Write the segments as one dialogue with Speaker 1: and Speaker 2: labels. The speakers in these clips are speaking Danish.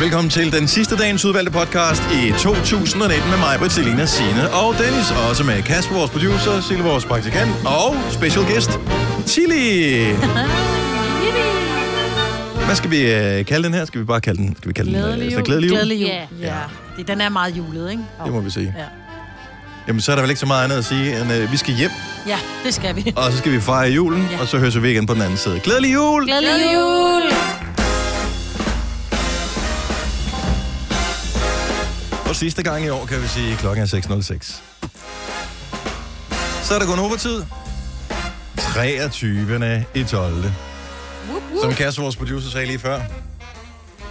Speaker 1: velkommen til den sidste dagens udvalgte podcast i 2019 med mig, Britt, Selina, Signe og Dennis. Og også med Kasper, vores producer, Sille, vores praktikant og special guest, Tilly.
Speaker 2: Ah,
Speaker 1: Hvad skal vi øh, kalde den her? Skal vi bare kalde den? Skal vi kalde den, øh, så glædelig jul?
Speaker 3: Glædelig jul.
Speaker 2: Ja.
Speaker 3: Ja. Det, den er meget julet, ikke?
Speaker 1: Det må vi sige.
Speaker 3: Ja.
Speaker 1: Jamen, så er der vel ikke så meget andet at sige, end øh, vi skal hjem,
Speaker 3: Ja, det skal vi.
Speaker 1: og så skal vi fejre julen,
Speaker 3: Ja.
Speaker 1: og så høres vi igen på den anden side. Glædelig jul!
Speaker 2: Glædelig jul!
Speaker 1: Og sidste gang i år, kan vi sige, klokken er 6.06. Så er der gået over tid. 23. i 12. Som Kasper, vores producer, sagde lige før.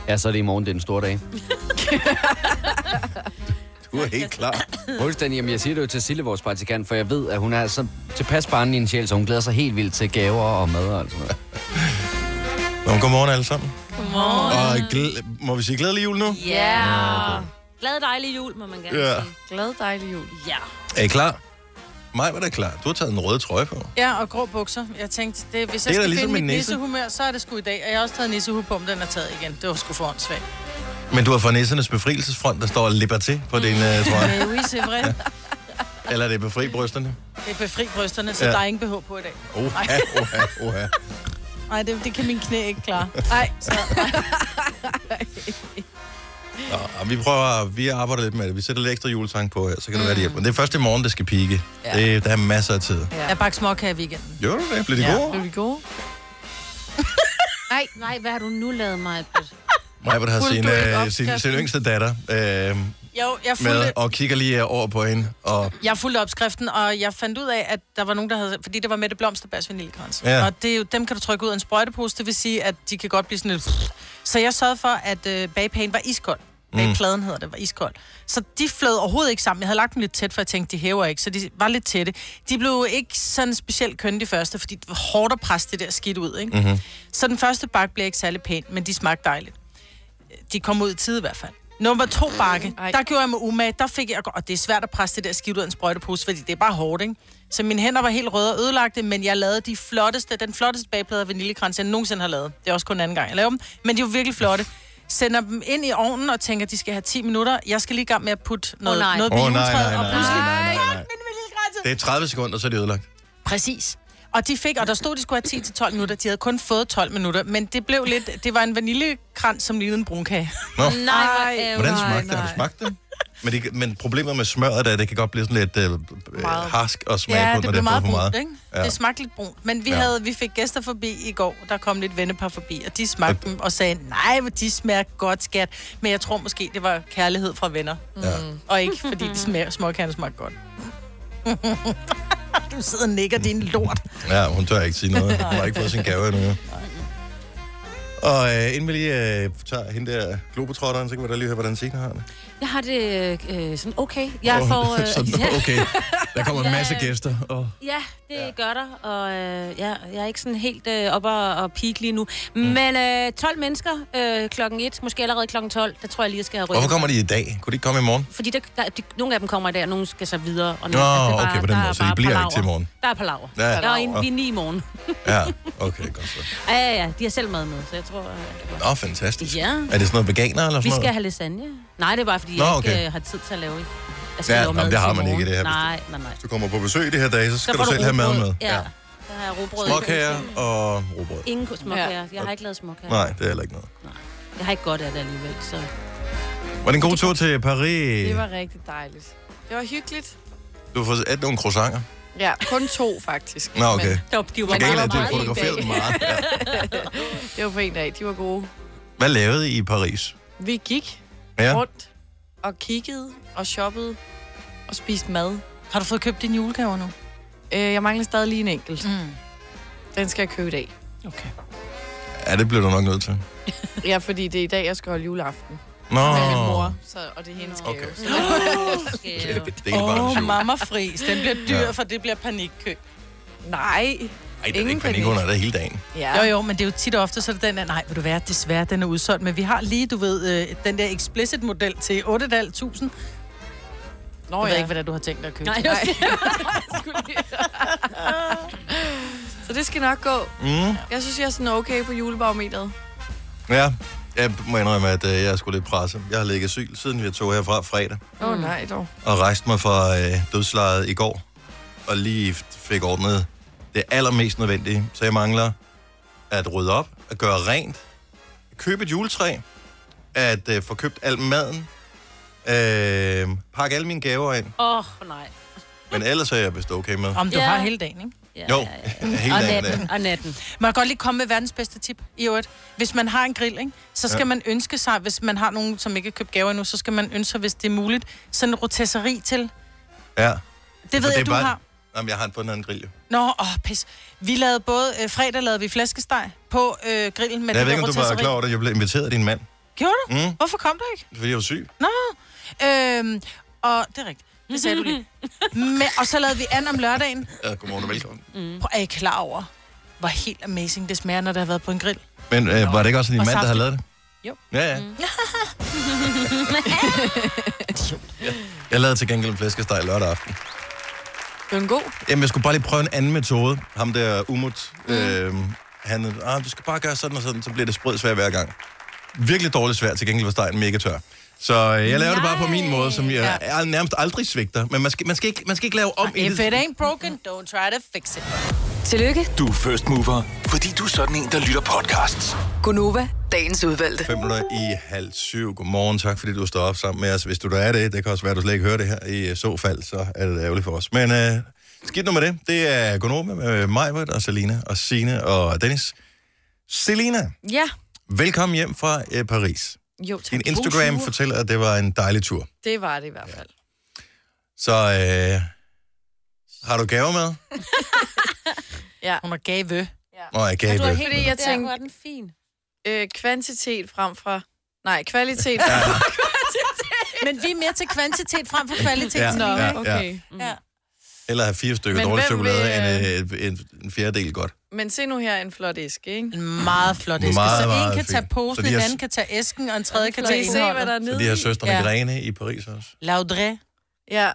Speaker 4: Ja, så er det i morgen, det er en stor dag.
Speaker 1: Du er helt klar.
Speaker 4: Fuldstændig, jamen jeg siger det jo til Sille, vores praktikant, for jeg ved, at hun er så tilpas barn i en sjæl, så hun glæder sig helt vildt til gaver og mad og alt sådan noget.
Speaker 1: Nå, godmorgen alle sammen. Godmorgen. Og glæ- må vi sige glædelig jul nu?
Speaker 2: Ah. Ja. Glad dejlig jul, må man gerne
Speaker 1: Ja.
Speaker 2: sige.
Speaker 5: Glad dejlig jul.
Speaker 2: Ja.
Speaker 1: Er I klar? Mig var da klar. Du har taget en rød trøje på.
Speaker 3: Ja, og grå bukser. Jeg tænkte, det, hvis
Speaker 1: Det er
Speaker 3: jeg
Speaker 1: da ligesom
Speaker 3: skal ligesom finde
Speaker 1: en
Speaker 3: mit
Speaker 1: nisse.
Speaker 3: nissehumør, så er det sgu i dag. Og jeg har også taget nissehue på, men den er taget igen. Det var sgu for åndssvagt.
Speaker 1: Men du har fra Nissernes Befrielsesfront, der står Liberté på din uh, trøje.
Speaker 3: Øh, oui, c'est vrai.
Speaker 1: Eller er det Befri Brysterne?
Speaker 3: Det er befri brysterne, så
Speaker 1: Ja.
Speaker 3: ja. der er ingen behov på i dag.
Speaker 1: Oha, oha, oha.
Speaker 3: Nej, det, det kan min knæ ikke klare. Nej, så
Speaker 1: Nå, og vi prøver, vi arbejder lidt med det. Vi sætter lidt ekstra julesang på her, så kan det være, det hjælper. Det er først i morgen, det skal pike. Ja. Det, der er masser af tid.
Speaker 3: ja. jeg bakker småkage i weekenden.
Speaker 1: Gjorde du det? Blev det ja.
Speaker 3: Ja.
Speaker 1: gode?
Speaker 5: Blev de gode?
Speaker 2: Nej, nej, hvad har du nu lavet mig?
Speaker 1: Majbert har
Speaker 5: Fulgte
Speaker 1: sin,
Speaker 5: du ikke
Speaker 1: øh, sin,
Speaker 5: opskriften?
Speaker 1: sin yngste datter øh,
Speaker 3: Jo, jeg fulgte,
Speaker 1: med, og kigger lige over på hende. Og,
Speaker 3: jeg fulgte opskriften, og jeg fandt ud af, at der var nogen, der havde... Fordi det var med det blomsterbærs vaniljekrans.
Speaker 1: Ja.
Speaker 3: Ja. Og det, er jo- dem kan du trykke ud af en sprøjtepose, det vil sige, at de kan godt blive sådan lidt... Så jeg sørgede for, at øh, bagpagen var iskold.
Speaker 1: Mm.
Speaker 3: Bagpladen hedder det, var iskold. Så de flød overhovedet ikke sammen. Jeg havde lagt dem lidt tæt, for jeg tænkte, de hæver ikke, så de var lidt tætte. De blev ikke sådan specielt kønne de første, fordi det var hårdt at presse det der skidt ud, ikke? Mm-hmm. Så den første bakke blev ikke særlig pæn, men de smagte dejligt. De kom ud i tide i hvert fald. Nummer to bakke,
Speaker 5: Ej.
Speaker 3: der gjorde jeg mig umage, der fik jeg, og det er svært at presse det der skidt ud af en sprøjtepose, fordi det er bare hårdt, ikke? Så mine hænder var helt røde og ødelagte, men jeg lavede de flotteste, den flotteste bagplade af vaniljekrans, jeg nogensinde har lavet. Det er også kun anden gang, jeg laver dem, men de var virkelig flotte. Sender dem ind i ovnen og tænker, de skal have 10 minutter. Jeg skal lige i gang med at putte noget,
Speaker 2: nej.
Speaker 3: oh, noget
Speaker 1: Åh,
Speaker 3: ved
Speaker 1: nej,
Speaker 3: juletræet,
Speaker 1: nej,
Speaker 3: og
Speaker 1: nej,
Speaker 3: pludselig...
Speaker 1: nej, nej, nej.
Speaker 3: Fuck, min vaniljekrans!
Speaker 1: det er 30 sekunder, så er det ødelagt.
Speaker 3: Præcis. Og de fik, og der stod, de skulle have 10-12 minutter. De havde kun fået 12 minutter, men det blev lidt... Det var en vaniljekrans, som lignede en brunkage.
Speaker 1: Nå,
Speaker 2: Øhm, Nej, hvor
Speaker 5: Ej.
Speaker 2: ærgerligt.
Speaker 1: hvordan
Speaker 5: nej,
Speaker 1: smagte det? Har du
Speaker 5: nej.
Speaker 1: smagt det? Men, det, men problemet med smøret er, at det kan godt blive sådan lidt øh, øh,
Speaker 5: Meget.
Speaker 1: harsk og smage
Speaker 3: Ja,
Speaker 1: på,
Speaker 3: det
Speaker 1: når
Speaker 3: blev
Speaker 1: har
Speaker 3: meget
Speaker 1: fået for meget.
Speaker 3: brunt, ikke?
Speaker 1: Ja.
Speaker 3: Ja. Det smagte lidt brunt. Men vi,
Speaker 1: Ja.
Speaker 3: ja. havde, vi fik gæster forbi i går, der kom lidt vennepar forbi, og de smagte dem og sagde, nej, hvor de smager godt, skat. Men jeg tror måske, det var kærlighed fra venner. Mm.
Speaker 1: Ja.
Speaker 3: Og ikke, fordi de smager, småkærne smagte godt. du sidder og nikker din lort.
Speaker 1: Ja, hun tør ikke sige noget. Hun har ikke fået sin gave endnu. Og øh, inden vi lige øh, tager hende der globetrotteren, så kan vi da lige høre, hvordan Signe har det.
Speaker 2: Jeg har det øh, sådan okay. Jeg
Speaker 1: Åh,
Speaker 2: får... Øh,
Speaker 1: sådan,
Speaker 2: ja,
Speaker 1: okay, der kommer en masse
Speaker 2: Ja.
Speaker 1: gæster. Og...
Speaker 2: ja, det gør der. Og øh, ja, jeg er ikke sådan helt øh, oppe og, og peak lige nu. Men øh, 12 mennesker øh, klokken 1, måske allerede klokken 12, der tror jeg lige, jeg skal have
Speaker 1: Hvorfor
Speaker 2: rykket.
Speaker 1: kommer de i dag? Kunne de ikke komme i morgen?
Speaker 2: Fordi der, der, de, nogle af dem kommer i dag, og nogle skal så videre. Og
Speaker 1: Nå,
Speaker 2: nogle, altså, det er
Speaker 1: okay, på den
Speaker 2: der
Speaker 1: måde,
Speaker 2: er
Speaker 1: så I
Speaker 2: bare
Speaker 1: bliver ikke
Speaker 2: palaver.
Speaker 1: til i morgen.
Speaker 2: Der er palaver.
Speaker 1: Ja.
Speaker 2: Ja. Der er en, vi er ni i morgen.
Speaker 1: Ja, okay, godt så.
Speaker 2: Ja, ja, ja, de har selv mad med, så jeg tror... Øh,
Speaker 1: Nå, fantastisk.
Speaker 2: Ja.
Speaker 1: Er det sådan noget veganer eller
Speaker 2: vi
Speaker 1: sådan
Speaker 2: skal
Speaker 1: noget?
Speaker 2: have lasagne. Nej, det er bare, fordi
Speaker 1: Nå,
Speaker 2: jeg ikke
Speaker 1: okay.
Speaker 2: øh, har tid til at lave. Altså, Jeg
Speaker 1: Ja,
Speaker 2: skal lave
Speaker 1: nå,
Speaker 2: mad
Speaker 1: men det har
Speaker 2: til
Speaker 1: man ikke i
Speaker 2: morgen.
Speaker 1: det her
Speaker 2: Nej, nej, nej.
Speaker 1: Du kommer på besøg i det her dag, så skal
Speaker 2: Så
Speaker 1: du
Speaker 2: får
Speaker 1: selv have mad
Speaker 2: rugbrød.
Speaker 1: med.
Speaker 2: Ja, der har jeg robrød.
Speaker 1: Småkager og robrød.
Speaker 2: Ingen ko- småkager. Jeg har ikke lavet småkager.
Speaker 1: Nej, det er heller ikke noget.
Speaker 2: Jeg har ikke godt af det alligevel, så...
Speaker 1: Var det en god tur til Paris?
Speaker 5: Det var rigtig dejligt. Det var hyggeligt.
Speaker 1: Du har fået et nogle croissanter.
Speaker 5: Ja, kun to faktisk.
Speaker 1: Nå, okay.
Speaker 5: Men
Speaker 2: Det var, de var
Speaker 1: Til gengæld er
Speaker 2: meget,
Speaker 1: det
Speaker 2: meget, meget
Speaker 1: fotograferet meget. Ja.
Speaker 5: det var på en dag. De var gode.
Speaker 1: Hvad lavede I i Paris?
Speaker 5: Vi gik
Speaker 1: Ja.
Speaker 5: rundt og kiggede og shoppede og spiste mad.
Speaker 3: Har du fået købt dine julegaver nu?
Speaker 5: Øh, jeg mangler stadig lige en enkelt.
Speaker 3: Mm.
Speaker 5: Den skal jeg købe i dag.
Speaker 3: Okay.
Speaker 1: Ja, det blev du nok nødt til.
Speaker 5: Ja, fordi det er i dag, jeg skal holde juleaften
Speaker 1: Nå.
Speaker 5: med min mor. Så, og det er hendes gave.
Speaker 1: Okay.
Speaker 5: Så
Speaker 2: skæve.
Speaker 1: Det er
Speaker 3: Åh,
Speaker 1: bare
Speaker 3: oh,
Speaker 1: en
Speaker 3: mamma fris. Den bliver dyr,
Speaker 1: Ja.
Speaker 3: ja. for det bliver panikkøb.
Speaker 5: Nej.
Speaker 1: Ej, det er
Speaker 5: Ingen
Speaker 1: ikke panik
Speaker 5: panik.
Speaker 1: under det hele dagen.
Speaker 5: Ja.
Speaker 3: Jo, jo, men det er jo tit og ofte, så er det den der, nej, vil du være, desværre, den er udsolgt. Men vi har lige, du ved, øh, den der explicit-model til 8.500. Jeg
Speaker 5: Nå,
Speaker 3: ved
Speaker 5: ja.
Speaker 3: ikke, hvad det er, du har tænkt dig at købe.
Speaker 2: Nej,
Speaker 3: til.
Speaker 2: det var-
Speaker 5: Så det skal nok gå.
Speaker 1: Mm.
Speaker 5: Jeg synes, jeg er sådan okay på julebarometeret.
Speaker 1: Ja, Jeg må indrømme, at øh, jeg er sgu lidt presset. Jeg har ligget syg, siden jeg tog herfra fredag,
Speaker 5: Åh oh, nej dog.
Speaker 1: og rejste mig fra øh, dødslejet i går, og lige f- fik ordnet det allermest nødvendige. Så jeg mangler at rydde op, at gøre rent, købe et juletræ, at øh, få købt al maden, øh, pakke alle mine gaver ind.
Speaker 2: Åh, oh, nej.
Speaker 1: Men ellers er jeg vist okay med.
Speaker 3: Om du
Speaker 2: Ja.
Speaker 3: har hele dagen, ikke?
Speaker 2: Ja,
Speaker 1: Jo,
Speaker 2: ja, ja.
Speaker 1: hele
Speaker 2: Og
Speaker 1: dagen.
Speaker 2: natten,
Speaker 1: ja.
Speaker 2: og natten.
Speaker 3: Må jeg godt lige komme med verdens bedste tip i øvrigt. Hvis man har en grill, ikke? så skal
Speaker 1: Ja.
Speaker 3: ja. man ønske sig, hvis man har nogen, som ikke har købt gaver endnu, så skal man ønske sig, hvis det er muligt, sådan en rotisserie til.
Speaker 1: Ja.
Speaker 3: Det ved
Speaker 1: er
Speaker 3: jeg, du
Speaker 1: bare-
Speaker 3: har.
Speaker 1: Jamen, jeg har fundet en grill. jo.
Speaker 3: Nå, åh, pis. Vi lavede både, øh, fredag lavede vi flæskesteg på øh, grillen med
Speaker 1: Jeg
Speaker 3: den
Speaker 1: ved
Speaker 3: der
Speaker 1: ikke, om du var
Speaker 3: rotisserie.
Speaker 1: klar over det. Jeg blev inviteret af din mand,
Speaker 3: Gjorde du?
Speaker 1: Mm.
Speaker 3: Mm. Hvorfor kom du ikke?
Speaker 1: fordi jeg var syg.
Speaker 3: Øhm, og det er rigtigt. Det sagde du lige. Men, og så lavede vi an om lørdagen.
Speaker 1: Ja, godmorgen og velkommen.
Speaker 5: Mm.
Speaker 3: Prøv, er I klar over, hvor helt amazing det smager, når det har været på en grill?
Speaker 1: Men øh, var det ikke også din
Speaker 3: Og
Speaker 1: mand, der havde
Speaker 3: saftigt.
Speaker 1: lavet det?
Speaker 3: Jo.
Speaker 1: Ja, ja. Mm. jeg lavede til gengæld en flæskesteg lørdag aften.
Speaker 5: Det er en god.
Speaker 1: Jamen, jeg skulle bare lige prøve en anden metode. Ham der Umut, øh, han, ah, du skal bare gøre sådan og sådan, så bliver det sprød svær hver gang. Virkelig dårligt svært, til gengæld var stegen mega tør. Så øh, jeg laver det bare på min måde, som jeg ja. nærmest aldrig svigter. Men man skal, man skal, ikke, man skal ikke lave om i
Speaker 3: If
Speaker 1: det.
Speaker 3: it ain't broken, don't try to fix it.
Speaker 6: Tillykke,
Speaker 7: Du er first mover, fordi du er sådan en, der lytter podcasts.
Speaker 6: Gunova, dagens udvalgte.
Speaker 1: 5 minutter i halv syv. Godmorgen, tak fordi du står op sammen med os. Hvis du der er det, det kan også være, at du slet ikke hører det her. I øh, så fald, så er det ærgerligt for os. Men øh, skidt nu med det. Det er Gonova med Majbert og Selina og Sine og Dennis. Selina,
Speaker 5: Ja.
Speaker 1: velkommen hjem fra øh, Paris.
Speaker 5: Jo, tak.
Speaker 1: Din Instagram
Speaker 5: Bonjour.
Speaker 1: fortæller, at det var en dejlig tur.
Speaker 5: Det var det i hvert fald.
Speaker 1: Så øh, har du gaver med?
Speaker 5: Ja.
Speaker 3: Hun er gave.
Speaker 1: Nå, jeg
Speaker 2: Og du
Speaker 1: gave.
Speaker 2: har helt
Speaker 5: Fordi jeg
Speaker 2: der,
Speaker 5: tænkte-
Speaker 2: hvor er den fin.
Speaker 5: Øh, kvantitet frem fra... Nej, kvalitet.
Speaker 3: Men vi er mere til kvantitet frem for kvalitet.
Speaker 1: Ja,
Speaker 3: Nå.
Speaker 1: ja, ja.
Speaker 5: Okay.
Speaker 1: Eller have fire stykker
Speaker 5: Men
Speaker 1: dårlig
Speaker 5: hvem vil,
Speaker 1: chokolade, end øh, en, en fjerdedel godt.
Speaker 5: Men se nu her en flot æske, ikke?
Speaker 3: En meget flot æske.
Speaker 1: Meget,
Speaker 3: Meget, så
Speaker 1: meget
Speaker 3: en kan tage
Speaker 1: fint. Så
Speaker 3: posen,
Speaker 1: de
Speaker 3: en
Speaker 1: har-
Speaker 3: anden kan tage æsken, og en tredje kan
Speaker 2: flot
Speaker 3: tage
Speaker 5: Kan I se, hvad der
Speaker 3: indholdet.
Speaker 5: er
Speaker 1: Så
Speaker 5: nede
Speaker 1: de her
Speaker 5: i?
Speaker 1: søstrene
Speaker 3: Ja.
Speaker 1: ja. Grene i Paris også.
Speaker 3: Laudré.
Speaker 5: Ja.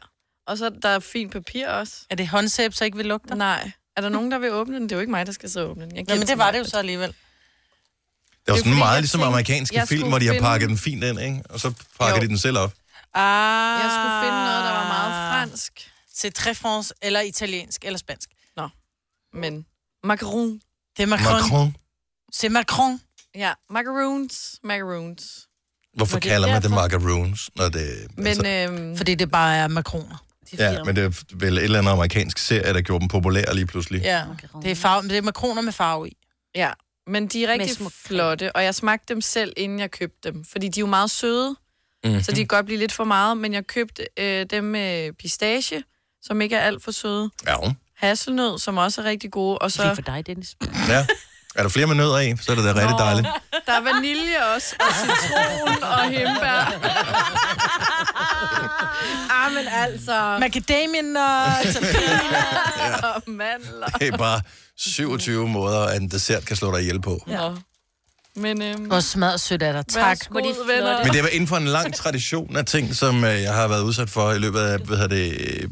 Speaker 5: Og så der er fint papir også.
Speaker 3: Er det håndsæb, så ikke vil lugte?
Speaker 5: Nej. Er der nogen, der vil åbne den? Det er jo ikke mig, der skal sidde og åbne den. Jeg
Speaker 3: Nå,
Speaker 5: giver
Speaker 3: men
Speaker 5: den
Speaker 3: det var
Speaker 5: til
Speaker 3: det jo så alligevel.
Speaker 1: Det
Speaker 5: Det
Speaker 1: var
Speaker 5: er
Speaker 1: sådan
Speaker 5: fordi,
Speaker 1: meget
Speaker 5: jeg
Speaker 1: ligesom
Speaker 5: tænkte,
Speaker 1: amerikanske
Speaker 5: jeg
Speaker 1: film,
Speaker 5: skulle
Speaker 1: hvor de har
Speaker 5: finde-
Speaker 1: pakket den fint ind, ikke? Og så pakker
Speaker 5: Jo.
Speaker 1: de den selv op.
Speaker 3: Ah.
Speaker 5: Jeg skulle finde noget, der var meget fransk.
Speaker 3: C'est très fransk, eller italiensk, eller spansk.
Speaker 5: Men macaron.
Speaker 3: Det er Macron. Macron.
Speaker 1: Macron.
Speaker 3: C'est Macron.
Speaker 5: Ja, macaroons. Macaroons.
Speaker 1: Hvorfor
Speaker 3: Nå, det er
Speaker 1: kalder man det
Speaker 3: derfor.
Speaker 1: macaroons? Når det,
Speaker 5: Men
Speaker 1: altså,
Speaker 5: øhm,
Speaker 3: Fordi det bare er makroner.
Speaker 1: ja, men det er vel et eller andet amerikansk serie, der gjorde dem populære lige pludselig.
Speaker 3: Ja. Det er, farve, det er makroner med farve i.
Speaker 5: Ja, men de er rigtig
Speaker 2: små
Speaker 5: smuk... flotte, og jeg smagte dem selv, inden jeg købte dem. Fordi de er jo meget søde,
Speaker 1: Mhm.
Speaker 5: mm-hmm. så de kan godt blive lidt for meget. Men jeg købte øh, dem med pistache, som ikke er alt for søde.
Speaker 1: Ja.
Speaker 5: Hasselnød, som også er rigtig gode. Og så
Speaker 2: Det er for dig, Dennis.
Speaker 1: ja. Er der flere med nødder i, så er det da rigtig
Speaker 5: Nå.
Speaker 1: dejligt.
Speaker 5: der er vanilje også, og citron og hembær. ah, men altså...
Speaker 3: Macadamien og...
Speaker 5: Og mandler.
Speaker 1: Det er bare 27 måder, at en dessert kan slå dig ihjel på. Ja.
Speaker 5: Ja. Men øhm,
Speaker 3: Og smadret sødt af dig. Tak.
Speaker 5: værsgo, venner.
Speaker 1: Men det var inden for en lang tradition af ting, som øh, jeg har været udsat for i løbet af, hvad hedder det, øh,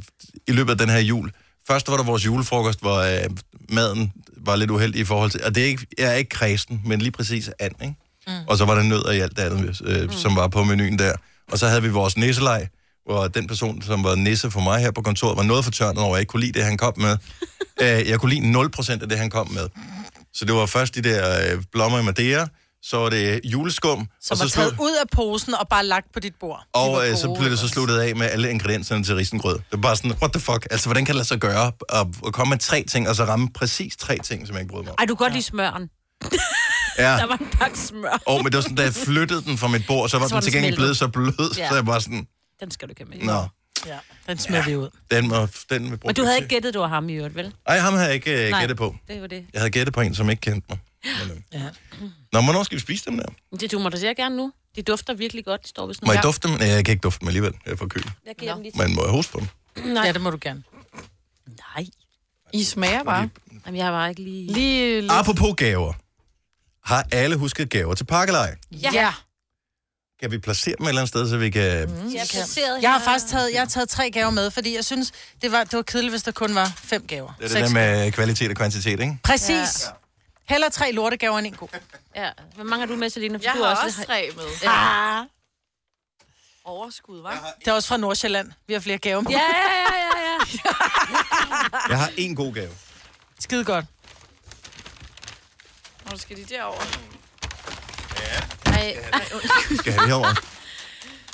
Speaker 1: i løbet af den her jul. Først var der vores julefrokost, hvor øh, maden var lidt uheldig i forhold til... Og det er ikke, jeg er ikke kredsen, men lige præcis and, ikke? Mm. Og så var der nød og i alt det andet, øh, mm. som var på menuen der. Og så havde vi vores nisselej, hvor den person, som var nisse for mig her på kontoret, var noget fortørnet over, at jeg ikke kunne lide det, han kom med. øh, jeg kunne lide 0% af det, han kom med. Så det var først de der øh, blommer i Madeira, så var det juleskum.
Speaker 3: Som
Speaker 1: og så
Speaker 3: er
Speaker 1: stod-
Speaker 3: taget ud af posen og bare lagt på dit bord.
Speaker 1: og øh, så blev det så sluttet af med alle ingredienserne til risengrød. Det var bare sådan, what the fuck? Altså, hvordan kan det lade sig gøre at, at komme med tre ting, og så ramme præcis tre ting, som jeg ikke brød mig om?
Speaker 2: Ej, du kan godt lide smøren.
Speaker 1: Ja,
Speaker 2: Der var en pakke smør.
Speaker 1: og men det var sådan, da jeg flyttede den fra mit bord, så var
Speaker 2: Så
Speaker 1: den
Speaker 2: var
Speaker 1: til
Speaker 2: den
Speaker 1: gengæld
Speaker 2: smeltet.
Speaker 1: blevet så blød,
Speaker 2: Ja.
Speaker 1: så jeg bare sådan,
Speaker 2: Den skal du ikke have med.
Speaker 1: nå,
Speaker 3: Ja. Den smed vi ud.
Speaker 1: den må, den vil bruge
Speaker 2: Men du havde
Speaker 1: til."
Speaker 2: ikke gættet, du var ham i øvrigt, vel?
Speaker 1: Ej, ham havde jeg ikke øh,
Speaker 2: Nej.
Speaker 1: gættet på.
Speaker 2: Det var det.
Speaker 1: Jeg havde gættet på en, som ikke kendte mig. Men, øh. ja. Nå, hvornår skal vi spise dem der?
Speaker 2: Men Det, du må da sehr gerne nu. De dufter virkelig godt. De står ved sådan
Speaker 1: Må jeg dufte dem? Nej, jeg kan ikke dufte dem alligevel. Jeg er for køl.
Speaker 2: Jeg giver dem lige til.
Speaker 1: Men må jeg hoste på dem?
Speaker 2: Nej.
Speaker 3: Ja, det må du gerne.
Speaker 2: Nej.
Speaker 5: I smager bare.
Speaker 2: Jamen, jeg var ikke lige...
Speaker 5: Lige lidt.
Speaker 1: Apropos gaver. Har alle husket gaver til pakkeleje?
Speaker 2: Ja. Mm.
Speaker 1: Kan vi placere dem et eller andet sted, så vi kan... Mm.
Speaker 2: Jeg er placeret
Speaker 3: Jeg har
Speaker 2: her.
Speaker 3: faktisk taget, jeg har taget tre gaver med, fordi jeg synes, det var, det var kedeligt, hvis der kun var fem gaver.
Speaker 1: Det er det
Speaker 3: Seks
Speaker 1: der med kvalitet og kvantitet, ikke?
Speaker 3: Præcis. Ja. Heller tre lortegaver end en god.
Speaker 2: Ja. Hvor mange har du med, Selina? For
Speaker 5: Jeg
Speaker 2: du
Speaker 5: har også tre med.
Speaker 2: Ja.
Speaker 5: Overskud, hva'?
Speaker 3: Ah, Det er også fra Nordsjælland. Vi har flere gaver. Ja.
Speaker 2: Ja, ja, ja, ja, ja.
Speaker 1: Jeg har en god gave.
Speaker 3: Skide godt.
Speaker 5: Nå, skal de derover.
Speaker 2: Ej, ej,
Speaker 1: Skal have det herovre.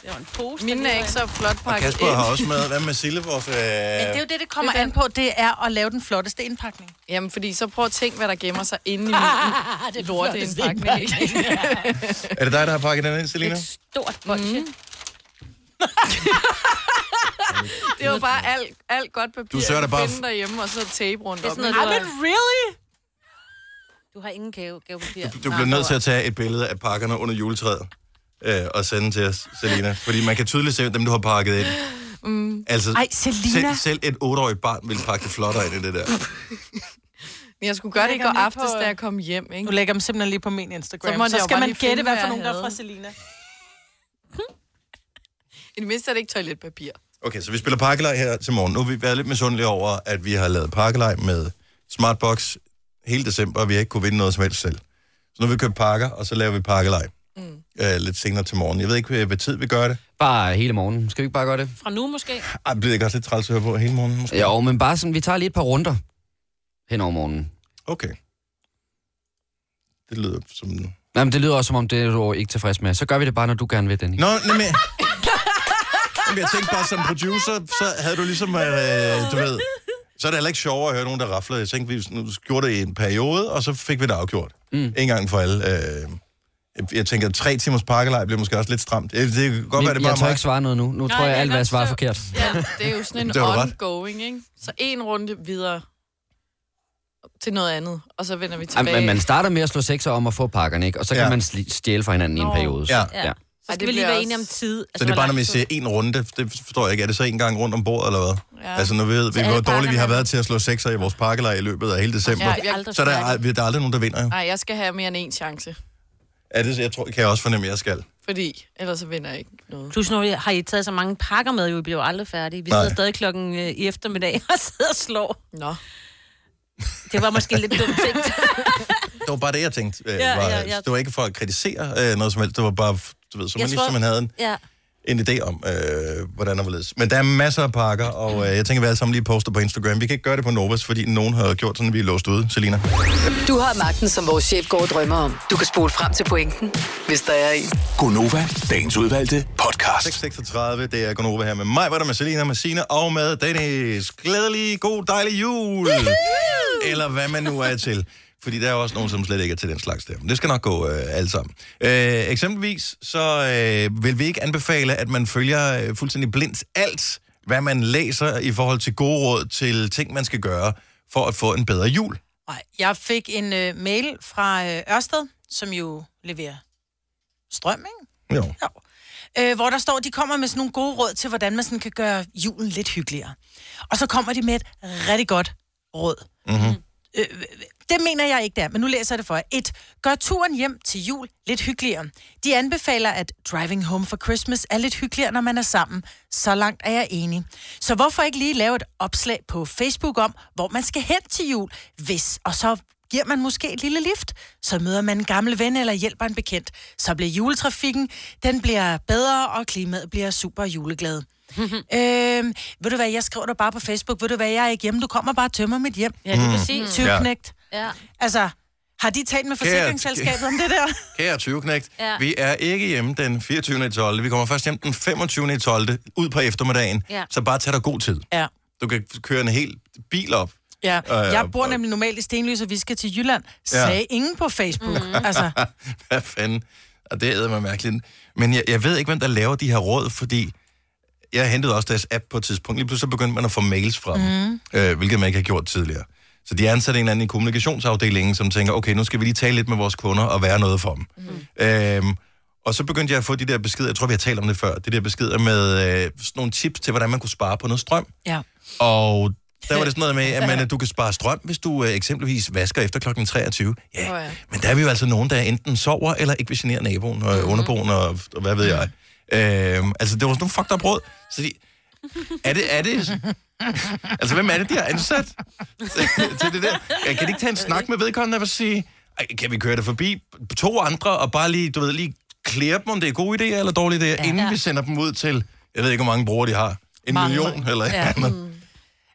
Speaker 2: det var en pose.
Speaker 5: Mine er ikke så flot
Speaker 1: Og
Speaker 5: pakket
Speaker 1: Kasper har også med. Hvad med Sille, vores... Øh...
Speaker 3: Men det er jo det, det kommer det an på. Det er at lave den flotteste indpakning.
Speaker 5: Jamen, fordi så prøv at tænke, hvad der gemmer sig inde i min
Speaker 2: Ah, det er
Speaker 5: lorteindpakning. ikke?
Speaker 1: Er det dig, der har pakket den ind, Selina?
Speaker 2: Et stort bolsje. Mm.
Speaker 5: Det var bare alt, alt godt papir,
Speaker 1: Du sørger da
Speaker 5: jeg
Speaker 1: bare
Speaker 5: kunne finde derhjemme, og så tape rundt
Speaker 2: Det er
Speaker 5: om.
Speaker 2: sådan noget,
Speaker 3: Ej,
Speaker 2: du
Speaker 3: men
Speaker 2: har,
Speaker 3: really?
Speaker 2: du har ingen gave, gavepapir.
Speaker 1: Du bliver nødt til at tage et billede af pakkerne under juletræet øh, og sende til os, Selina. Fordi man kan tydeligt se, dem du har pakket ind. Mm. Altså,
Speaker 3: Ej, Selina.
Speaker 1: selv, selv et otteårigt barn vil pakke det flottere ind i det der.
Speaker 5: Men jeg skulle gøre det i
Speaker 3: lægger
Speaker 5: går
Speaker 3: den
Speaker 5: aftes,
Speaker 3: på-
Speaker 5: da jeg kom hjem,
Speaker 3: Nu
Speaker 5: ikke?
Speaker 3: lægger dem simpelthen lige på min Instagram.
Speaker 5: Så
Speaker 3: Så,
Speaker 5: må
Speaker 3: må
Speaker 5: jeg
Speaker 3: så
Speaker 5: jo
Speaker 3: skal
Speaker 5: bare
Speaker 3: man
Speaker 5: lige
Speaker 3: gætte,
Speaker 5: finde,
Speaker 3: hvad
Speaker 5: hvad
Speaker 3: for
Speaker 5: jeg
Speaker 3: nogen der er
Speaker 5: havde.
Speaker 3: fra Selina.
Speaker 5: I det mindste er det ikke toiletpapir.
Speaker 1: Okay, så vi spiller pakkelej her til morgen. Nu har vi været lidt misundelige over, at vi har lavet pakkelej med Smartbox hele december, og vi har ikke kunne vinde noget som helst selv. Så nu har vi købt pakker, og så laver vi pakkelej mm. øh, lidt senere til morgen. Jeg ved ikke, øh, hvad tid vi gør det.
Speaker 4: Bare hele morgen. Skal vi ikke bare gøre det?
Speaker 2: Fra nu måske.
Speaker 1: Ej, bliver det ikke også lidt træls at høre på hele morgenen, måske?
Speaker 4: Jo, men bare sådan, vi tager lige et par runder hen over morgenen.
Speaker 1: Okay. Det lyder som... Nå,
Speaker 4: Jamen, det lyder også, som om det er du ikke tilfreds med. Så gør vi det bare, når du gerne vil, Dennis.
Speaker 1: nej, men... Jamen, jeg tænkte bare, som producer, så havde du ligesom, øh, du ved... Så er det heller ikke sjovere at høre nogen, der rafler. Jeg tænkte, vi nu gjorde det i en periode, og så fik vi det afgjort. Mm. En gang for alle. Øh, jeg tænker, tre timers pakkelej bliver måske også lidt stramt. Øh, Det kan godt være, det er
Speaker 4: jeg
Speaker 1: bare
Speaker 4: tør
Speaker 1: mig.
Speaker 4: ikke svare noget nu. Nu
Speaker 5: Nej,
Speaker 4: tror jeg,
Speaker 5: jeg
Speaker 4: alt, hvad
Speaker 5: kan
Speaker 4: jeg svarer er
Speaker 5: forstå.
Speaker 4: forkert.
Speaker 5: Ja, det er jo sådan en
Speaker 1: Det har du ret.
Speaker 5: ongoing, ikke? Så en runde videre til noget andet, og så vender vi
Speaker 4: Ej,
Speaker 5: tilbage.
Speaker 4: men man starter med at slå sekser om at få pakkerne, ikke? Og så kan
Speaker 1: Ja.
Speaker 4: man sli- stjæle fra hinanden i en
Speaker 5: Nå.
Speaker 4: periode. Så.
Speaker 1: Ja.
Speaker 2: Ja. Så
Speaker 5: Ej,
Speaker 2: skal
Speaker 5: det
Speaker 2: vi lige
Speaker 5: bliver
Speaker 2: være
Speaker 5: også-
Speaker 2: enige om tid. Altså,
Speaker 1: Så det er bare, når vi siger en runde, det forstår jeg ikke. Er det så en gang rundt om bordet, eller hvad? Ja.
Speaker 5: Ja.
Speaker 1: Altså, nu ved vi,
Speaker 2: alle
Speaker 1: hvor dårligt vi har
Speaker 2: pakkerne-
Speaker 1: været til at slå sekser i vores pakkelej i løbet af hele december.
Speaker 5: Ja,
Speaker 1: Ja,
Speaker 5: vi
Speaker 1: ja. Så er der, er, der er aldrig nogen, der vinder, jo.
Speaker 5: Nej, jeg skal have mere end én chance,
Speaker 1: Ja, det jeg tror, kan jeg også fornemme, at jeg skal.
Speaker 5: fordi ellers så vinder jeg ikke noget.
Speaker 2: Plus, når I har I taget så mange pakker med, jo, I bliver jo aldrig færdige. Vi
Speaker 1: Nej.
Speaker 2: sidder stadig klokken øh, i eftermiddag og sidder og slår.
Speaker 5: Nå.
Speaker 2: Det var måske lidt dumt tænkt.
Speaker 1: Det var bare det, jeg tænkte. Øh,
Speaker 2: Ja,
Speaker 1: var,
Speaker 2: ja, ja.
Speaker 1: Det var ikke for at kritisere øh, noget som helst. Det var bare, du ved, så man
Speaker 2: Jeg
Speaker 1: lige
Speaker 2: tror-
Speaker 1: så man havde en,
Speaker 2: Ja.
Speaker 1: en idé om, øh, hvordan det var ledes. Men der er masser af pakker, og øh, jeg tænker, at vi alle sammen lige poster på Instagram. Vi kan ikke gøre det på Novas, fordi nogen har gjort sådan, at vi er låst ude. Selina?
Speaker 6: Du har magten, som vores chef går og drømmer om. Du kan spole frem til pointen, hvis der er en.
Speaker 7: Gonova, dagens udvalgte podcast.
Speaker 1: 636, det er Gonova her med mig, hvor er der med Selina, med Sina og med Dennis. Glædelig, god, dejlig jul! Eller hvad man nu er til. Fordi der er også nogen, som slet ikke er til den slags der. Men det skal nok gå øh, alt sammen. Øh, eksempelvis, så øh, vil vi ikke anbefale, at man følger øh, fuldstændig blindt alt, hvad man læser i forhold til gode råd til ting, man skal gøre for at få en bedre jul.
Speaker 3: Nej, jeg fik en øh, mail fra øh, Ørsted, som jo leverer strøm, ikke?
Speaker 1: Jo.
Speaker 3: Jo. Øh, hvor der står, de kommer med sådan nogle gode råd til, hvordan man sådan kan gøre julen lidt hyggeligere. Og så kommer de med et rigtig godt råd.
Speaker 1: Mhm.
Speaker 3: Øh, det mener jeg ikke, der, men nu læser jeg det for jer. 1. Gør turen hjem til jul lidt hyggeligere. De anbefaler, at driving home for Christmas er lidt hyggeligere, når man er sammen. Så langt er jeg enig. Så hvorfor ikke lige lave et opslag på Facebook om, hvor man skal hen til jul, hvis, og så giver man måske et lille lift, så møder man en gammel ven eller hjælper en bekendt. Så bliver juletrafikken, den bliver bedre, og klimaet bliver super juleglad. øhm, ved du hvad, jeg skriver dig bare på Facebook, ved du hvad, jeg er ikke hjemme, du kommer bare og tømmer mit hjem.
Speaker 2: Ja, det er
Speaker 3: Mm.
Speaker 2: præcis.
Speaker 3: Tyvknægt.
Speaker 2: Ja.
Speaker 3: Altså, har de talt med forsikringsselskabet om det der?
Speaker 1: Kære 20 knægt, ja.
Speaker 2: Ja.
Speaker 1: vi er ikke hjemme den 24. i 12. Vi kommer først hjem den 25. i 12. ud på eftermiddagen.
Speaker 2: Ja.
Speaker 1: Så bare tag dig god tid.
Speaker 3: Ja.
Speaker 1: Du kan køre en hel bil op.
Speaker 3: Ja,
Speaker 1: ja,
Speaker 3: jeg bor
Speaker 1: og-
Speaker 3: nemlig normalt i Stenløs, og vi skal til Jylland. Sagde ingen på Facebook. Altså,
Speaker 1: Mm. Hvad fanden? Og det æder mig mærkeligt. Men jeg, jeg ved ikke, hvem der laver de her råd, fordi jeg hentede også deres app på et tidspunkt. Lige pludselig begyndte man at få mails fra dem, mm. øh, hvilket man ikke har gjort tidligere. Så de ansatte en eller anden i kommunikationsafdelingen, som tænker, okay, nu skal vi lige tale lidt med vores kunder og være noget for dem. Mm. Øhm, og så begyndte jeg at få de der beskeder, jeg tror, vi har talt om det før, de der beskeder med øh, sådan nogle tips til, hvordan man kunne spare på noget strøm.
Speaker 3: ja.
Speaker 1: Og der var det sådan noget med, at man, at du kan spare strøm, hvis du øh, eksempelvis vasker efter klokken 23. Ja,
Speaker 5: Åh
Speaker 1: oh, ja,
Speaker 5: ja.
Speaker 1: men der er vi jo altså nogen, der enten sover, eller ikke vil genere naboen og
Speaker 3: Mhm.
Speaker 1: mm-hmm. underboen, og, og hvad ved jeg. Øhm, altså, det var sådan nogle fucked up råd. Så de, er det, er det, altså, hvem er det, de har ansat til det der? Ja, Kan de ikke tage en snak med vedkommende og bare sige, Ej, kan vi køre det forbi to andre, og bare lige, du ved, lige klære dem, om det er gode idéer eller dårlige idéer, ja. inden vi sender dem ud til, jeg ved ikke, hvor mange brugere de har. En
Speaker 3: Mange.
Speaker 1: million eller ja.
Speaker 3: Ja. Mm.
Speaker 1: andet.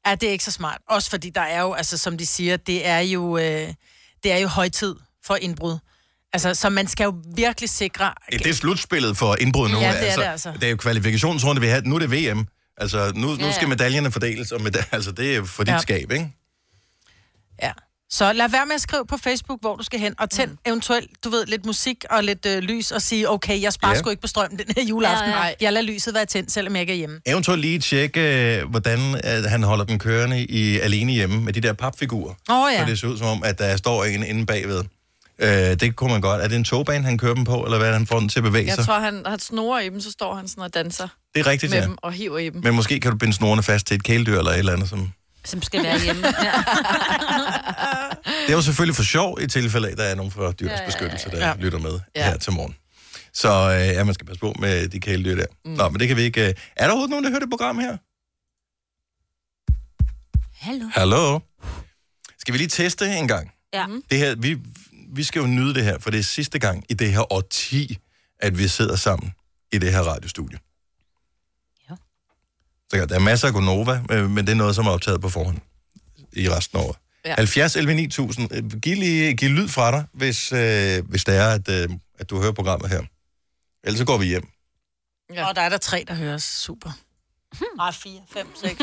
Speaker 3: Ja, det er ikke så smart. Også fordi der er jo, altså som de siger, det er jo, øh, det er jo højtid for indbrud. Altså, så man skal jo virkelig sikre...
Speaker 1: Ja, Det er slutspillet for indbrud nu.
Speaker 3: Ja, det er det altså.
Speaker 1: Det er jo kvalifikationsrunde, vi har. Nu er det VM. Altså, nu, nu skal medaljerne fordeles, og meda- altså, det er jo for dit
Speaker 3: Ja.
Speaker 1: skab, ikke?
Speaker 3: Ja. Så lad være med at skrive på Facebook, hvor du skal hen, og tænd mm. eventuelt, du ved, lidt musik og lidt øh, lys, og sige, okay, jeg sparer
Speaker 1: Ja.
Speaker 3: yeah. sgu ikke på strømmen den her juleaften.
Speaker 2: Ja,
Speaker 3: Ja,
Speaker 2: ja.
Speaker 3: ja. Jeg lader lyset være tændt, selvom jeg ikke er hjemme.
Speaker 1: Eventuelt lige tjekke, øh, hvordan øh, han holder den kørende i, alene hjemme med de der papfigurer.
Speaker 3: Åh oh,
Speaker 1: ja.
Speaker 3: ja.
Speaker 1: så det ser ud som om, at der står en inde bagved. Øh, det kunne man godt. Er det en togbane, han kører dem på, eller hvad er det, han får den til at bevæge
Speaker 5: Jeg
Speaker 1: sig?
Speaker 5: tror, han har snorer i dem, så står han sådan og danser
Speaker 1: Det er rigtigt,
Speaker 5: med
Speaker 1: ja.
Speaker 5: dem og hiver i dem.
Speaker 1: Men måske kan du binde snorene fast til et kæledyr eller et eller andet. Som...
Speaker 2: som skal være hjemme. Ja.
Speaker 1: Det er jo selvfølgelig for sjov i tilfælde af, at der er nogen fra dyrens beskyttelse, der ja.
Speaker 3: Ja.
Speaker 1: lytter med ja.
Speaker 5: Ja.
Speaker 1: her til morgen. Så øh, ja, man skal passe på med de kæledyr der. Mm. Nå, men det kan vi ikke... Øh... Er der overhovedet nogen, der hører det program her?
Speaker 2: Hallo.
Speaker 1: Hallo? Skal vi lige teste en gang?
Speaker 2: Ja.
Speaker 5: Mm-hmm.
Speaker 1: Det her, vi, vi skal jo nyde det her, for det er sidste gang i det her årti, at vi sidder sammen i det her radiostudie.
Speaker 2: Ja.
Speaker 1: Så der er masser af Gonova, øh, men det er noget, som er optaget på forhånd i resten af året. Ja.
Speaker 5: Ja.
Speaker 1: 70 11 9000. Øh, Giv, lige, giv lyd fra dig, hvis, øh, hvis det er, at, øh, at du hører programmet her. Ellers så går vi hjem.
Speaker 5: Ja.
Speaker 3: Og der er der tre, der høres. Super.
Speaker 1: Hmm.
Speaker 3: Nej, fire, fem, seks.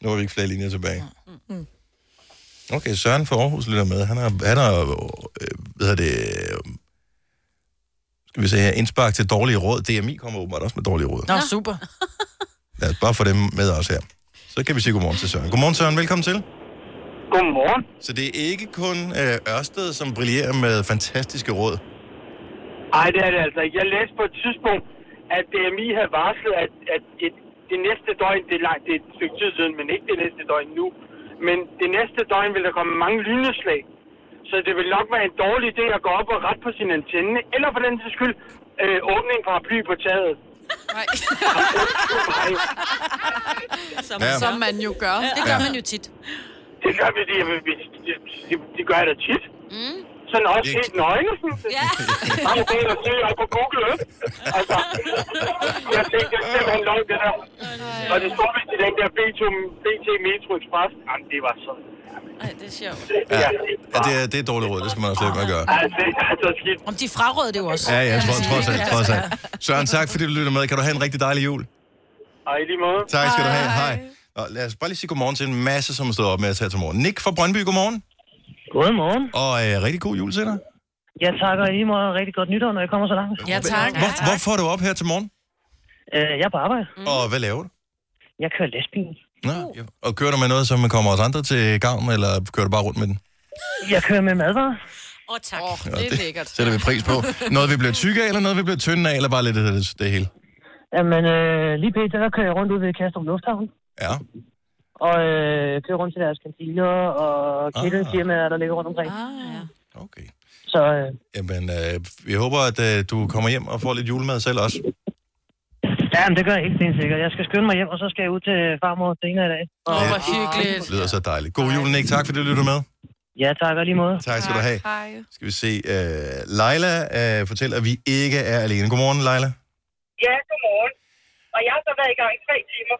Speaker 1: Nu har vi ikke flere linjer tilbage. Okay, Søren fra Aarhus lytter med. Han har, han har øh, hvad hedder det, øh, skal vi se her, indspark til dårlige råd. DMI kommer åbenbart også med dårlige råd.
Speaker 3: Nå, super.
Speaker 1: Lad os bare få dem med os her. Så kan vi sige godmorgen til Søren. Godmorgen Søren, velkommen til.
Speaker 8: Godmorgen.
Speaker 1: Så det er ikke kun øh, Ørsted, som brillerer med fantastiske råd.
Speaker 8: Ej, det er det altså ikke. Jeg læste på et tidspunkt, at DMI havde varslet, at, at et, det næste døgn, det er langt, det er et stykke tid siden, men ikke det næste døgn nu, men det næste døgn vil der komme mange lynnedslag. Så det vil nok være en dårlig idé at gå op og rette på sin antenne, eller for den sags skyld, øh, åbne en paraply på taget.
Speaker 5: Nej.
Speaker 8: Ej,
Speaker 2: Som,
Speaker 1: Ja.
Speaker 5: Som man jo gør.
Speaker 3: Det gør man jo tit.
Speaker 8: det gør vi, det, det, det, det, det gør jeg da tit. Mm. Sådan også
Speaker 1: Det-
Speaker 8: helt nøgne.
Speaker 2: Ja.
Speaker 8: Mange ting at søge op på Google, ikke? Altså, jeg tænkte, det er simpelthen løgn, det der. Og det stod vist i den der BT, BT Metro Express. Jamen, det var så...
Speaker 5: Ej, det er sjovt.
Speaker 8: Det,
Speaker 1: Ja,
Speaker 8: ja.
Speaker 1: ja det, er, det er dårlige råd, det skal man også lade med at gøre.
Speaker 8: Altså, det er så skidt.
Speaker 3: Om de fraråder det jo også.
Speaker 1: Ja, ja, trods, trods alt, trods alt. Søren, tak fordi du lytter med. Kan du have en rigtig dejlig jul?
Speaker 8: Og i lige måde.
Speaker 1: Tak skal du have. Hej. Og lad os bare lige sige godmorgen til en masse, som har stået op med at tage til morgen. Nick fra Brøndby, godmorgen.
Speaker 8: Godmorgen.
Speaker 1: Og øh, rigtig god jul til dig.
Speaker 8: Jeg takker i lige måde rigtig godt nytår, når jeg kommer så langt.
Speaker 3: Ja, tak.
Speaker 1: Hvor, hvorfor er du op her til morgen?
Speaker 8: Øh, jeg er på arbejde.
Speaker 1: Mm. Og hvad laver du?
Speaker 8: Jeg kører lastbil.
Speaker 1: Nå, ja. Og kører du med noget, som kommer os andre til gavn, eller kører du bare rundt med den?
Speaker 8: Jeg kører med madvarer.
Speaker 2: Og tak.
Speaker 5: Åh, oh, det er lækkert.
Speaker 1: Sætter vi pris på. Noget, vi bliver tykke af, eller noget, vi bliver tynde af, eller bare lidt af det, det hele?
Speaker 8: Jamen, øh, lige pt. der kører jeg rundt ud ved Kastrup Lufthavn.
Speaker 1: Ja.
Speaker 8: Og øh, kører rundt til deres kantiner og
Speaker 1: Ah.
Speaker 8: kældefirmaer, der ligger rundt omkring.
Speaker 1: Okay.
Speaker 8: Så øh,
Speaker 1: Jamen, øh, jeg håber, at øh, du kommer hjem og får lidt julemad selv også.
Speaker 8: Ja, men det gør jeg helt sikkert. Jeg skal skynde mig hjem, og så skal jeg ud til farmor senere i dag.
Speaker 5: Åh,
Speaker 1: Ja.
Speaker 5: hvor hyggeligt.
Speaker 1: Det lyder så dejligt. God jul, Nick. Tak, fordi du lytter med.
Speaker 8: Ja, tak og lige måde.
Speaker 1: Tak skal du have.
Speaker 5: Hej.
Speaker 1: Skal vi se. Øh, Leila øh, fortæller, at vi ikke er alene. Godmorgen, Leila.
Speaker 8: Ja, godmorgen. Og jeg har så været i gang i tre timer.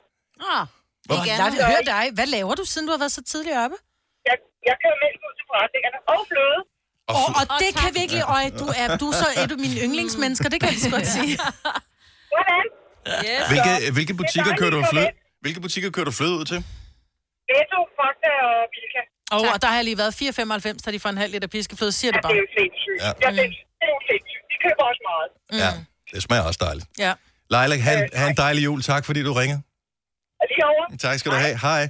Speaker 3: Ah.
Speaker 1: Hvorfor?
Speaker 3: Lad det høre dig. Hvad laver du, siden du har været så tidligt oppe?
Speaker 8: Jeg, jeg kører mælk ud til forretningerne og fløde.
Speaker 1: Og,
Speaker 3: Og,
Speaker 1: fu-
Speaker 3: og det kan virkelig... Øj, du er, du er så er du mine yndlingsmennesker, det kan jeg lige så godt sige.
Speaker 8: Hvordan?
Speaker 1: Hvilke, øh, hvilke butikker
Speaker 8: dejligt
Speaker 1: kører du
Speaker 8: at
Speaker 1: fløde?
Speaker 8: komme
Speaker 1: Hvilke butikker kører du fløde ud til?
Speaker 8: Netto, Fakta og Bilka.
Speaker 3: Og, og der har jeg lige været 4,95, da de får en halv liter piskefløde, siger
Speaker 8: Ja,
Speaker 3: det
Speaker 8: det er
Speaker 3: bare.
Speaker 8: jo sindssygt.
Speaker 1: Ja.
Speaker 8: Ja. Ja, det, er- det er jo sindssygt. De køber også meget.
Speaker 1: Mm. Ja, det smager også dejligt.
Speaker 3: Ja.
Speaker 1: Leila, have, en- have en dejlig jul. Tak, fordi du ringer.
Speaker 8: Og lige over.
Speaker 1: Tak skal du have. Hej.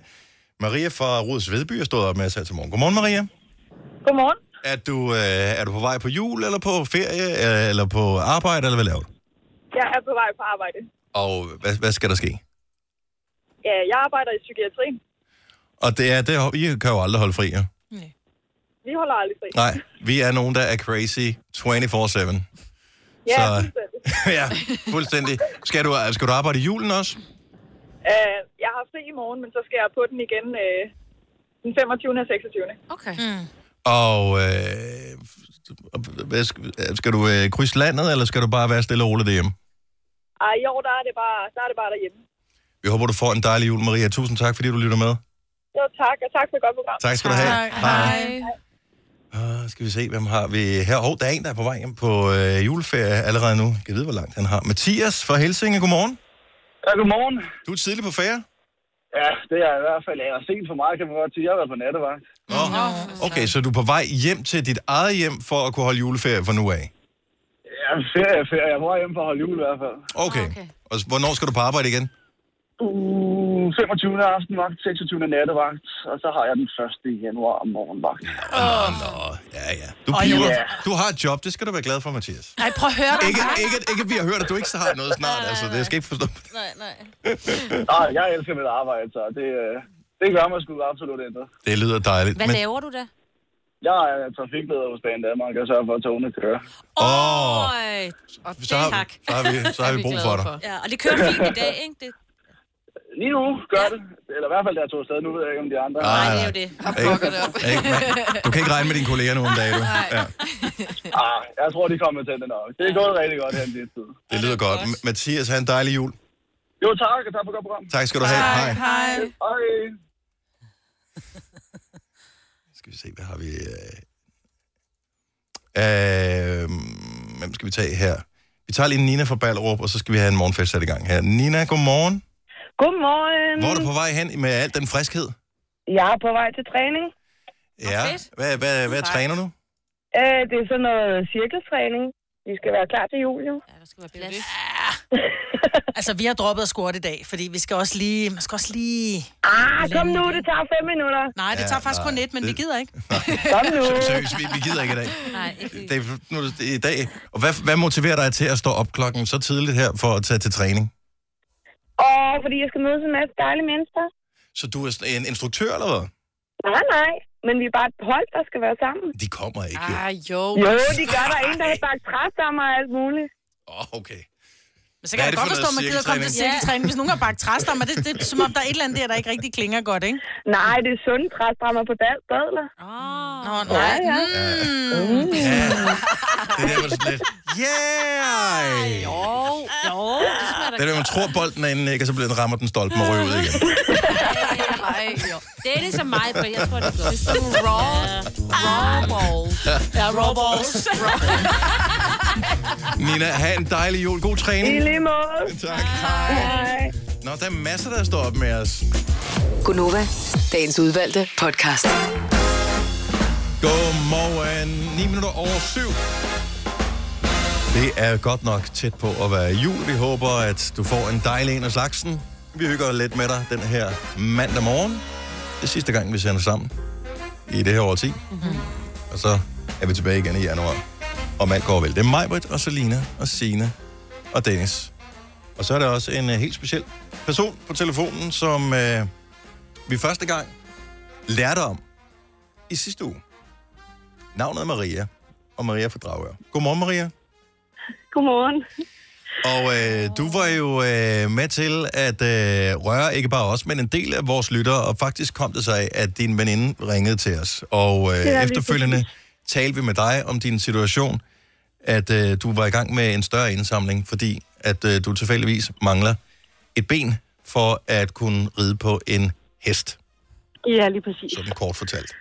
Speaker 1: Maria fra Rods Vedby er stået op med os her til morgen. Godmorgen, Maria.
Speaker 8: Godmorgen.
Speaker 1: Er du, øh, er du på vej på jul, eller på ferie, øh, eller på arbejde, eller hvad laver du?
Speaker 8: Jeg er på vej på arbejde.
Speaker 1: Og hvad, hvad skal der ske?
Speaker 8: Ja, jeg arbejder i psykiatrien.
Speaker 1: Og det er, det, I kan jo aldrig holde fri, ja.
Speaker 8: Vi holder aldrig fri.
Speaker 1: Nej, vi er nogen, der er crazy 24-7. så-
Speaker 8: Ja, fuldstændig.
Speaker 1: ja, fuldstændig. Skal du, øh, skal du arbejde i julen også?
Speaker 8: Øh, jeg har fri i morgen, men så skal jeg på den igen øh, den 25. og 26.
Speaker 9: Mm.
Speaker 5: Okay.
Speaker 1: Og øh, hvad skal, skal du øh, krydse landet, eller skal du bare være stille og rolig derhjemme?
Speaker 10: Ej, jo, der er det bare, der, er det bare derhjemme.
Speaker 1: Vi håber, du får en dejlig jul, Maria. Tusind tak, fordi du lytter med.
Speaker 10: Jo, tak, og tak for et godt program.
Speaker 1: Tak skal du have. Uh, skal vi se, hvem har vi her? Hov, der er en, der er på vej hjem på øh, juleferie allerede nu. Jeg kan vide, hvor langt han har. Mathias fra Helsinge, godmorgen.
Speaker 11: Ja, godmorgen.
Speaker 1: Du er tidlig på ferie?
Speaker 11: Ja, det er jeg i hvert fald. Jeg er sent for meget, kan man godt sige. Jeg har været på nattevagt.
Speaker 1: Okay, så du er på vej hjem til dit eget hjem for at kunne holde juleferie fra nu af.
Speaker 11: Ja, ferie, er ferie. Jeg var hjemme for at holde jul i hvert fald.
Speaker 1: Okay. okay. Og s- hvornår skal du på arbejde igen?
Speaker 11: Uh, 25. aftenvagt, 26. nattevagt, og så har jeg den 1. januar om morgenvagt.
Speaker 1: Åh, nå. Ja, ja. Du,
Speaker 11: Åh,
Speaker 1: piver.
Speaker 11: ja.
Speaker 1: du har et job, det skal du være glad for, Mathias.
Speaker 3: Nej, prøv at høre dig.
Speaker 1: Ikke, ikke, ikke at vi har hørt, at du ikke så har noget snart, altså. Det jeg skal ikke forstå.
Speaker 3: Nej, nej.
Speaker 11: Nej, jeg elsker mit arbejde, så det, øh, det gør mig sgu absolut intet.
Speaker 1: Det lyder dejligt.
Speaker 2: Hvad
Speaker 1: men-
Speaker 2: laver du da?
Speaker 11: Jeg er trafikleder hos Banen Danmark, og sørger for, at togene kører.
Speaker 1: Åh, oh,
Speaker 2: Øj, og
Speaker 1: så, har,
Speaker 2: tak.
Speaker 1: så, har vi, så har vi brug for dig.
Speaker 2: Ja, og det kører fint i dag, ikke? Det,
Speaker 11: Lige nu gør det. Eller i hvert fald, der tog afsted. Nu ved jeg ikke, om de andre...
Speaker 1: Nej,
Speaker 2: det er jo det.
Speaker 1: Ikke, ikke, man- du kan ikke regne med dine kolleger nu om dagen, du. Ja,
Speaker 11: Ah, jeg tror, de kommer til det nok. Det er gået rigtig godt her den sidste tid.
Speaker 1: det lyder godt. M- Mathias, have en dejlig jul.
Speaker 11: Jo, tak, og tak for godt program.
Speaker 1: Tak skal du have. Hej.
Speaker 3: Hej.
Speaker 11: Hej.
Speaker 1: Skal vi se, hvad har vi... Øh... Øh... Hvem skal vi tage her? Vi tager lige Nina fra Ballerup, og så skal vi have en morgenfest sat i gang her. Nina, godmorgen.
Speaker 10: Godmorgen.
Speaker 1: Hvor er du på vej hen med al den friskhed?
Speaker 10: Jeg er på vej til træning.
Speaker 1: Ja. Hvad, hvad, hvad træner du?
Speaker 10: Øh, det er sådan noget cirkeltræning. Vi skal være klar til jul, jo.
Speaker 2: Ja, der skal være plads.
Speaker 3: Altså, vi har droppet at squat i dag, fordi vi skal også lige... Man skal også lige...
Speaker 10: Ah, kom nu, det tager fem minutter.
Speaker 3: Nej, det
Speaker 1: Ja,
Speaker 3: tager faktisk
Speaker 1: nej,
Speaker 3: kun et, men
Speaker 1: det-
Speaker 3: vi gider ikke.
Speaker 10: Kom nu.
Speaker 1: Seriøst, vi, vi gider ikke i dag.
Speaker 2: Nej, ikke
Speaker 1: Det er, nu, er det- det er i dag. Og hvad, hvad motiverer dig til at stå op klokken så tidligt her for at tage til træning?
Speaker 10: Og fordi jeg skal mødes en masse dejlige mennesker.
Speaker 1: Så du er sådan en instruktør eller hvad?
Speaker 10: Nej, nej. Men vi er bare et hold, der skal være sammen.
Speaker 1: De kommer ikke jo.
Speaker 5: Ah, jo.
Speaker 10: Jo, de gør der er en, der har bagt træstammer og alt muligt.
Speaker 1: Åh, oh, okay.
Speaker 3: Men så
Speaker 1: Hvad er
Speaker 3: kan jeg
Speaker 1: det
Speaker 3: godt
Speaker 1: for
Speaker 3: forstå, at man
Speaker 1: noget
Speaker 3: gider komme til
Speaker 2: cirkeltræning?
Speaker 3: cirkeltræning, hvis nogen har bagt træstammer. Det, det er som om, der er et eller andet der, der ikke rigtig klinger godt, ikke?
Speaker 10: Nej, det er sunde træstammer på bad- badler.
Speaker 2: Åh,
Speaker 3: Nå, nej.
Speaker 10: Ja, ja.
Speaker 3: Mm.
Speaker 1: Ja. Det er der, hvor det er sådan lidt... Yeah!
Speaker 2: jo, det smager da
Speaker 1: Det er det, man tror, bolden er inde, ikke? Og så bliver den rammer den stolpe og ryger ud igen.
Speaker 5: Ej, jo.
Speaker 2: Det er ligesom mig, for jeg tror, det er godt. Det er sådan
Speaker 5: raw. Raw ball.
Speaker 3: Ja, raw balls.
Speaker 1: Nina, have en dejlig jul. God
Speaker 10: I
Speaker 1: træning.
Speaker 10: lige måde.
Speaker 1: Tak.
Speaker 10: Hej.
Speaker 1: Nå, der er masser, der står op med os.
Speaker 6: Gunova, dagens udvalgte podcast.
Speaker 1: Godmorgen. 9 minutter over 7. Det er godt nok tæt på at være jul. Vi håber, at du får en dejlig en af slagsen. Vi hygger lidt med dig den her mandag morgen. Det er sidste gang, vi sender sammen i det her årti. Mm-hmm. Og så er vi tilbage igen i januar. Og alt går vel. Det er Majbrit og Selina og Sine og Dennis. Og så er der også en uh, helt speciel person på telefonen, som uh, vi første gang lærte om i sidste uge. Navnet er Maria, og Maria fra Dragør. Godmorgen, Maria.
Speaker 10: Godmorgen.
Speaker 1: Og øh, du var jo øh, med til at øh, røre ikke bare os, men en del af vores lyttere, og faktisk kom det sig af, at din veninde ringede til os. Og øh,
Speaker 10: lige
Speaker 1: ja, efterfølgende talte vi med dig om din situation, at øh, du var i gang med en større indsamling, fordi at øh, du tilfældigvis mangler et ben for at kunne ride på en hest,
Speaker 10: Ja, lige præcis.
Speaker 1: sådan kort fortalt.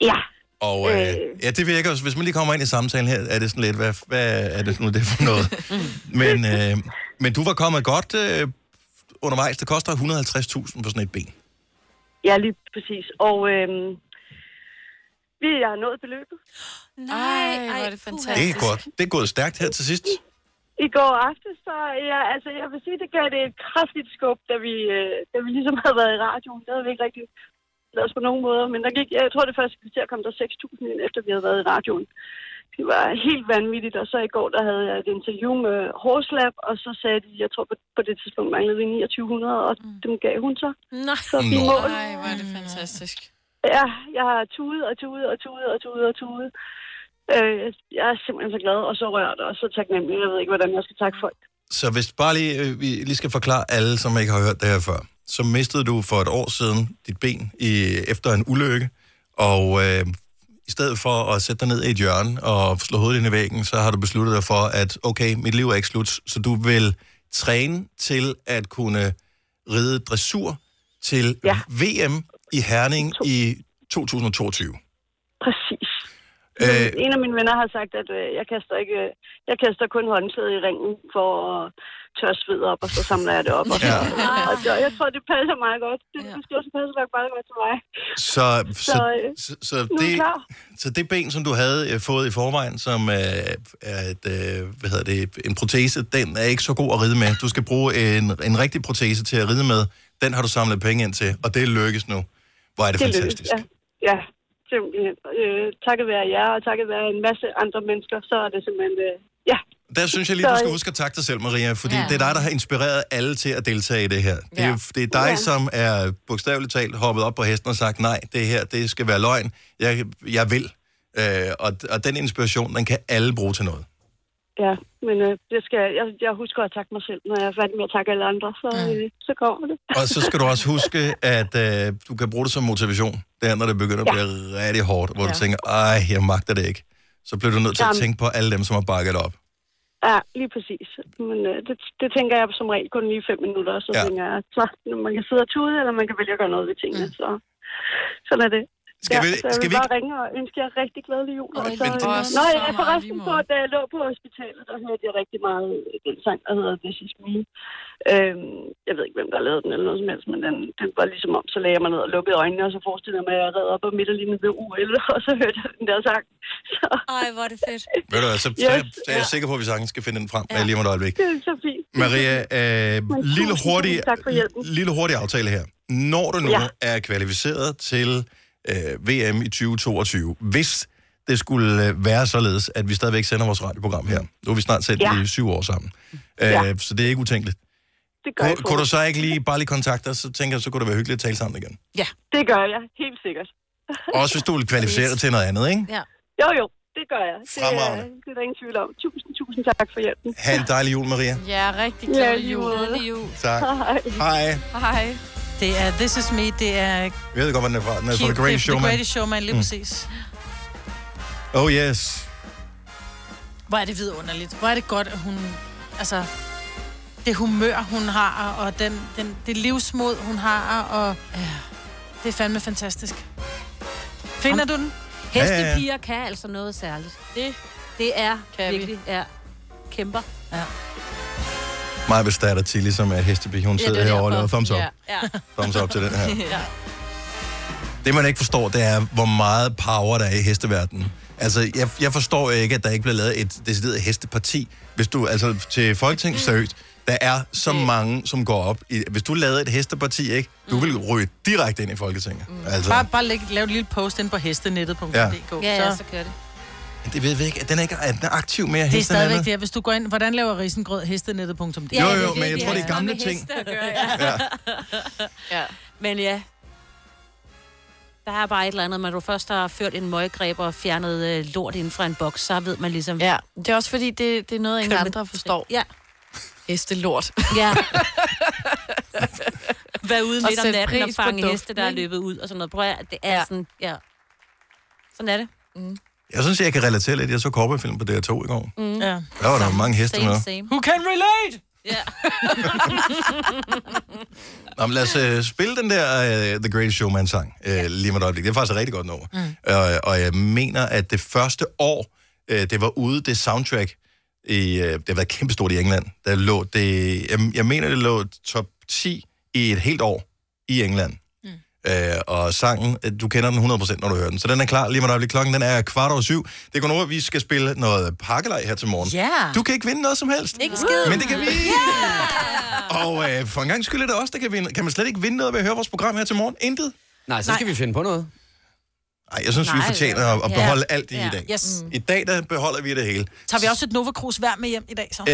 Speaker 10: Ja.
Speaker 1: Og øh,
Speaker 10: Øh.
Speaker 1: ja, det virker også, hvis man lige kommer ind i samtalen her, er det sådan lidt, hvad, hvad er det nu det er for noget?
Speaker 2: Mm.
Speaker 1: men, øh, men du var kommet godt øh, undervejs. Det koster 150.000 for sådan et ben.
Speaker 10: Ja, lige præcis. Og øhm, vi har nået beløbet.
Speaker 2: Nej,
Speaker 5: Ej, hvor er det
Speaker 2: puha.
Speaker 5: fantastisk.
Speaker 1: Det er godt. Det er gået stærkt her til sidst.
Speaker 10: I går aftes, så ja, altså, jeg vil sige, det gav det et kraftigt skub, da vi, øh, da vi ligesom havde været i radioen. Det havde vi ikke rigtig lavet på nogen måder, men der gik, jeg tror det første kvarter kom der 6.000 ind, efter vi havde været i radioen. Det var helt vanvittigt, og så i går, der havde jeg et interview med Horslab, og så sagde de, jeg tror på, på det tidspunkt manglede vi 2900, og
Speaker 2: Mm.
Speaker 10: dem gav hun så.
Speaker 2: Nej.
Speaker 10: Så vi
Speaker 1: Nå.
Speaker 10: mål.
Speaker 5: Ej, hvor er det fantastisk.
Speaker 10: Ja, jeg har tudet og tudet og tudet og tudet og tudet. Øh, jeg er simpelthen så glad og så rørt og så taknemmelig. Jeg ved ikke, hvordan jeg skal takke folk.
Speaker 1: Så hvis bare lige, øh, vi lige skal forklare alle, som ikke har hørt det her før, så mistede du for et år siden dit ben i, efter en ulykke, og øh, i stedet for at sætte dig ned i et hjørne og slå hovedet ind i væggen, så har du besluttet dig for, at okay, mit liv er ikke slut, så du vil træne til at kunne ride dressur til ja. VM i Herning i 2022.
Speaker 10: Præcis.
Speaker 1: Øh,
Speaker 10: Øh... En af mine venner har sagt, at øh, jeg kaster ikke, øh, jeg kaster kun håndklæde i ringen for at tørre sved op, og så samler jeg det op. Og, så,
Speaker 1: Ja.
Speaker 10: og det, jeg tror, det passer meget godt. Det, det skal også passe nok meget godt til mig.
Speaker 1: Så, så,
Speaker 10: Så, øh,
Speaker 1: så, så, så,
Speaker 10: nu er jeg
Speaker 1: det,
Speaker 10: klar.
Speaker 1: så det ben, som du havde øh, fået i forvejen, som øh, er et, øh, hvad hedder det, en protese, den er ikke så god at ride med. Du skal bruge en, en rigtig protese til at ride med. Den har du samlet penge ind til, og det lykkes nu. Hvor er det, det
Speaker 10: lykkes,
Speaker 1: fantastisk.
Speaker 10: Ja, ja simpelthen. Øh, takket være jer, og takket være en masse andre mennesker, så er det simpelthen... Øh, ja, øh,
Speaker 1: Der synes jeg lige, du skal
Speaker 10: Sorry.
Speaker 1: huske at takke dig selv, Maria, fordi
Speaker 10: Ja.
Speaker 1: ja. det er dig, der har inspireret alle til at deltage i det her. Det er, det er dig,
Speaker 10: Ja.
Speaker 1: ja. som er bogstaveligt talt hoppet op på hesten og sagt, nej, det her, det skal være løgn. Jeg, jeg vil. Øh, og, og den inspiration, den kan alle bruge til noget.
Speaker 10: ja men øh, det skal, jeg, jeg husker at takke mig selv, når jeg er færdig med at takke alle andre, så, øh, så kommer det.
Speaker 1: Og så skal du også huske, at øh, du kan bruge det som motivation. Det er, når det begynder at blive rigtig hårdt, hvor ja.
Speaker 10: Ja.
Speaker 1: du tænker, ej, jeg magter det ikke. Så bliver du nødt til at
Speaker 10: Jamen.
Speaker 1: tænke på alle dem, som har bakket op.
Speaker 10: Ja, lige præcis. Men øh, det, det tænker jeg som regel kun lige fem minutter, og så
Speaker 1: Ja.
Speaker 10: ja. tænker jeg, så man kan sidde og tude, eller man kan vælge at gøre noget ved tingene, så sådan er det.
Speaker 1: Skal
Speaker 10: ja,
Speaker 1: vi-
Speaker 10: så jeg
Speaker 1: skal
Speaker 10: vil
Speaker 1: vi
Speaker 10: bare ringe og ønske jer rigtig glædelig jul. og så,
Speaker 5: men- Åh,
Speaker 10: Nå,
Speaker 5: så
Speaker 10: jeg
Speaker 5: meget
Speaker 10: forresten
Speaker 5: lige
Speaker 10: på, da jeg lå på hospitalet, der hørte jeg rigtig meget øh, den sang, der hedder This Is Me. Øhm, jeg ved ikke, hvem der lavede den eller noget som helst, men den, den var ligesom om, så lagde jeg mig ned og lukkede øjnene, og så forestillede jeg mig, at jeg red op og midt og lige ved UL, og så hørte jeg den der sang. Så,
Speaker 2: Ej, hvor er det fedt.
Speaker 1: Ved du hvad, så, yes, så, er jeg, så er jeg sikker på, at vi sagtens skal finde den frem ja. lige om et øjeblik.
Speaker 10: det er så fint.
Speaker 1: Maria, øh,
Speaker 10: Men
Speaker 1: lille,
Speaker 10: tusind,
Speaker 1: hurtig,
Speaker 10: tusind tak for hjælpen.
Speaker 1: lille hurtig aftale her. Når du nu
Speaker 10: Ja.
Speaker 1: ja. er kvalificeret til øh, VM i 2022, hvis det skulle øh, være således, at vi stadigvæk sender vores radioprogram her. Nu har vi snart sendt ja.
Speaker 10: Ja.
Speaker 1: i syv år sammen. Øh,
Speaker 10: Ja.
Speaker 1: Så det er ikke utænkeligt.
Speaker 10: Det gør
Speaker 1: Kunne,
Speaker 10: jeg
Speaker 1: kunne du så ikke lige bare lige kontakte os, så tænker jeg, så kunne det være hyggeligt at tale sammen igen.
Speaker 10: Ja. Det gør jeg, helt sikkert.
Speaker 1: Også hvis du er kvalificeret til noget andet, ikke?
Speaker 10: Ja. Jo, jo, det gør jeg. Det, er,
Speaker 1: Fremragende.
Speaker 10: det er der ingen tvivl om. Tusind, tusind tak for hjælpen.
Speaker 1: Ha' en dejlig jul, Maria.
Speaker 5: Ja, rigtig
Speaker 10: Ja,
Speaker 5: glædelig
Speaker 10: lige
Speaker 5: jul.
Speaker 10: måde.
Speaker 5: jul.
Speaker 1: Tak. Hej.
Speaker 5: Hej.
Speaker 3: Det er This Is Me, det er
Speaker 1: Jeg ved godt, hvor den er fra. Den er fra
Speaker 3: Cute,
Speaker 1: The Great
Speaker 3: The
Speaker 1: Showman.
Speaker 3: Greatest Showman, lige
Speaker 1: Mm.
Speaker 3: præcis.
Speaker 1: Oh yes.
Speaker 3: Hvor er det vidunderligt. Hvor er det godt, at hun... Altså, det humør, hun har, og den, den, det livsmod, hun har, og... Ja, det er fandme fantastisk. Finder du den?
Speaker 2: Hestepiger kan altså noget særligt. Det, det er kan virkelig er kæmper.
Speaker 3: Ja.
Speaker 1: Mig bestatter Tilly, som er hestepige. Hun sidder herovre og laver thumbs up.
Speaker 2: Ja, ja.
Speaker 1: Thumbs up til den her.
Speaker 2: ja.
Speaker 1: Det, man ikke forstår, det er, hvor meget power der er i hesteverdenen. Altså, jeg, jeg forstår ikke, at der ikke bliver lavet et decideret hesteparti. Hvis du, altså til Folketing, seriøst, der er så mange, som går op. I, hvis du lavede et hesteparti, ikke? Du ville ryge direkte ind i Folketinget. Altså,
Speaker 3: Mm. Bare, bare læg, lav et lille post ind på hestenettet.dk.
Speaker 1: Ja.
Speaker 2: Ja, ja, så kører det.
Speaker 1: det ved vi ikke. Den er ikke er den aktiv mere
Speaker 3: Det er
Speaker 1: hesten
Speaker 3: stadigvæk det, at hvis du går ind, hvordan laver risengrød hestenettet.dk?
Speaker 1: Jo, jo, men jeg tror, det er gamle ting.
Speaker 2: ja. ja. Men ja, der er bare et eller andet, når du først har ført en møggreb og fjernet øh, lort inden fra en boks, så ved man ligesom...
Speaker 5: Ja, det er også fordi, det, det er noget, ingen andre forstår.
Speaker 2: Ja.
Speaker 5: Hestelort.
Speaker 2: Ja. Vær ude
Speaker 5: Og
Speaker 2: midt om
Speaker 5: sætte
Speaker 2: natten og
Speaker 5: pris på
Speaker 2: fange
Speaker 5: duften,
Speaker 2: heste, der er
Speaker 5: ikke?
Speaker 2: løbet ud og sådan noget. Prøv at, det er ja. sådan... Ja. Sådan er det. Mm.
Speaker 1: Jeg synes, jeg kan relatere lidt. Jeg så Korpe-film på DR2 i går.
Speaker 2: Mm. Ja.
Speaker 1: Der var der jo mange heste med.
Speaker 3: Who can relate?
Speaker 2: Ja.
Speaker 1: Nå, men lad os øh, spille den der øh, The Greatest Showman-sang øh, lige med et øjeblik. Det er faktisk et rigtig godt nummer. Mm. Øh, og jeg mener, at det første år, øh, det var ude, det soundtrack, i, øh, det har været kæmpestort i England. Der lå det, jeg, jeg mener, det lå top 10 i et helt år i England. Mm. Øh, og sangen, øh, du kender den 100%, når du hører den. Så den er klar lige med et øjeblik. Klokken den er kvart over syv. Det er kun over, at vi skal spille noget pakkelej her til morgen.
Speaker 3: Ja.
Speaker 1: Du kan ikke vinde noget som helst.
Speaker 3: Ikke en skid.
Speaker 1: Men det kan vi. Yeah. Og øh, for en gang skyld er det også, der kan vinde. Kan man slet ikke vinde noget ved at høre vores program her til morgen? Intet?
Speaker 4: Nej, så skal Nej. vi finde på noget.
Speaker 1: Nej, jeg synes, Nej, vi
Speaker 3: Nej,
Speaker 1: fortjener
Speaker 3: ja.
Speaker 1: at, at beholde
Speaker 3: Ja.
Speaker 1: ja. alt i,
Speaker 3: Ja.
Speaker 1: i dag.
Speaker 3: Yes.
Speaker 1: I dag, der beholder vi det hele.
Speaker 3: Tager vi også et Nova Cruz hver med hjem i dag, så?
Speaker 1: Øh,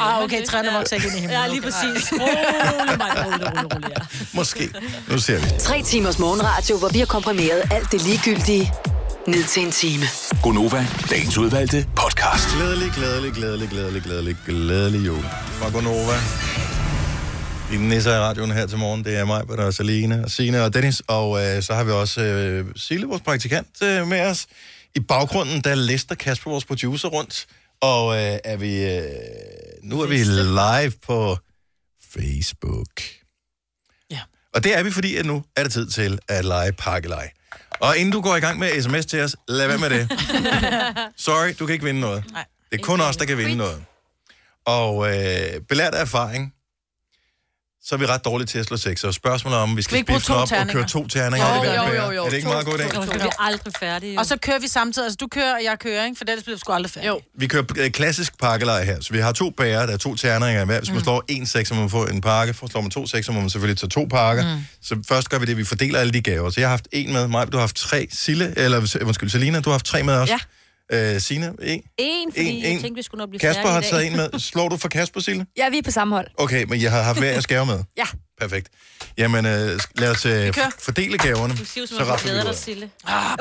Speaker 3: Ah, okay, træerne vokser ikke ind i himlen.
Speaker 2: Ja, lige
Speaker 3: Okay.
Speaker 2: præcis.
Speaker 3: Rolig mig, rolig, rolig, rolig.
Speaker 1: måske. Nu ser vi.
Speaker 6: Tre timers morgenradio, hvor vi har komprimeret alt det ligegyldige ned til en time.
Speaker 7: Gonova, dagens udvalgte podcast.
Speaker 1: Glædelig, glædelig, glædelig, glædelig, glædelig, glædelig jul. Fra Gonova. Dine nisser i radioen her til morgen, det er mig, Britta, og Saline, og Signe og Dennis, og øh, så har vi også øh, Sille, vores praktikant, øh, med os. I baggrunden, der lister Kasper, vores producer, rundt, og øh, er vi, øh, nu er vi live på Facebook.
Speaker 3: Ja.
Speaker 1: Og det er vi, fordi at nu er det tid til at lege pakkeleje. Og inden du går i gang med sms til os, lad være med det. Sorry, du kan ikke vinde noget.
Speaker 3: Nej.
Speaker 1: Det er kun os, der kan vinde noget. Og øh, belært af erfaring, så er vi ret dårlige til at slå seks. Og spørgsmålet er, om, vi
Speaker 3: Skal
Speaker 1: skal
Speaker 3: vi ikke bruge
Speaker 1: spifte den op
Speaker 3: to
Speaker 1: og
Speaker 3: terninger?
Speaker 1: køre to terninger.
Speaker 3: Jo,
Speaker 1: er det hvad
Speaker 3: jo,
Speaker 1: det
Speaker 3: jo,
Speaker 1: er?
Speaker 3: jo.
Speaker 1: Er det ikke meget god idé?
Speaker 12: Så bliver vi aldrig færdige.
Speaker 3: Og så kører vi samtidig. Altså, du kører, og jeg kører, ikke? For ellers bliver vi sgu aldrig færdige. Jo.
Speaker 1: Vi kører øh, klassisk pakkeleje her. Så vi har to bærer, der er to terninger hver. Hvis man
Speaker 3: Mm.
Speaker 1: slår en seks, så må man få en pakke. For slår man to seks, så må man selvfølgelig tage to pakker.
Speaker 3: Mm.
Speaker 1: Så først gør vi det, vi fordeler alle de gaver. Så jeg har haft en med, Maj, du har haft tre. Sille, eller øh, undskyld, Selina, du har haft tre med også. Ja. Øh, Sine, en.
Speaker 12: En,
Speaker 1: En,
Speaker 12: fordi en,
Speaker 1: en.
Speaker 12: jeg tænkte, vi skulle nok blive
Speaker 1: Kasper
Speaker 12: færdige
Speaker 1: har
Speaker 12: i dag.
Speaker 1: taget en med. Slår du for Kasper, Sille?
Speaker 13: Ja, vi er på samme hold.
Speaker 1: Okay, men jeg har haft hver jeres gave med.
Speaker 13: Ja.
Speaker 1: Perfekt. Jamen, øh, sk- lad os øh,
Speaker 12: kører.
Speaker 1: f- fordele gaverne.
Speaker 12: Du siger jo, som
Speaker 1: så
Speaker 12: om du
Speaker 1: raffer vi
Speaker 12: glæder
Speaker 1: ud.
Speaker 12: dig, Sille. Ah,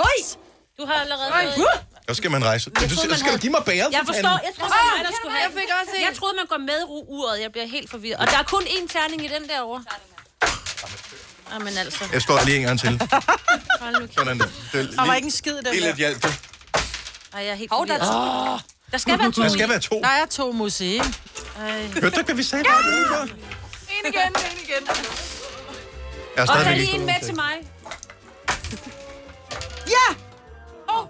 Speaker 12: du har allerede...
Speaker 1: Så skal man rejse.
Speaker 12: Jeg
Speaker 1: du,
Speaker 12: troede,
Speaker 1: skal
Speaker 12: man
Speaker 1: du
Speaker 12: havde-
Speaker 1: give mig bæret?
Speaker 12: Jeg
Speaker 1: for
Speaker 12: forstår,
Speaker 1: fanden.
Speaker 12: jeg troede, det var mig, der
Speaker 13: Åh,
Speaker 12: skulle have.
Speaker 13: jeg fik også en.
Speaker 12: Jeg troede, man går med ru- uret. Jeg bliver helt forvirret. Og der er kun én terning i den derovre. Jamen altså.
Speaker 1: Jeg står lige en gang til.
Speaker 12: Hold nu kæft.
Speaker 1: Sådan der. Det er
Speaker 3: Der var
Speaker 1: lige-
Speaker 3: ikke en skid i den
Speaker 1: Det er
Speaker 3: der.
Speaker 1: lidt hjælp. det.
Speaker 12: Ej, jeg er helt
Speaker 3: Hov, der er
Speaker 12: forvirret. Der skal være to.
Speaker 1: Der skal være to.
Speaker 3: Der er to museer.
Speaker 1: Hørte du ikke, hvad vi sagde? Ja!
Speaker 5: En igen, en igen.
Speaker 1: Jeg er
Speaker 12: Og
Speaker 1: stadigvæk
Speaker 12: tag
Speaker 1: ikke
Speaker 12: lige en
Speaker 1: gået
Speaker 12: med
Speaker 1: ud
Speaker 12: til
Speaker 1: til.
Speaker 12: mig.
Speaker 3: Ja!
Speaker 12: Åh,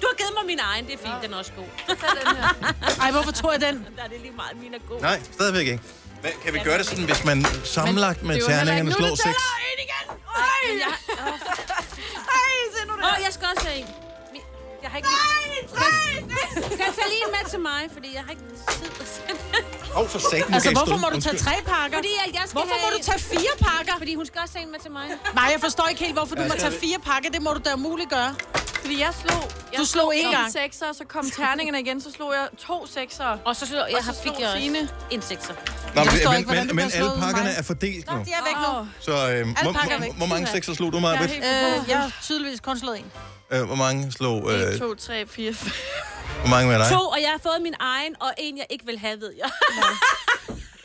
Speaker 12: Du har givet mig min egen, det er fint, den er også god.
Speaker 3: Ej, hvorfor tog jeg den?
Speaker 12: Der er det lige meget, min er god.
Speaker 1: Nej, stadigvæk ikke. Hvad, kan vi gøre det sådan, hvis man sammenlagt med
Speaker 12: det er jo heller
Speaker 1: terningerne
Speaker 12: ikke- Nu er
Speaker 1: slår
Speaker 12: det
Speaker 1: seks?
Speaker 12: en igen! Ej, men jeg... Ej, se nu der. Åh, jeg skal også have en. Mi- Jeg har ikke... Nej, Kan jeg tage lige en med til mig, fordi jeg har ikke tid at sende.
Speaker 1: Hov, for satan.
Speaker 3: Altså, hvorfor må du tage tre pakker?
Speaker 12: Fordi jeg, jeg skal
Speaker 3: Hvorfor må
Speaker 12: have
Speaker 3: du tage fire pakker?
Speaker 12: Fordi hun skal også have en med til mig.
Speaker 3: Nej, jeg forstår ikke helt, hvorfor du
Speaker 1: Ja,
Speaker 3: må
Speaker 1: skal
Speaker 3: tage
Speaker 1: vi-
Speaker 3: fire pakker. Det må du da umuligt gøre.
Speaker 5: Fordi jeg slog... Jeg
Speaker 3: Du slog én
Speaker 5: en
Speaker 3: gang.
Speaker 5: sekser, så kom terningerne igen, så slog jeg to sekser.
Speaker 12: Og så, slår, jeg har, fik jeg
Speaker 5: Signe.
Speaker 12: også en sekser.
Speaker 1: Nå,
Speaker 3: Jeg forstår
Speaker 1: men,
Speaker 3: ikke, hvordan
Speaker 1: men,
Speaker 3: det
Speaker 1: men
Speaker 3: bliver
Speaker 1: alle
Speaker 3: slået
Speaker 1: pakkerne
Speaker 3: med
Speaker 1: er fordelt nu.
Speaker 3: De er væk nu.
Speaker 5: Åh.
Speaker 1: Så øh, hvor,
Speaker 3: pakker er
Speaker 1: hvor,
Speaker 3: væk.
Speaker 1: hvor mange
Speaker 3: Puha.
Speaker 1: sekser slog du,
Speaker 5: Jeg
Speaker 1: Maja?
Speaker 5: er helt
Speaker 3: Øh, jeg har tydeligvis kun slået en.
Speaker 1: Øh, hvor mange slog... Øh,
Speaker 5: 1, 2, 3, 4, 5.
Speaker 1: hvor mange med dig?
Speaker 12: To, og jeg har fået min egen, og en, jeg ikke vil have, ved jeg.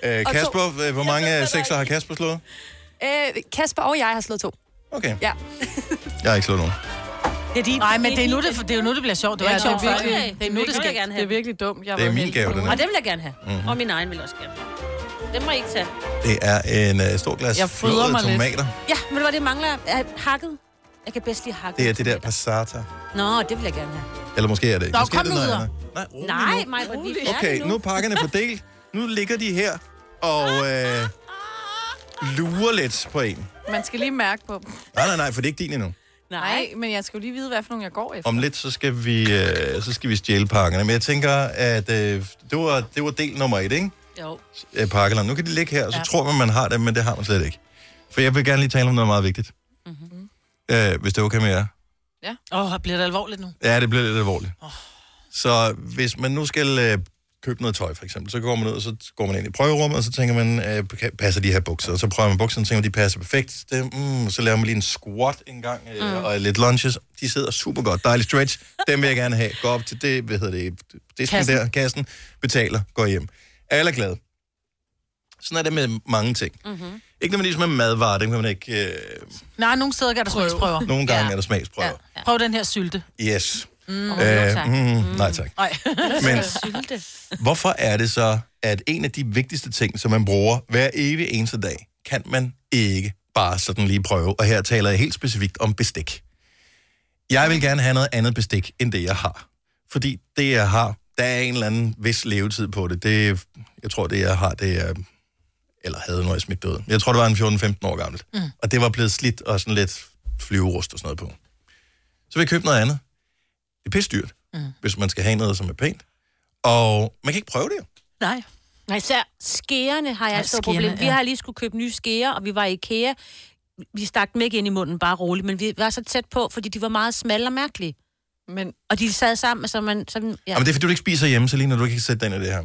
Speaker 1: Øh,
Speaker 13: Og to.
Speaker 1: Kasper, øh, hvor mange sekser har Kasper slået?
Speaker 13: Øh, Kasper og jeg har slået to.
Speaker 1: Okay,
Speaker 13: Ja.
Speaker 1: jeg har ikke slået nogen.
Speaker 3: Det er din. Nej, men det er, nu, det, det er jo nu, det bliver sjovt. Det var
Speaker 5: Ja,
Speaker 3: ikke
Speaker 5: det er
Speaker 3: sjovt før.
Speaker 5: virkelig-
Speaker 12: Okay,
Speaker 3: Det er nu, det
Speaker 12: vil
Speaker 3: skal.
Speaker 12: jeg gerne
Speaker 5: Det er
Speaker 12: have.
Speaker 5: virkelig dumt. Jeg
Speaker 1: Det er
Speaker 5: var
Speaker 1: min
Speaker 5: heldig.
Speaker 1: gave, den her.
Speaker 12: Og den vil jeg gerne have.
Speaker 1: Mhm.
Speaker 12: Og min egen vil jeg også gerne. Den må I ikke tage.
Speaker 1: Det er en øh, stor glas
Speaker 5: Jeg fryder
Speaker 1: flåede
Speaker 5: mig lidt.
Speaker 1: tomater.
Speaker 12: Ja, ved du hvad det mangler? Er hakket? Jeg kan bedst lide hakket.
Speaker 1: Det er det der passata.
Speaker 12: Nå, det vil jeg gerne have.
Speaker 1: Eller måske er det ikke.
Speaker 3: Nå,
Speaker 1: måske
Speaker 3: kom
Speaker 1: er det
Speaker 3: nu
Speaker 1: noget
Speaker 3: videre.
Speaker 1: andet. Nej, rolig
Speaker 12: Nej,
Speaker 1: nu.
Speaker 12: mig vi er
Speaker 1: Okay,
Speaker 12: færdige
Speaker 1: nu er pakkerne fordelt. Nu ligger de her og øh, lurer lidt på en.
Speaker 5: Man skal lige mærke på dem.
Speaker 1: Nej, nej, nej, for det er ikke din endnu.
Speaker 5: Nej, men jeg skal jo lige vide, hvad for nogen jeg går efter.
Speaker 1: Om lidt, så skal vi, øh, så skal vi stjæle pakkerne. Men jeg tænker, at øh, det, var, det var del nummer et, ikke?
Speaker 12: Jo.
Speaker 1: Øh, Pakkeland. Nu kan de ligge her, og så ja.
Speaker 5: Ja.
Speaker 1: tror man, man har det, men det har man slet ikke. For jeg vil gerne lige tale om noget meget vigtigt. Mm-hmm. Øh, hvis det er okay med jer.
Speaker 3: Åh, oh, bliver det alvorligt nu?
Speaker 1: Ja, det bliver lidt alvorligt. Oh. Så hvis man nu skal øh, købe noget tøj, for eksempel, så går man ud, og så går man ind i prøverummet, og så tænker man, øh, kan- passer de her bukser? Og så prøver man bukserne, og tænker, man, de passer perfekt. Det, mm, så laver man lige en squat en gang, øh, mm. og lidt lunges. De sidder super godt. Dejlig stretch. Dem vil jeg gerne have. Gå op til det, hvad hedder det, disken kassen.
Speaker 3: Kassen.
Speaker 1: der, kassen, betaler, går hjem. Alle er glade. Sådan er det med mange ting. Mm-hmm. Ikke nødvendigvis med madvarer, dem kan man ikke... Øh,
Speaker 3: Nej, nogle steder kan der smagsprøver.
Speaker 1: nogle gange ja. er der smagsprøver. Ja.
Speaker 3: Ja. Prøv den her sylte.
Speaker 1: Yes. Mm.
Speaker 12: jo,
Speaker 1: Øh,
Speaker 12: tak.
Speaker 1: mm, nej tak.
Speaker 3: Nej.
Speaker 1: Men
Speaker 12: Sylte.
Speaker 1: hvorfor er det så, at en af de vigtigste ting, som man bruger hver evig eneste dag, kan man ikke bare sådan lige prøve? Og her taler jeg helt specifikt om bestik. Jeg vil gerne have noget andet bestik, end det jeg har. Fordi det jeg har, der er en eller anden vis levetid på det. det jeg tror, det jeg har, det er eller havde, når jeg smidt det ud. Jeg tror, det var en 14-15 år gammelt. Mm. Og det var blevet slidt og sådan lidt flyverust og sådan noget på. Så vil jeg købe noget andet. Det er pisse dyrt, mm. hvis man skal have noget, som er pænt. Og man kan ikke prøve det jo.
Speaker 3: Nej.
Speaker 12: Nej, især skærerne har jeg altså
Speaker 3: Nej,
Speaker 12: et stort
Speaker 3: skeerne,
Speaker 12: problem. Vi
Speaker 3: ja.
Speaker 12: har lige skulle købe nye skeer, og vi var i IKEA. Vi stak dem ikke ind i munden, bare roligt, men vi var så tæt på, fordi de var meget smalle og mærkelige.
Speaker 5: Men,
Speaker 12: Og de sad sammen, så man... Så, ja.
Speaker 1: Jamen, det er fordi, du ikke spiser hjemme, så lige når du ikke kan sætte dig ind i det her.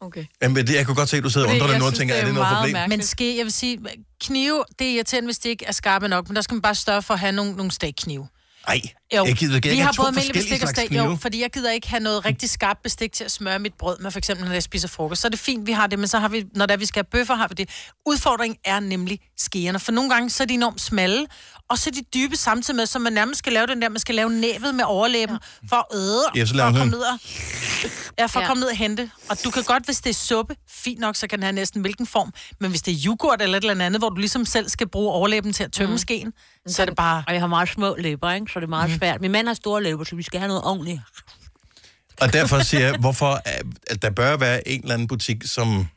Speaker 5: okay.
Speaker 1: Jamen, det, jeg kunne godt se, at du sidder og
Speaker 5: Fordi
Speaker 1: undrer dig
Speaker 5: jeg
Speaker 1: nu og
Speaker 5: synes,
Speaker 1: tænker,
Speaker 5: det
Speaker 1: er
Speaker 5: er
Speaker 1: det noget
Speaker 5: meget
Speaker 1: problem?
Speaker 5: mærkeligt.
Speaker 3: Men ske, jeg vil sige, knive, det er irriterende, hvis de ikke er skarpe nok, men der skal man bare større for at have nogle, nogle stakknive.
Speaker 1: Ej, jeg gider ikke.
Speaker 3: vi
Speaker 1: have
Speaker 3: har
Speaker 1: to
Speaker 3: både almindelig
Speaker 1: forskellige
Speaker 3: bestik og
Speaker 1: slags
Speaker 3: steg,
Speaker 1: knive.
Speaker 3: jo, fordi jeg gider ikke have noget rigtig skarpt bestik til at smøre mit brød med, for eksempel når jeg spiser frokost. Så er det fint, vi har det, men så har vi, når der vi skal have bøffer, har vi det. Udfordringen er nemlig skeerne, for nogle gange så er de enormt smalle, og så er de dybe samtidig med, så man nærmest skal lave den der, man skal lave nævet med overlæben for at æde,
Speaker 1: Ja, så
Speaker 3: for
Speaker 1: laver
Speaker 3: at
Speaker 1: man
Speaker 3: komme
Speaker 1: den.
Speaker 3: ned og, ja, for at
Speaker 14: Ja.
Speaker 3: komme ned og hente. Og du kan godt, hvis det er suppe, fint nok, så kan den have næsten hvilken form. Men hvis det er yoghurt eller et eller andet, hvor du ligesom selv skal bruge overlæben til at tømme mm. skeen, så er det bare...
Speaker 12: Og jeg har meget små læber, ikke? så det er meget
Speaker 1: Mhm.
Speaker 12: mm. svært. Min mand har store læber, så vi skal have noget ordentligt.
Speaker 1: Og derfor siger jeg, hvorfor øh, at der bør være en eller anden butik, som...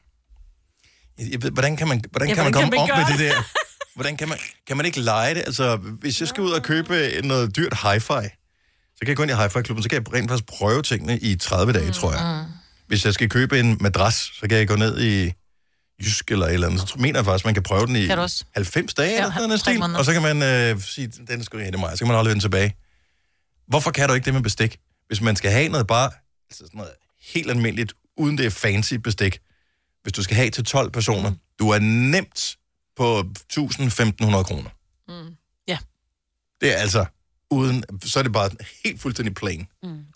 Speaker 1: Jeg ved, hvordan kan man, hvordan
Speaker 15: Ja,
Speaker 1: ja, kan man
Speaker 15: hvordan
Speaker 1: komme
Speaker 15: kan man
Speaker 1: op
Speaker 15: gøre
Speaker 1: med det der? Hvordan kan man, kan man ikke lege det? Altså, hvis jeg skal ud og købe noget dyrt hi-fi, så kan jeg gå ind i hi-fi-klubben, så kan jeg rent faktisk prøve tingene i 30 dage, tror jeg.
Speaker 3: Mm.
Speaker 1: Hvis jeg skal købe en madras, så kan jeg gå ned i Jysk eller et eller andet. Så tror- mener jeg faktisk, man kan prøve den i
Speaker 3: Kan du også?
Speaker 1: 90 dage,
Speaker 3: Ja,
Speaker 1: eller sådan noget
Speaker 3: tre
Speaker 1: stil.
Speaker 3: måneder.
Speaker 1: Og så kan man øh, sige, den skal jeg have mig, så kan man aflevere den tilbage. Hvorfor kan du ikke det med bestik? Hvis man skal have noget bare altså sådan noget helt almindeligt, uden det er fancy bestik, hvis du skal have til 12 personer,
Speaker 3: Mm.
Speaker 1: du er nemt på 1.000-1.500 kroner.
Speaker 3: Mm. Ja.
Speaker 1: Det er altså uden, så er det bare helt fuldstændig plain.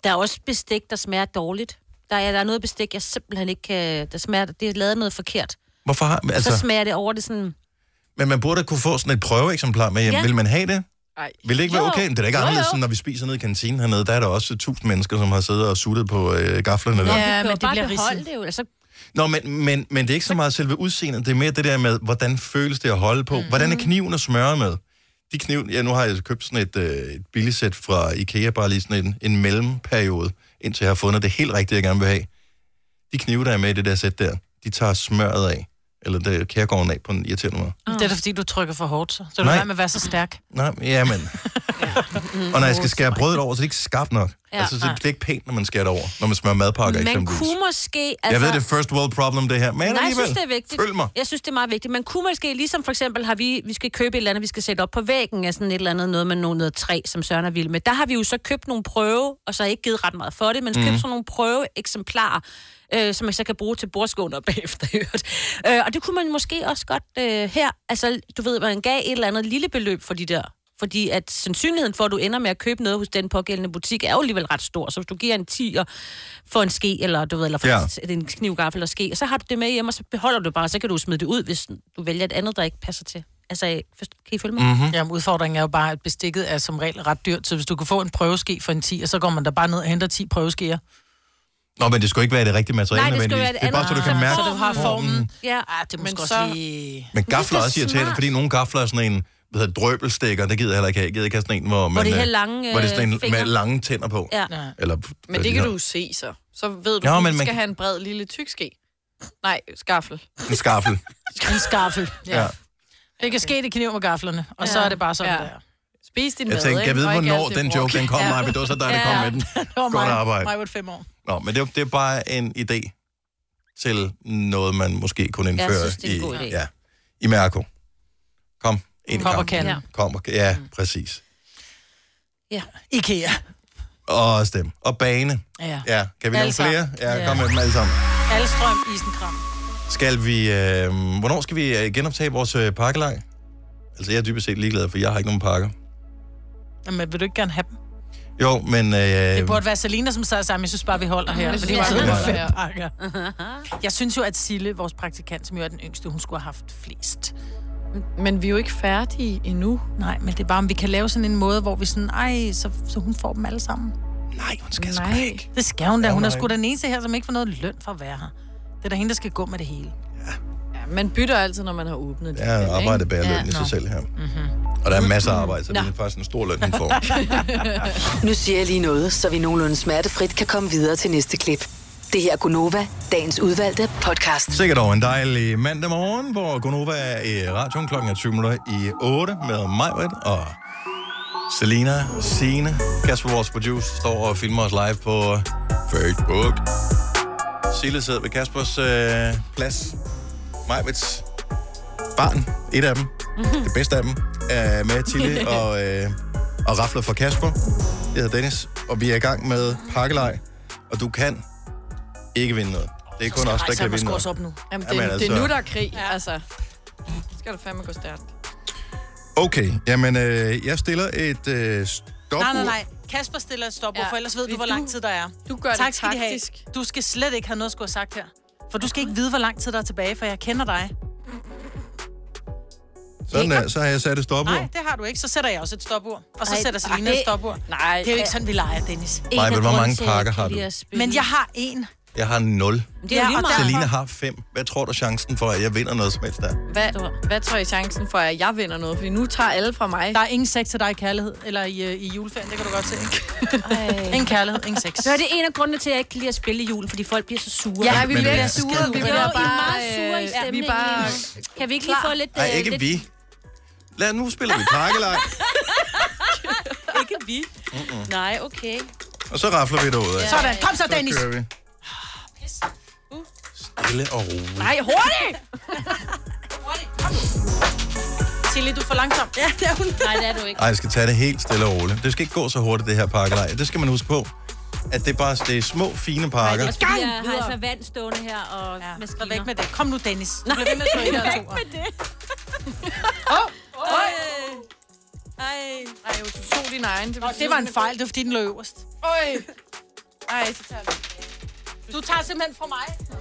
Speaker 12: Der er også bestik, der smager dårligt. Der er, der er noget bestik, jeg simpelthen ikke kan... Der smager, det er lavet noget forkert.
Speaker 1: Hvorfor har,
Speaker 12: Altså, så
Speaker 1: altså,
Speaker 12: smager det over det sådan...
Speaker 1: men man burde kunne få sådan et prøveeksemplar med hjem.
Speaker 12: Ja.
Speaker 1: Ja. Vil man have det?
Speaker 5: Ej.
Speaker 1: Vil det ikke være
Speaker 12: Jo.
Speaker 1: okay? Men det er da ikke
Speaker 12: Jo,
Speaker 1: anderledes,
Speaker 12: jo.
Speaker 1: sådan, når vi spiser nede i kantinen hernede. Der er der også tusind mennesker, som har siddet og suttet på øh, gaflerne.
Speaker 12: Nå,
Speaker 1: der.
Speaker 12: du kan jo
Speaker 3: men det
Speaker 12: bare
Speaker 3: bliver
Speaker 12: beholde
Speaker 3: ridset.
Speaker 12: det jo. Altså,
Speaker 1: Nå, men, men, men det er ikke så meget selve udseendet. Det er mere det der med, hvordan føles det at holde
Speaker 12: Mm.
Speaker 1: på? Hvordan er kniven at smøre med? De kniv, ja, nu har jeg købt sådan et, øh, et billigsæt fra Ikea, bare lige sådan en, en mellemperiode, indtil jeg har fundet det helt rigtige, jeg gerne vil have. De knive, der er med i det der sæt der, de tager smøret af, eller det kærgården af på en irriterende måde.
Speaker 12: Ah.
Speaker 3: Det er da fordi, du trykker for hårdt, så. Så du
Speaker 1: Nej.
Speaker 3: er med at være så stærk.
Speaker 1: Nej, ja, men...
Speaker 12: Mm.
Speaker 3: Mm.
Speaker 1: Og når jeg skal skære brødet over, så er det ikke skarpt nok.
Speaker 12: Ja.
Speaker 1: Ja. Altså, så
Speaker 12: Nej.
Speaker 1: det er ikke pænt, når man skærer det over, når man smører madpakker
Speaker 12: man
Speaker 1: eksempelvis.
Speaker 12: kunne måske...
Speaker 1: Altså... Jeg ved, det er first world problem, det her, men
Speaker 12: Nej, jeg
Speaker 1: alligevel,
Speaker 12: synes, det er vigtigt.
Speaker 1: følg mig.
Speaker 12: Jeg synes, det er meget vigtigt. Man kunne måske, ligesom for eksempel, har vi, vi skal købe et eller andet, vi skal sætte op på væggen af sådan et eller andet, noget med nogle, noget træ, som Søren er vild med. Der har vi jo så købt nogle prøve, og så ikke givet ret meget for det, men
Speaker 14: Mhm.
Speaker 12: købt sådan nogle prøveeksemplarer, øh, som man så kan bruge til bordskåner bagefter. i øvrigt. øh, og det kunne man måske også godt øh, her. Altså, du ved, man gav et eller andet lille beløb for de der fordi at sandsynligheden for, at du ender med at købe noget hos den pågældende butik, er jo alligevel ret stor. Så hvis du giver en 10'er for en ske, eller du ved, eller for
Speaker 14: Ja.
Speaker 12: ja det er en knivgaffel eller ske, og så har du det med hjem, og så beholder du det bare, og så kan du smide det ud, hvis du vælger et andet, der ikke passer til. Altså, først, kan I følge mig?
Speaker 1: Mhm.
Speaker 3: Mm-hmm. Jamen, udfordringen er jo bare, at bestikket er som regel ret dyrt, så hvis du kan få en prøveske for en 10, og så går man da bare ned og henter 10 prøveskeer.
Speaker 1: Nå, men det skulle ikke være det rigtige materiale,
Speaker 3: Nej, det skulle
Speaker 1: nødvendigvis.
Speaker 3: være det
Speaker 1: det er bare, så du kan mærke
Speaker 3: Så du har formen.
Speaker 12: Ja,
Speaker 3: ah, det er måske
Speaker 5: så-
Speaker 3: også lige...
Speaker 1: Men gafler er også irriterende, fordi nogle gafler er sådan en hvad hedder, det, drøbelstikker, det gider jeg heller ikke have. Jeg gider ikke have sådan en, hvor, man,
Speaker 5: de
Speaker 1: øh,
Speaker 5: har lange,
Speaker 1: hvor det er
Speaker 5: øh,
Speaker 1: sådan en med
Speaker 5: fingre.
Speaker 1: lange tænder på.
Speaker 5: Ja.
Speaker 1: Eller,
Speaker 5: Men det kan du jo se så. Så ved du,
Speaker 1: Nå,
Speaker 5: ja,
Speaker 1: men
Speaker 5: men du
Speaker 1: man
Speaker 5: skal
Speaker 1: kan-
Speaker 5: have en bred lille tykske. Nej, skaffel.
Speaker 1: En skaffel.
Speaker 3: En skaffel, ja.
Speaker 1: Ja.
Speaker 3: ja. Det kan ske, det kniv med gaflerne, og ja. så er det bare sådan ja. der.
Speaker 5: Spis din
Speaker 1: Jeg tænkte, kan jeg vide, hvornår den joke, den kom, Maja, men det var så dig, der kom med den. Godt arbejde.
Speaker 3: Mig var fem år.
Speaker 1: Nå, men det, er- det er bare en idé til noget, man måske kunne
Speaker 3: Jeg
Speaker 1: indføre
Speaker 3: synes, det er en god idé.
Speaker 1: i, ja, i Mærko. Kom, ind i
Speaker 3: Kom og
Speaker 1: kampen.
Speaker 3: kan.
Speaker 1: Kom og kan. Ja,
Speaker 3: Mm.
Speaker 1: præcis.
Speaker 12: Ja.
Speaker 3: Ikea.
Speaker 1: Og stem. Og bane.
Speaker 3: Ja.
Speaker 1: Ja, kan vi
Speaker 3: Alle
Speaker 1: nævne flere?
Speaker 3: sammen.
Speaker 1: Ja,
Speaker 3: Ja.
Speaker 1: kom med dem alle sammen.
Speaker 3: Alstrøm, isenkram.
Speaker 1: Skal vi, øh, hvornår skal vi øh, genoptage vores øh, pakkelej? Altså, jeg er dybest set ligeglad, for jeg har ikke nogen pakker.
Speaker 3: Jamen, vil du ikke gerne have dem?
Speaker 1: Jo, men... Øh,
Speaker 3: Det burde være Selina, som sad sammen. Jeg synes bare, vi holder her.
Speaker 5: Jeg
Speaker 3: Fordi
Speaker 5: synes
Speaker 3: hun
Speaker 5: bare, vi
Speaker 3: sidder med
Speaker 5: holder her.
Speaker 3: fem pakker. Jeg synes jo, at Sille, vores praktikant, som jo er den yngste, hun skulle have haft flest.
Speaker 5: Men vi er jo ikke færdige endnu.
Speaker 3: Nej, men det er bare, om vi kan lave sådan en måde, hvor vi sådan, ej, så, så hun får dem alle sammen.
Speaker 1: Nej, hun
Speaker 3: skal sgu ikke. Det skal hun da.
Speaker 5: Ja,
Speaker 3: Hun er
Speaker 5: nej.
Speaker 3: sgu den eneste her, som ikke får noget løn for at være her. Det er da hende, der skal gå med det hele.
Speaker 5: Ja, man bytter altid, når man har åbnet det.
Speaker 1: Jeg arbejder bærer løn i sig selv her.
Speaker 3: Mhm.
Speaker 1: Og der er masser af
Speaker 3: Mm.
Speaker 1: arbejde, så det er faktisk en stor løn, hun får.
Speaker 6: Nu siger jeg lige noget, så vi nogenlunde smertefrit kan komme videre til næste klip. Det her er Gunova, dagens udvalgte podcast.
Speaker 1: Sikkert over en dejlig mandag morgen, hvor Gunova er i radioen klokken er 20 minutter i 8 med mig og Selina, Sine, Kasper, vores producer, står og filmer os live på øh, Facebook. Sille sidder ved Kaspers øh, plads. Majvits barn, et af dem,
Speaker 3: Mhm.
Speaker 1: det bedste af dem, er med Tilly og, øh, og rafler for Kasper. Jeg hedder Dennis, og vi er i gang med pakkelej, og du kan ikke vinde noget. Det er kun os, der kan vinde noget.
Speaker 5: Jamen, det,
Speaker 1: Jamen,
Speaker 5: Jamen, altså... det
Speaker 1: altså-
Speaker 5: er nu, der er krig, ja. altså. Skal du fandme gå stærkt.
Speaker 1: Okay, jamen øh, jeg stiller et øh, stopur?
Speaker 3: Nej, nej, nej. Kasper stiller et stopord, ja. for ellers ved du, hvor lang tid der er.
Speaker 5: Du gør det
Speaker 3: tak, skal de have.
Speaker 5: taktisk.
Speaker 3: Du skal slet ikke have noget at skulle have sagt her. For du skal ikke vide, hvor lang tid der er tilbage, for jeg kender dig.
Speaker 1: Sådan der, så har jeg sat et stopur.
Speaker 3: Nej, det har du ikke. Så sætter jeg også et stopur. Og så
Speaker 12: Ej,
Speaker 3: sætter Selina
Speaker 12: ej.
Speaker 3: et stopur.
Speaker 5: Nej.
Speaker 3: Det er jo ikke sådan, vi leger, Dennis.
Speaker 1: Maja, men hvor mange pakker har du?
Speaker 3: Men jeg har en.
Speaker 1: Jeg har 0.
Speaker 3: Det er jo lige meget.
Speaker 1: Selina har 5. Hvad tror du chancen for, at jeg vinder noget som helst der?
Speaker 5: Hvad, hvad tror I chancen for, at jeg vinder noget? Fordi nu tager alle fra mig.
Speaker 3: Der er ingen sex til dig i kærlighed, eller i, øh, i juleferien, det kan du godt se. ingen kærlighed, ingen sex.
Speaker 12: Så er det en af grundene til, at jeg ikke kan lide at spille i julen, fordi folk bliver så sure.
Speaker 5: Ja, vi Men- bliver
Speaker 1: sure,
Speaker 5: vi bliver
Speaker 12: jo, I er
Speaker 5: bare,
Speaker 12: meget sure i
Speaker 5: øh, ja, vi er
Speaker 12: stemningen.
Speaker 5: bare
Speaker 12: lige nu. Kan vi ikke lige få lidt...
Speaker 1: Nej,
Speaker 12: øh,
Speaker 1: ikke
Speaker 12: lidt...
Speaker 1: vi. Lad nu spiller vi pakkelej,
Speaker 12: ikke vi.
Speaker 1: Mm-mm.
Speaker 12: Nej, okay.
Speaker 1: og så rafler vi derud.
Speaker 12: Ja. Sådan. Kom så, Dennis.
Speaker 1: Så kører vi. Stille og roligt.
Speaker 3: Nej, hurtigt! Tilly, du er for langsom. Ja, det er hun.
Speaker 12: Nej, det er du ikke.
Speaker 1: Ej, jeg skal tage det helt stille og roligt. Det skal ikke gå så hurtigt, det her pakkelej. Det skal man huske på, at det er bare det er små, fine pakker.
Speaker 12: Også fordi jeg har altså vand stående her og ja. maskiner.
Speaker 3: væk med det. Kom nu, Dennis. Du
Speaker 12: Nej,
Speaker 3: bliver ved med at slå i
Speaker 12: væk
Speaker 3: her
Speaker 12: med det.
Speaker 3: Åh!
Speaker 5: Øj.
Speaker 3: Ej.
Speaker 5: Ej, jo, du tog din egen.
Speaker 3: Nå, det var en fejl. Det var fordi, den lå øverst.
Speaker 5: Øj. Ej, så tager vi.
Speaker 3: Du tager simpelthen fra mig.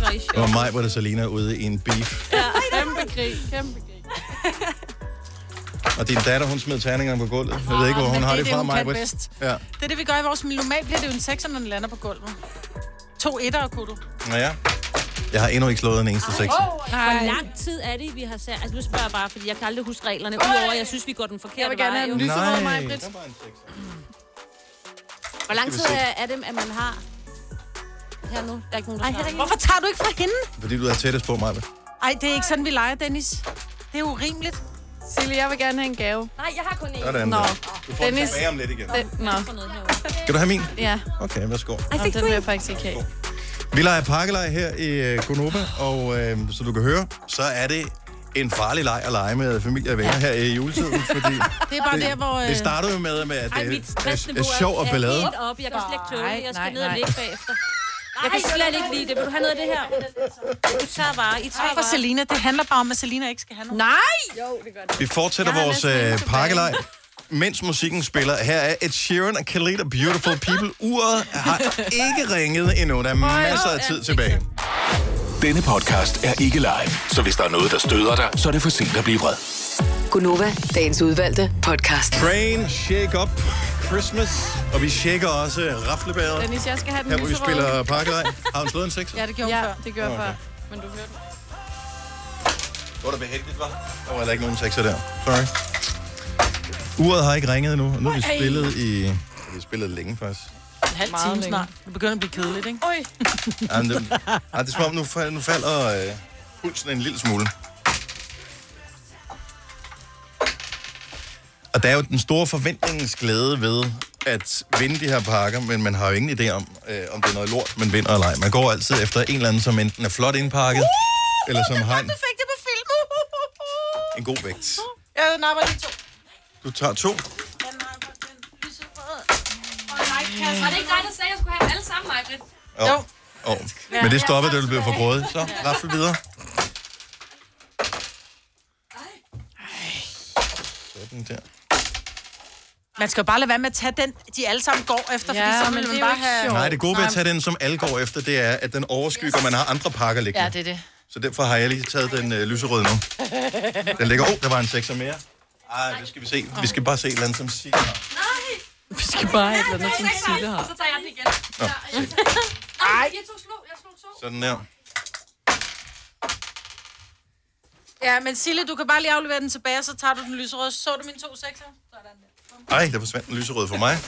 Speaker 1: Det var mig, hvor det Selina ude i en beef.
Speaker 5: Ja, kæmpe krig. Kæmpe krig.
Speaker 1: Og din datter, hun smed terningerne på gulvet. Jeg ved ikke, hvor
Speaker 3: men
Speaker 1: hun har
Speaker 3: det
Speaker 1: det
Speaker 3: er det,
Speaker 1: fra,
Speaker 3: hun
Speaker 1: mig.
Speaker 3: kan bedst.
Speaker 1: Ja.
Speaker 3: Det er det, vi gør i vores miljø. Normalt bliver det jo en sekser, når den lander på gulvet. To etter, kunne du.
Speaker 1: Nå ja. Jeg har endnu ikke slået en eneste sex.
Speaker 12: Hvor lang tid er det, vi har sat? Altså, nu spørger jeg bare, fordi jeg kan aldrig huske reglerne, udover at jeg synes, vi går den forkerte
Speaker 5: Jeg vil gerne
Speaker 12: vej.
Speaker 5: have
Speaker 12: jo.
Speaker 5: den lyserøde, Maja Britt.
Speaker 12: Hvor lang
Speaker 1: Skal
Speaker 12: tid
Speaker 1: vi se.
Speaker 12: er, er det, at man har... Her nu, der er ikke nogen, der Ej,
Speaker 3: Hvorfor tager du ikke fra hende?
Speaker 1: Fordi du er tættest på mig.
Speaker 3: Ej, det er ikke sådan, vi leger, Dennis. Det er urimeligt.
Speaker 5: Silje, jeg vil gerne have en gave.
Speaker 12: Nej, jeg har kun én.
Speaker 1: Sådan
Speaker 5: Nå.
Speaker 1: der. Du får den
Speaker 5: Dennis.
Speaker 1: tilbage om lidt igen.
Speaker 5: Den, nå.
Speaker 1: Skal du have min?
Speaker 5: Ja.
Speaker 1: Okay, værsgo.
Speaker 5: Nå, den vil jeg faktisk ikke have.
Speaker 1: Vi leger pakkelej her i øh, Konoba, og øh, så du kan høre, så er det en farlig leg at lege med familie og venner her i juletiden, fordi
Speaker 3: Det er bare der, hvor... øh,
Speaker 1: det starter jo med, med at det
Speaker 12: Ej, mit
Speaker 1: er, er,
Speaker 12: stressniveau
Speaker 1: er sjov og ballade.
Speaker 12: helt op. Jeg kan slet ikke tåle det. Jeg skal
Speaker 5: Nej,
Speaker 12: ned og
Speaker 5: nej.
Speaker 12: ligge bagefter. Jeg kan slet ikke lide det. Vil du have noget af det her? Du tager bare. I tager
Speaker 3: Tak for
Speaker 12: bare.
Speaker 3: Selina. Det handler bare om, at Selina ikke skal have noget.
Speaker 5: Nej!
Speaker 3: Jo, det gør det.
Speaker 1: Vi fortsætter
Speaker 3: Jeg har
Speaker 1: vores
Speaker 3: næsten ingen
Speaker 1: øh,
Speaker 3: tilbage.
Speaker 1: pakkelej, mens musikken spiller. Her er Ed Sheeran og Khalid og Beautiful People. Uret har ikke ringet endnu. Der er masser af tid tilbage.
Speaker 7: Denne podcast er ikke live, så hvis der er noget, der støder dig, så er det for sent at blive vred.
Speaker 6: Gunova, dagens udvalgte podcast.
Speaker 1: Train, shake up, Christmas. Og vi shaker også raflebader.
Speaker 5: Dennis, jeg skal have den
Speaker 1: Her hvor vi
Speaker 5: lyserøde.
Speaker 1: spiller pakkelej. Har hun slået en sekser?
Speaker 5: Ja, det gjorde ja, før. det gjorde
Speaker 1: Nå,
Speaker 5: okay.
Speaker 1: okay.
Speaker 5: før. Men du hørte
Speaker 1: Det var da behageligt, var. Der var heller ikke nogen sekser der. Sorry. Uret har ikke ringet endnu, og nu har vi
Speaker 3: Ej.
Speaker 1: spillet i... Vi har spillet længe faktisk.
Speaker 3: En halv
Speaker 5: Meget
Speaker 3: time
Speaker 5: længe.
Speaker 3: snart. Det begynder at blive kedeligt, ikke?
Speaker 5: Oj.
Speaker 1: Ej, men det, ej, det er som om, nu, fal- nu falder øh, pulsen en lille smule. Og der er jo den store forventningens glæde ved at vinde de her pakker, men man har jo ingen idé om, øh, om det er noget lort, man vinder eller ej. Man går altid efter en eller anden, som enten er flot indpakket, uh, eller som har en,
Speaker 3: Du fik det på film.
Speaker 1: en god vægt.
Speaker 3: Ja, den arbejder de to.
Speaker 1: Du tager to.
Speaker 2: Var det ikke dig, der sagde, at jeg skulle have dem alle sammen, Majbrit?
Speaker 1: Jo. jo. Men det stoppede, da du blev for grådig. Så, raffel videre. Sådan der.
Speaker 3: Man skal jo bare lade være med at tage den, de alle sammen går efter,
Speaker 5: Ja,
Speaker 3: fordi så
Speaker 5: men
Speaker 3: vil
Speaker 5: det
Speaker 3: man
Speaker 5: er jo
Speaker 3: bare
Speaker 5: ikke
Speaker 3: have...
Speaker 5: sjovt.
Speaker 1: Nej, det gode ved at
Speaker 5: Nej.
Speaker 1: tage den, som alle går efter, det er, at den overskygger, man har andre pakker liggende.
Speaker 5: Ja, det er det.
Speaker 1: Så derfor har jeg lige taget den øh, lyserøde nu. Den ligger... Åh, oh, der var en sekser mere. Ej, det skal vi se. Vi skal bare se et eller andet, som siger.
Speaker 5: Vi skal bare have et eller andet, som Sille har.
Speaker 2: Så tager jeg den igen.
Speaker 1: Nå,
Speaker 2: Nej, jeg tog slå. Jeg slog to.
Speaker 1: sådan der.
Speaker 3: Ja, men Sille, du kan bare lige aflevere den tilbage, og så tager du den lyserøde. Så du mine to sekser? Sådan der.
Speaker 1: Ej, der forsvandt den lyserøde for mig.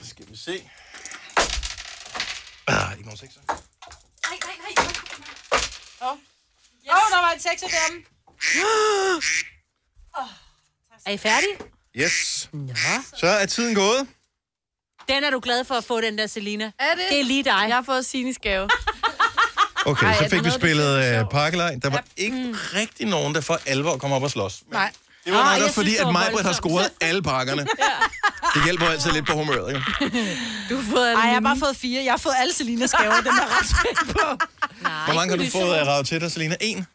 Speaker 1: Så skal vi se. Ah, ikke nogen sekser.
Speaker 2: Nej, nej, nej.
Speaker 3: Åh, oh, der var en sekser derhjemme.
Speaker 12: Er I færdige?
Speaker 1: Yes. Så er tiden gået.
Speaker 12: Den er du glad for at få, den der Selina.
Speaker 5: Er det?
Speaker 12: Det er lige dig.
Speaker 5: Jeg har fået Sines gave.
Speaker 1: Okay,
Speaker 5: Ej, er
Speaker 1: så
Speaker 5: der
Speaker 1: fik vi
Speaker 5: noget, du
Speaker 1: spillet øh, pakkelej. Der var ikke rigtig nogen, der for alvor kom op og slås. Ah,
Speaker 5: Nej.
Speaker 1: Det var
Speaker 5: jeg
Speaker 1: netop
Speaker 5: synes,
Speaker 1: fordi,
Speaker 5: det
Speaker 1: at
Speaker 5: var
Speaker 1: Majbrit har
Speaker 5: voldsomt.
Speaker 1: scoret alle pakkerne. Det hjælper jo altid lidt på humøret, ikke?
Speaker 5: Du har fået alle
Speaker 3: Ej, jeg har
Speaker 5: mine.
Speaker 3: bare fået fire. Jeg har fået alle Selinas gaver, den er ret spændt på.
Speaker 1: Hvor mange har du fået af Rav til dig, Selina? En?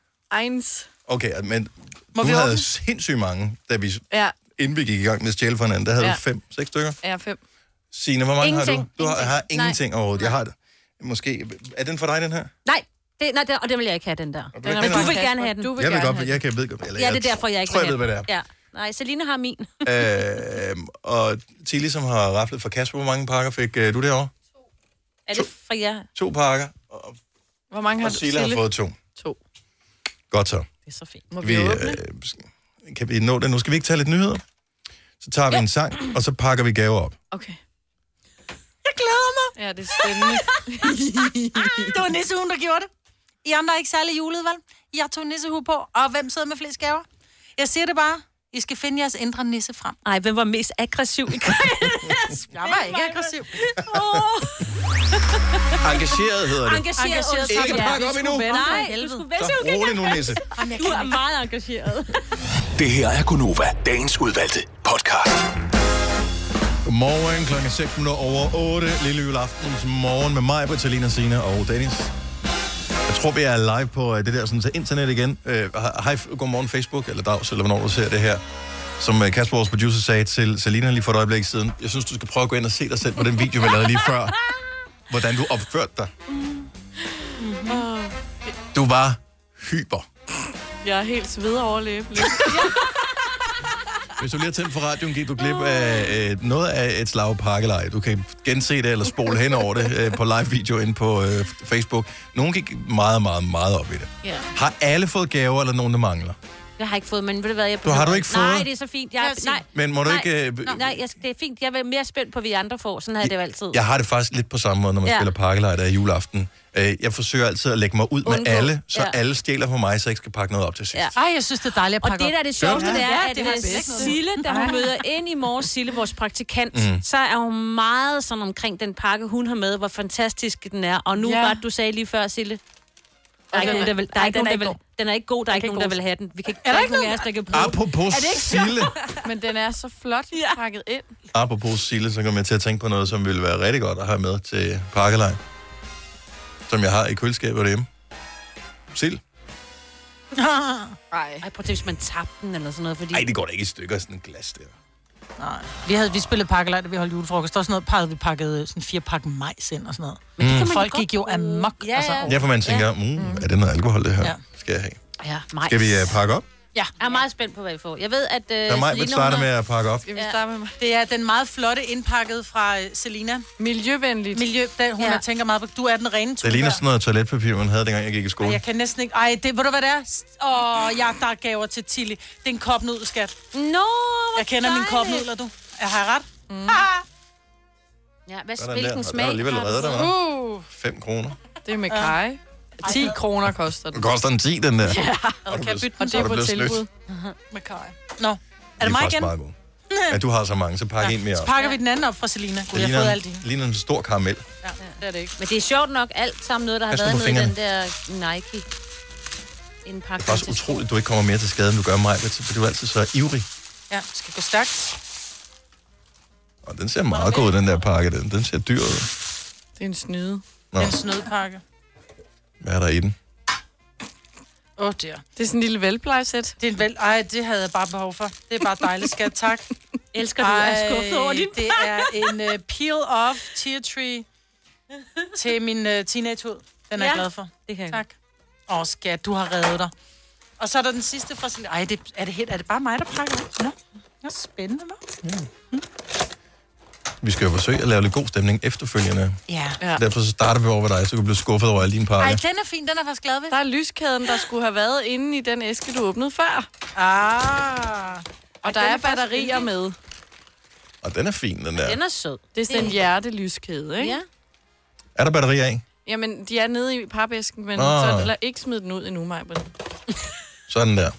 Speaker 5: Eins.
Speaker 1: Okay, men
Speaker 5: Må
Speaker 1: Må du
Speaker 5: vi
Speaker 1: havde
Speaker 5: åbne?
Speaker 1: sindssygt mange, da vi,
Speaker 5: Ja,
Speaker 1: inden vi gik i gang med at stjæle fra hinanden. Der havde
Speaker 5: Ja.
Speaker 1: ja. du fem, seks stykker.
Speaker 5: er fem.
Speaker 1: Signe, hvor mange har
Speaker 12: Ingenting.
Speaker 1: du? Du har, har
Speaker 12: Ingenting.
Speaker 1: ingenting overhovedet. Jeg har det. Måske, er den for dig, den her?
Speaker 12: Nej, det, nej det, og den vil jeg ikke have, den der.
Speaker 1: vil ikke
Speaker 12: Men
Speaker 1: have
Speaker 12: du vil
Speaker 1: den?
Speaker 12: gerne have den. Du
Speaker 1: jeg vil godt, jeg kan ved godt. eller
Speaker 12: Ja,
Speaker 1: jeg
Speaker 12: det er derfor, jeg ikke
Speaker 1: tror,
Speaker 12: vil
Speaker 1: jeg ved, hvad det er.
Speaker 12: Ja. Nej, Selina har min.
Speaker 1: øh, og Tilly, som har raflet for Kasper, hvor mange pakker fik øh, du derovre?
Speaker 12: Er det fra jer?
Speaker 1: To pakker,
Speaker 5: Hvor mange har
Speaker 1: og
Speaker 5: du?
Speaker 1: Silla har
Speaker 5: Sille?
Speaker 1: fået to.
Speaker 5: To.
Speaker 1: Godt så.
Speaker 12: Det er så fint.
Speaker 5: Må vi,
Speaker 1: Vi,
Speaker 5: åbne?
Speaker 1: øh, sk- kan vi nå det nu? Skal vi ikke tage lidt nyheder? Så tager vi en sang, og så pakker vi gaver op.
Speaker 5: Okay.
Speaker 3: Jeg glæder mig.
Speaker 5: Ja, det er spændende.
Speaker 3: det var nissehuen, der gjorde det. I andre er ikke særlig julet, vel? Jeg tog nissehue på, og hvem sidder med flest gaver? Jeg siger det bare. I skal finde jeres indre nisse frem.
Speaker 12: Nej, hvem var mest aggressiv i
Speaker 3: Jeg var ikke aggressiv.
Speaker 1: Engageret hedder det.
Speaker 12: Engageret.
Speaker 3: Engageret,
Speaker 12: Ikke
Speaker 3: tak, ja.
Speaker 1: pakke op
Speaker 3: Du
Speaker 1: endnu.
Speaker 3: skulle vende dig,
Speaker 12: Nej,
Speaker 3: for
Speaker 12: du
Speaker 3: helvede.
Speaker 12: skulle vende
Speaker 1: Så rolig nu, Nisse.
Speaker 12: Du er meget engageret.
Speaker 7: Det her er Gunova, dagens udvalgte podcast.
Speaker 1: Godmorgen, klokken er 6 minutter over 8. Lille juleaftens morgen med mig, Britalina Sina og Dennis. Jeg tror, vi er live på øh, det der sådan, så internet igen. Øh, hej, f- godmorgen Facebook, eller dags, eller hvornår du ser det her. Som øh, Kasper, vores producer, sagde til Selina lige for et øjeblik siden. Jeg synes, du skal prøve at gå ind og se dig selv på den video, vi lavede lige før. Hvordan du opførte dig. Du var hyper.
Speaker 5: Jeg er helt sved over læben.
Speaker 1: Hvis du lige har tændt for radioen, gik du glip af øh, noget af et slag pakkeleje. Du kan gense det eller spole hen over det øh, på live-video inde på øh, Facebook. Nogen gik meget, meget, meget op i det.
Speaker 12: Ja.
Speaker 1: Har alle fået gaver, eller nogen, der mangler?
Speaker 12: Jeg har ikke fået, men ved du hvad, jeg
Speaker 1: Du har du ikke fået?
Speaker 12: Nej, det er så fint. Jeg, nej,
Speaker 1: Men må du
Speaker 12: nej,
Speaker 1: ikke, øh,
Speaker 12: nej, nej jeg, det er fint. Jeg er mere spændt på, hvad I andre får. Sådan havde jeg det jo altid.
Speaker 1: Jeg har det faktisk lidt på samme måde, når man
Speaker 12: Ja.
Speaker 1: ja. spiller pakkeleje, der er juleaften. Øh, jeg forsøger altid at lægge mig ud
Speaker 12: Undgå.
Speaker 1: med alle, så
Speaker 12: Ja.
Speaker 1: ja. alle stjæler for mig, så jeg ikke skal pakke noget op til sidst.
Speaker 12: Ja.
Speaker 3: Ej, jeg synes, det er dejligt at
Speaker 12: Og
Speaker 3: pakke
Speaker 12: det, der er det
Speaker 3: op.
Speaker 12: sjoveste, det er,
Speaker 3: Ja,
Speaker 12: at
Speaker 3: det
Speaker 12: det
Speaker 3: har
Speaker 12: er
Speaker 3: jeg slet ikke noget
Speaker 12: Sille, da hun
Speaker 3: Ej.
Speaker 12: møder ind i morges, Sille, vores praktikant, mm.
Speaker 3: Mm.
Speaker 12: så er hun meget sådan omkring den pakke, hun har med, hvor fantastisk den er. Og nu
Speaker 3: Ja.
Speaker 12: ja. var du sagde lige før, Sille, der er
Speaker 3: Og
Speaker 12: ikke
Speaker 3: den
Speaker 12: nogen, der
Speaker 3: er-
Speaker 12: vil, der er
Speaker 3: Ej,
Speaker 12: ikke
Speaker 3: den
Speaker 12: nogen,
Speaker 3: er
Speaker 12: der vil,
Speaker 3: ikke
Speaker 12: den er ikke god, der er ikke nogen, der vil have den. Vi kan ikke, er der ikke nogen af os, der kan bruge den.
Speaker 1: Apropos Sille.
Speaker 5: Men den er så flot ja. pakket ind.
Speaker 1: Apropos Sille, så kom jeg til at tænke på noget, som ville være rigtig godt at have med til pakkeleje. Som jeg har i køleskabet derhjemme. Sild?
Speaker 12: Ej, prøv at tænke, hvis man tabte den eller sådan noget, fordi...
Speaker 1: Nej, det går da ikke i stykker sådan et glas der.
Speaker 3: Nej. Vi, havde, vi spillede pakkelej, da vi holdt julefrokost. Der var sådan noget, havde vi pakket sådan fire pakke majs ind og sådan noget.
Speaker 1: Men det kan Mm. man
Speaker 3: Folk
Speaker 1: da
Speaker 3: gik jo amok. Ja, altså, over-
Speaker 1: Ja, for man tænker, mm, er det noget alkohol, det her?
Speaker 3: Ja.
Speaker 1: Ja. Skal jeg have?
Speaker 12: Ja, majs.
Speaker 1: Skal vi uh, pakke op?
Speaker 3: Ja.
Speaker 12: Jeg er meget spændt på, hvad I får. Jeg ved, at... Øh,
Speaker 1: Der er mig, der
Speaker 12: Selina,
Speaker 1: starter
Speaker 12: hun
Speaker 1: med
Speaker 12: har-
Speaker 1: at pakke op.
Speaker 5: vi starte med mig?
Speaker 3: Det er den meget flotte indpakket fra øh, Selina.
Speaker 5: Miljøvenligt.
Speaker 3: Miljø, der, hun ja. tænker meget på. Du er den rene
Speaker 1: Det ligner
Speaker 3: tulbær.
Speaker 1: sådan noget toiletpapir, man havde, dengang jeg gik i
Speaker 3: Ej,
Speaker 1: skole.
Speaker 3: jeg kan næsten ikke... Ej, det, ved du hvad det er? S- Åh, jeg der er gaver til Tilly. Det er en kopnudel, skat.
Speaker 12: Nå,
Speaker 3: Jeg kender mine kopnudler, du. Jeg har jeg ret. Mm.
Speaker 12: Ja, hvad,
Speaker 1: Sådan der. Og der er alligevel reddet dig,
Speaker 5: Uh,
Speaker 1: 5 kroner.
Speaker 5: det er med kaj. 10 kroner koster
Speaker 1: Den
Speaker 5: den.
Speaker 1: koster en 10, den der.
Speaker 5: Ja,
Speaker 1: og du
Speaker 5: kan
Speaker 1: blevet-
Speaker 5: bytte den
Speaker 1: og
Speaker 5: så
Speaker 1: du
Speaker 5: på
Speaker 1: blevet snydt.
Speaker 5: tilbud. Mhm.
Speaker 3: Med kaj. Nå, er
Speaker 1: De
Speaker 3: det mig
Speaker 1: faktisk
Speaker 3: igen?
Speaker 1: meget gode. Ja, du har så mange, så pakke en mere
Speaker 3: Så
Speaker 1: op.
Speaker 3: pakker vi den anden op fra Selina. Gud,
Speaker 1: Det
Speaker 3: jeg har fået
Speaker 1: ligner,
Speaker 3: alt det.
Speaker 1: en, ligner en stor karamel.
Speaker 3: Ja, det er det ikke.
Speaker 12: Men det er sjovt nok alt sammen noget, der har
Speaker 1: Pas nu
Speaker 12: været
Speaker 1: på
Speaker 12: med i den der Nike
Speaker 1: Det er
Speaker 12: indpakke.
Speaker 1: faktisk utroligt, at du ikke kommer mere til skade, end du gør mig, for du er altid så ivrig.
Speaker 3: Ja, det skal gå stærkt.
Speaker 1: Og den ser meget god ud, den der pakke. Den, den ser dyr ud.
Speaker 5: Det er en snyde.
Speaker 1: Nå.
Speaker 3: Den snødpakke.
Speaker 1: Hvad er der i den?
Speaker 3: Åh, oh, der.
Speaker 5: Det er sådan en lille velplejesæt.
Speaker 3: Det er en vel... Ej, det havde jeg bare behov for. Det er bare dejligt, skat. Tak.
Speaker 12: Elsker du, jeg er
Speaker 3: Ej,
Speaker 12: skuffet over din
Speaker 3: det er en uh, peel-off tear tree til min uh, teenagehud. Den er
Speaker 12: Ja,
Speaker 3: jeg glad for.
Speaker 12: det kan jeg
Speaker 3: Tak. Åh, oh, skat, du har reddet dig. Og så er der den sidste fra sin... Ej, det, er, det helt, er det bare mig, der pakker ud? Nå, Nå spændende, hva'?
Speaker 1: Vi skal jo forsøge at lave lidt god stemning efterfølgende.
Speaker 3: Ja.
Speaker 5: ja.
Speaker 1: Derfor så starter vi over ved dig, så du bliver skuffet over alle dine
Speaker 3: Ej,
Speaker 1: pakker.
Speaker 3: den er fin. Den er jeg faktisk glad ved.
Speaker 5: Der er lyskæden, der skulle have været inde i den æske, du åbnede før.
Speaker 3: Ah.
Speaker 5: Og der
Speaker 3: den
Speaker 5: er
Speaker 3: er faktisk
Speaker 5: batterier med.
Speaker 1: Og den er fin, den der.
Speaker 12: Den er sød.
Speaker 5: Det er sådan en hjertelyskæde, ikke?
Speaker 12: Ja.
Speaker 1: Er der batterier i?
Speaker 5: Jamen, de er nede i papæsken, men
Speaker 1: Nå.
Speaker 5: så eller ikke smid den ud endnu, Maja.
Speaker 1: Sådan der.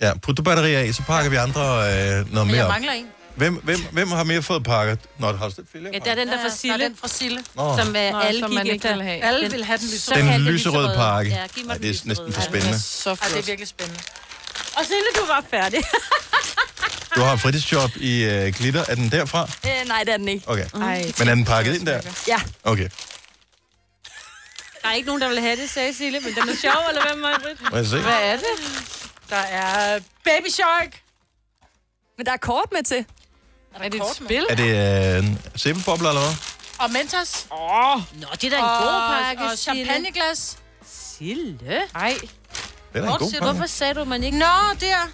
Speaker 1: Ja, put du batterier i, så pakker vi andre øh, noget mere op.
Speaker 3: en.
Speaker 1: Hvem, hvem, hvem har mere fået pakket? Nå, det har du Philip.
Speaker 12: Ja, der er den der fra Sille.
Speaker 3: Der er den fra øh, Sille.
Speaker 1: Nå.
Speaker 12: Som uh,
Speaker 5: Nå,
Speaker 12: alle
Speaker 5: som
Speaker 12: gik
Speaker 5: man ikke
Speaker 12: efter.
Speaker 5: ville have.
Speaker 3: Alle vil have den lyserøde.
Speaker 1: Den
Speaker 12: Såkaldte
Speaker 1: lyserøde pakke.
Speaker 12: Ja, giv mig
Speaker 1: Ej,
Speaker 12: den
Speaker 1: det er
Speaker 12: lyserøde.
Speaker 1: næsten for
Speaker 12: Ja.
Speaker 1: spændende.
Speaker 5: Så
Speaker 3: Ej, det er
Speaker 5: flot.
Speaker 3: virkelig spændende.
Speaker 12: Og Sille, du var færdig.
Speaker 1: Du har en fritidsjob i øh, glitter. Er den derfra?
Speaker 14: Øh, nej, det er den ikke.
Speaker 1: Okay.
Speaker 5: Ej.
Speaker 1: Men er den pakket ind der?
Speaker 14: Ja.
Speaker 1: Okay.
Speaker 12: Der er ikke nogen, der vil have det, sagde Sille, men den er sjov, eller hvad, Maja?
Speaker 1: Må jeg se?
Speaker 5: Hvad er det?
Speaker 3: Der er Baby Shark.
Speaker 14: Men der er kort med til.
Speaker 3: Er, er det et spil?
Speaker 1: Er det øh, sæbebobler eller hvad?
Speaker 3: Og Mentos. Åh, oh. nå, det er da en
Speaker 12: Og-
Speaker 3: god pakke,
Speaker 12: og
Speaker 3: Og champagneglas. Sille. Nej.
Speaker 1: Det er da en god pakke.
Speaker 3: Hvorfor sagde du, man ikke... Nå, der.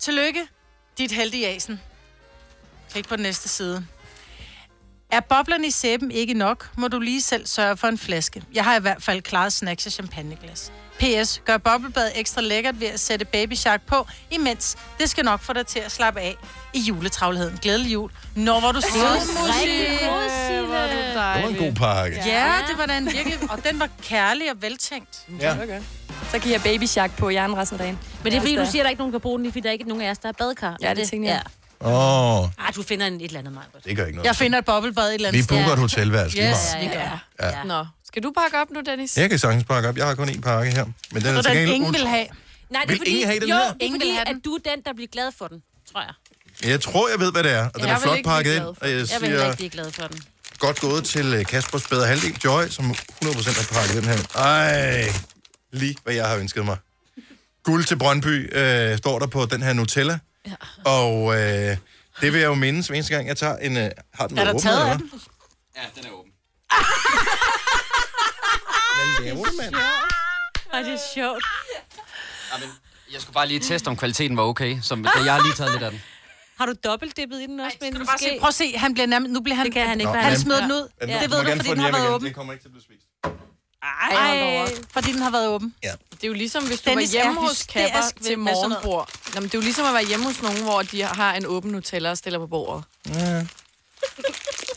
Speaker 3: Tillykke. Dit heldige asen. Klik på den næste side. Er boblerne i sæben ikke nok, må du lige selv sørge for en flaske. Jeg har i hvert fald klaret snacks og champagneglas. P.S. Gør boblebad ekstra lækkert ved at sætte Baby Shark på, imens det skal nok få dig til at slappe af i juletravligheden. Glædelig jul. Når var du
Speaker 12: Åh,
Speaker 3: sød,
Speaker 12: rigtig
Speaker 3: Musi.
Speaker 12: god, Sille.
Speaker 3: Hvor er du
Speaker 1: Det var en god pakke.
Speaker 3: Ja, det var da en virkelig... Og den var kærlig og veltænkt.
Speaker 1: Ja.
Speaker 14: Så kan jeg baby shark på hjernen resten af dagen.
Speaker 12: Men det er fordi,
Speaker 14: Ja,
Speaker 12: du
Speaker 14: så-
Speaker 12: siger, at der ikke er nogen, der kan bruge den, det er fordi der er ikke nogen af os, der er badkar.
Speaker 14: Ja, det tænker jeg.
Speaker 1: Åh, oh,
Speaker 12: Ja. Ej, du finder en, et eller andet, Maja.
Speaker 1: det gør ikke noget.
Speaker 3: Jeg finder et boblebad et eller andet
Speaker 1: Vi booker et
Speaker 3: sted.
Speaker 1: hotelværelse lige
Speaker 3: Yes,
Speaker 1: meget.
Speaker 3: vi gør.
Speaker 1: Ja.
Speaker 5: Nå, skal du pakke op nu, Dennis?
Speaker 1: Jeg kan sagtens pakke op. Jeg har kun én pakke her. Men den er til gengæld...
Speaker 3: have.
Speaker 12: Nej, det
Speaker 1: Vil
Speaker 12: er fordi,
Speaker 1: ingen have den
Speaker 12: jo,
Speaker 1: her?
Speaker 12: det er
Speaker 3: Ingen
Speaker 12: fordi,
Speaker 3: vil have
Speaker 12: at du er den, der bliver glad for den, tror jeg.
Speaker 1: Jeg tror, jeg ved, hvad det er. Og den
Speaker 12: Jeg
Speaker 1: er
Speaker 12: vil
Speaker 1: flot
Speaker 12: ikke
Speaker 1: pakket
Speaker 12: blive
Speaker 1: ind.
Speaker 12: glad for
Speaker 1: Og
Speaker 12: den.
Speaker 1: jeg
Speaker 12: Jeg vil heller ikke
Speaker 1: siger
Speaker 12: blive glad for den.
Speaker 1: godt gået til øh, Kaspers bedre halvdel, Joy, som 100% har pakket den her. Ej, lige hvad jeg har ønsket mig. Guld til Brøndby øh, står der på den her Nutella. Ja. Og øh, det vil jeg jo mindes, hver eneste gang jeg tager en... Øh, har den
Speaker 3: Er
Speaker 1: været
Speaker 3: der
Speaker 1: åbnet,
Speaker 3: taget
Speaker 1: eller
Speaker 3: af
Speaker 1: hvad?
Speaker 3: den?
Speaker 4: Ja, den er åben.
Speaker 1: Hvad laver du, mand?
Speaker 12: Ej, det er sjovt.
Speaker 4: Jeg skulle bare lige teste, om kvaliteten var okay, så jeg har lige taget lidt af den.
Speaker 12: Har du dobbeltdippet i den også? Ej,
Speaker 3: Skal du bare se, prøv at se, han bliver nærmest, nu bliver han... Det kan han
Speaker 1: ikke, for
Speaker 3: Han
Speaker 1: han-
Speaker 3: smider den ud.
Speaker 1: Men
Speaker 3: Det
Speaker 1: du
Speaker 3: ved
Speaker 1: må
Speaker 3: du,
Speaker 1: gerne
Speaker 3: fordi
Speaker 1: få
Speaker 3: den har
Speaker 1: hjem
Speaker 3: været
Speaker 1: igen.
Speaker 3: åben.
Speaker 1: Det kommer ikke til at blive spist.
Speaker 3: Ej, fordi den har været åben.
Speaker 1: Ja.
Speaker 5: Det er jo ligesom, hvis du
Speaker 3: Dennis
Speaker 5: var hjemme
Speaker 3: er
Speaker 5: hos
Speaker 3: hysterisk
Speaker 5: Kapper
Speaker 3: ved-
Speaker 5: til
Speaker 3: med sådan noget.
Speaker 5: morgenbord. Nå, men det er jo ligesom at være hjemme hos nogen, hvor de har en åben Nutella og stiller på bordet.
Speaker 1: Ja.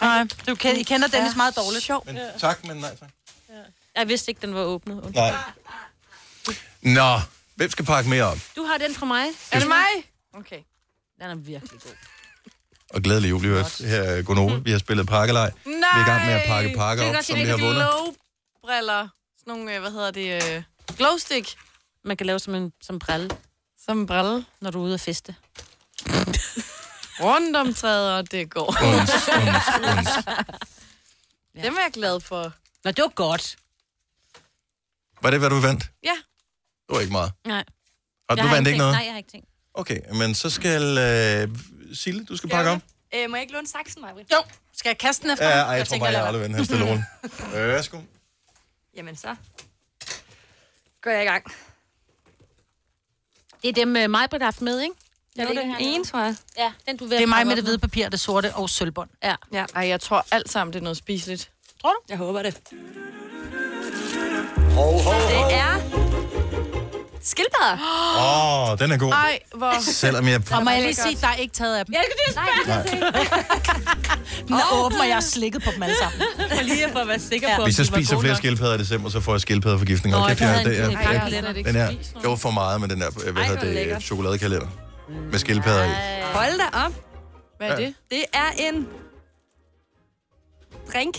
Speaker 3: Nej, du kan, I kender Dennis meget dårligt.
Speaker 5: Sjov.
Speaker 1: Men tak, men nej tak.
Speaker 12: Jeg vidste ikke, den var åbnet.
Speaker 1: Nej. Nå, hvem skal pakke mere op?
Speaker 12: Du har den fra mig.
Speaker 5: Er det mig? Okay.
Speaker 12: Den er virkelig god.
Speaker 1: Og glædelig jul i øvrigt. Her er Gonova. Vi har spillet pakkelej.
Speaker 5: Nej!
Speaker 1: Vi er i gang med at pakke pakker op, som vi har vundet.
Speaker 5: Glowbriller. Sådan nogle, øh, hvad hedder det, øh, glowstick.
Speaker 12: Man kan lave som en som brille.
Speaker 5: Som en brille.
Speaker 12: Når du er ude at feste.
Speaker 5: Rundt om træet, og det går.
Speaker 1: Uns, uns, uns.
Speaker 5: Dem er jeg glad for.
Speaker 12: Nå, det var godt.
Speaker 1: Var det, hvad du vandt?
Speaker 5: Ja.
Speaker 1: Det var ikke meget.
Speaker 12: Nej.
Speaker 1: Og du vandt ikke noget?
Speaker 12: Nej, jeg har ikke tænkt.
Speaker 1: Okay, men så skal... Øh, Sille, du skal pakke om.
Speaker 14: Øh, må jeg ikke låne saksen, Maja?
Speaker 3: Jo. Skal jeg kaste den efter
Speaker 1: Ja,
Speaker 3: ham?
Speaker 1: ej, jeg tror
Speaker 3: tænker,
Speaker 1: bare, jeg aldrig
Speaker 3: lad være.
Speaker 1: vandt her stille rundt. Værsgo.
Speaker 14: Jamen så. Går jeg i gang.
Speaker 12: Det er dem, uh, mig har haft med, ikke?
Speaker 14: Jo, det er den ene, tror jeg.
Speaker 12: Ja, den du vil
Speaker 3: Det er mig med det hvide papir, det sorte og sølvbånd.
Speaker 12: Ja.
Speaker 5: ja. Ej, jeg tror alt sammen, det er noget spiseligt.
Speaker 3: Tror du?
Speaker 14: Jeg håber det.
Speaker 1: Hov, hov,
Speaker 14: Det er... Skildpadder.
Speaker 1: Åh, den er god.
Speaker 5: Ej, hvor...
Speaker 1: Selvom jeg...
Speaker 3: Og må jeg lige sige, der er ikke taget af dem.
Speaker 12: Jeg kan det
Speaker 1: Nej.
Speaker 3: Den er åben, og jeg har slikket på dem alle sammen.
Speaker 12: For lige for at være sikker på,
Speaker 1: Hvis jeg spiser flere skildpadder i december, så får jeg skildpadderforgiftning.
Speaker 12: Nå,
Speaker 1: Okay,
Speaker 12: der er
Speaker 1: det,
Speaker 12: en-
Speaker 1: jeg,
Speaker 12: en
Speaker 1: jeg,
Speaker 12: pakke
Speaker 1: jeg,
Speaker 12: lidt.
Speaker 1: den her, det var for meget med den der, øh, hvad
Speaker 14: Ej,
Speaker 1: hedder
Speaker 14: hvor
Speaker 1: det,
Speaker 14: lækkert.
Speaker 1: chokoladekalender med skildpadder i.
Speaker 14: Hold da op.
Speaker 5: Hvad er det?
Speaker 14: Det er en... Drink.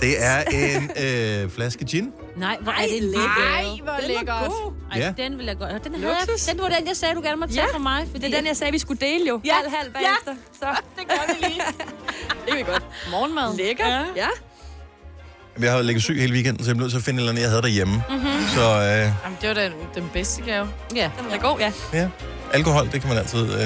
Speaker 1: Det er en øh, flæske gin.
Speaker 12: Nej, hvor er øh, det lækkert.
Speaker 5: Ej, hvor lækkert.
Speaker 12: Ej,
Speaker 1: Ja.
Speaker 12: den vil jeg godt. Den, havde jeg, den var den, jeg sagde, du gerne måtte tage
Speaker 14: Ja.
Speaker 12: fra mig. Fordi
Speaker 14: Det er den, jeg sagde, vi skulle dele jo. Ja. Halv, halv bagefter. Ja. Så. det gør vi lige. det er godt.
Speaker 5: Morgenmad.
Speaker 14: Lækkert. Ja. ja.
Speaker 1: Jamen, Jeg har jo ligget syg hele weekenden, så jeg blev nødt til at finde et eller andet, jeg havde derhjemme. Mm-hmm. Så øh,
Speaker 5: Jamen, det var den, den bedste gave.
Speaker 12: Ja.
Speaker 14: Den var god, ja.
Speaker 1: ja, alkohol, det kan man altid... Øh,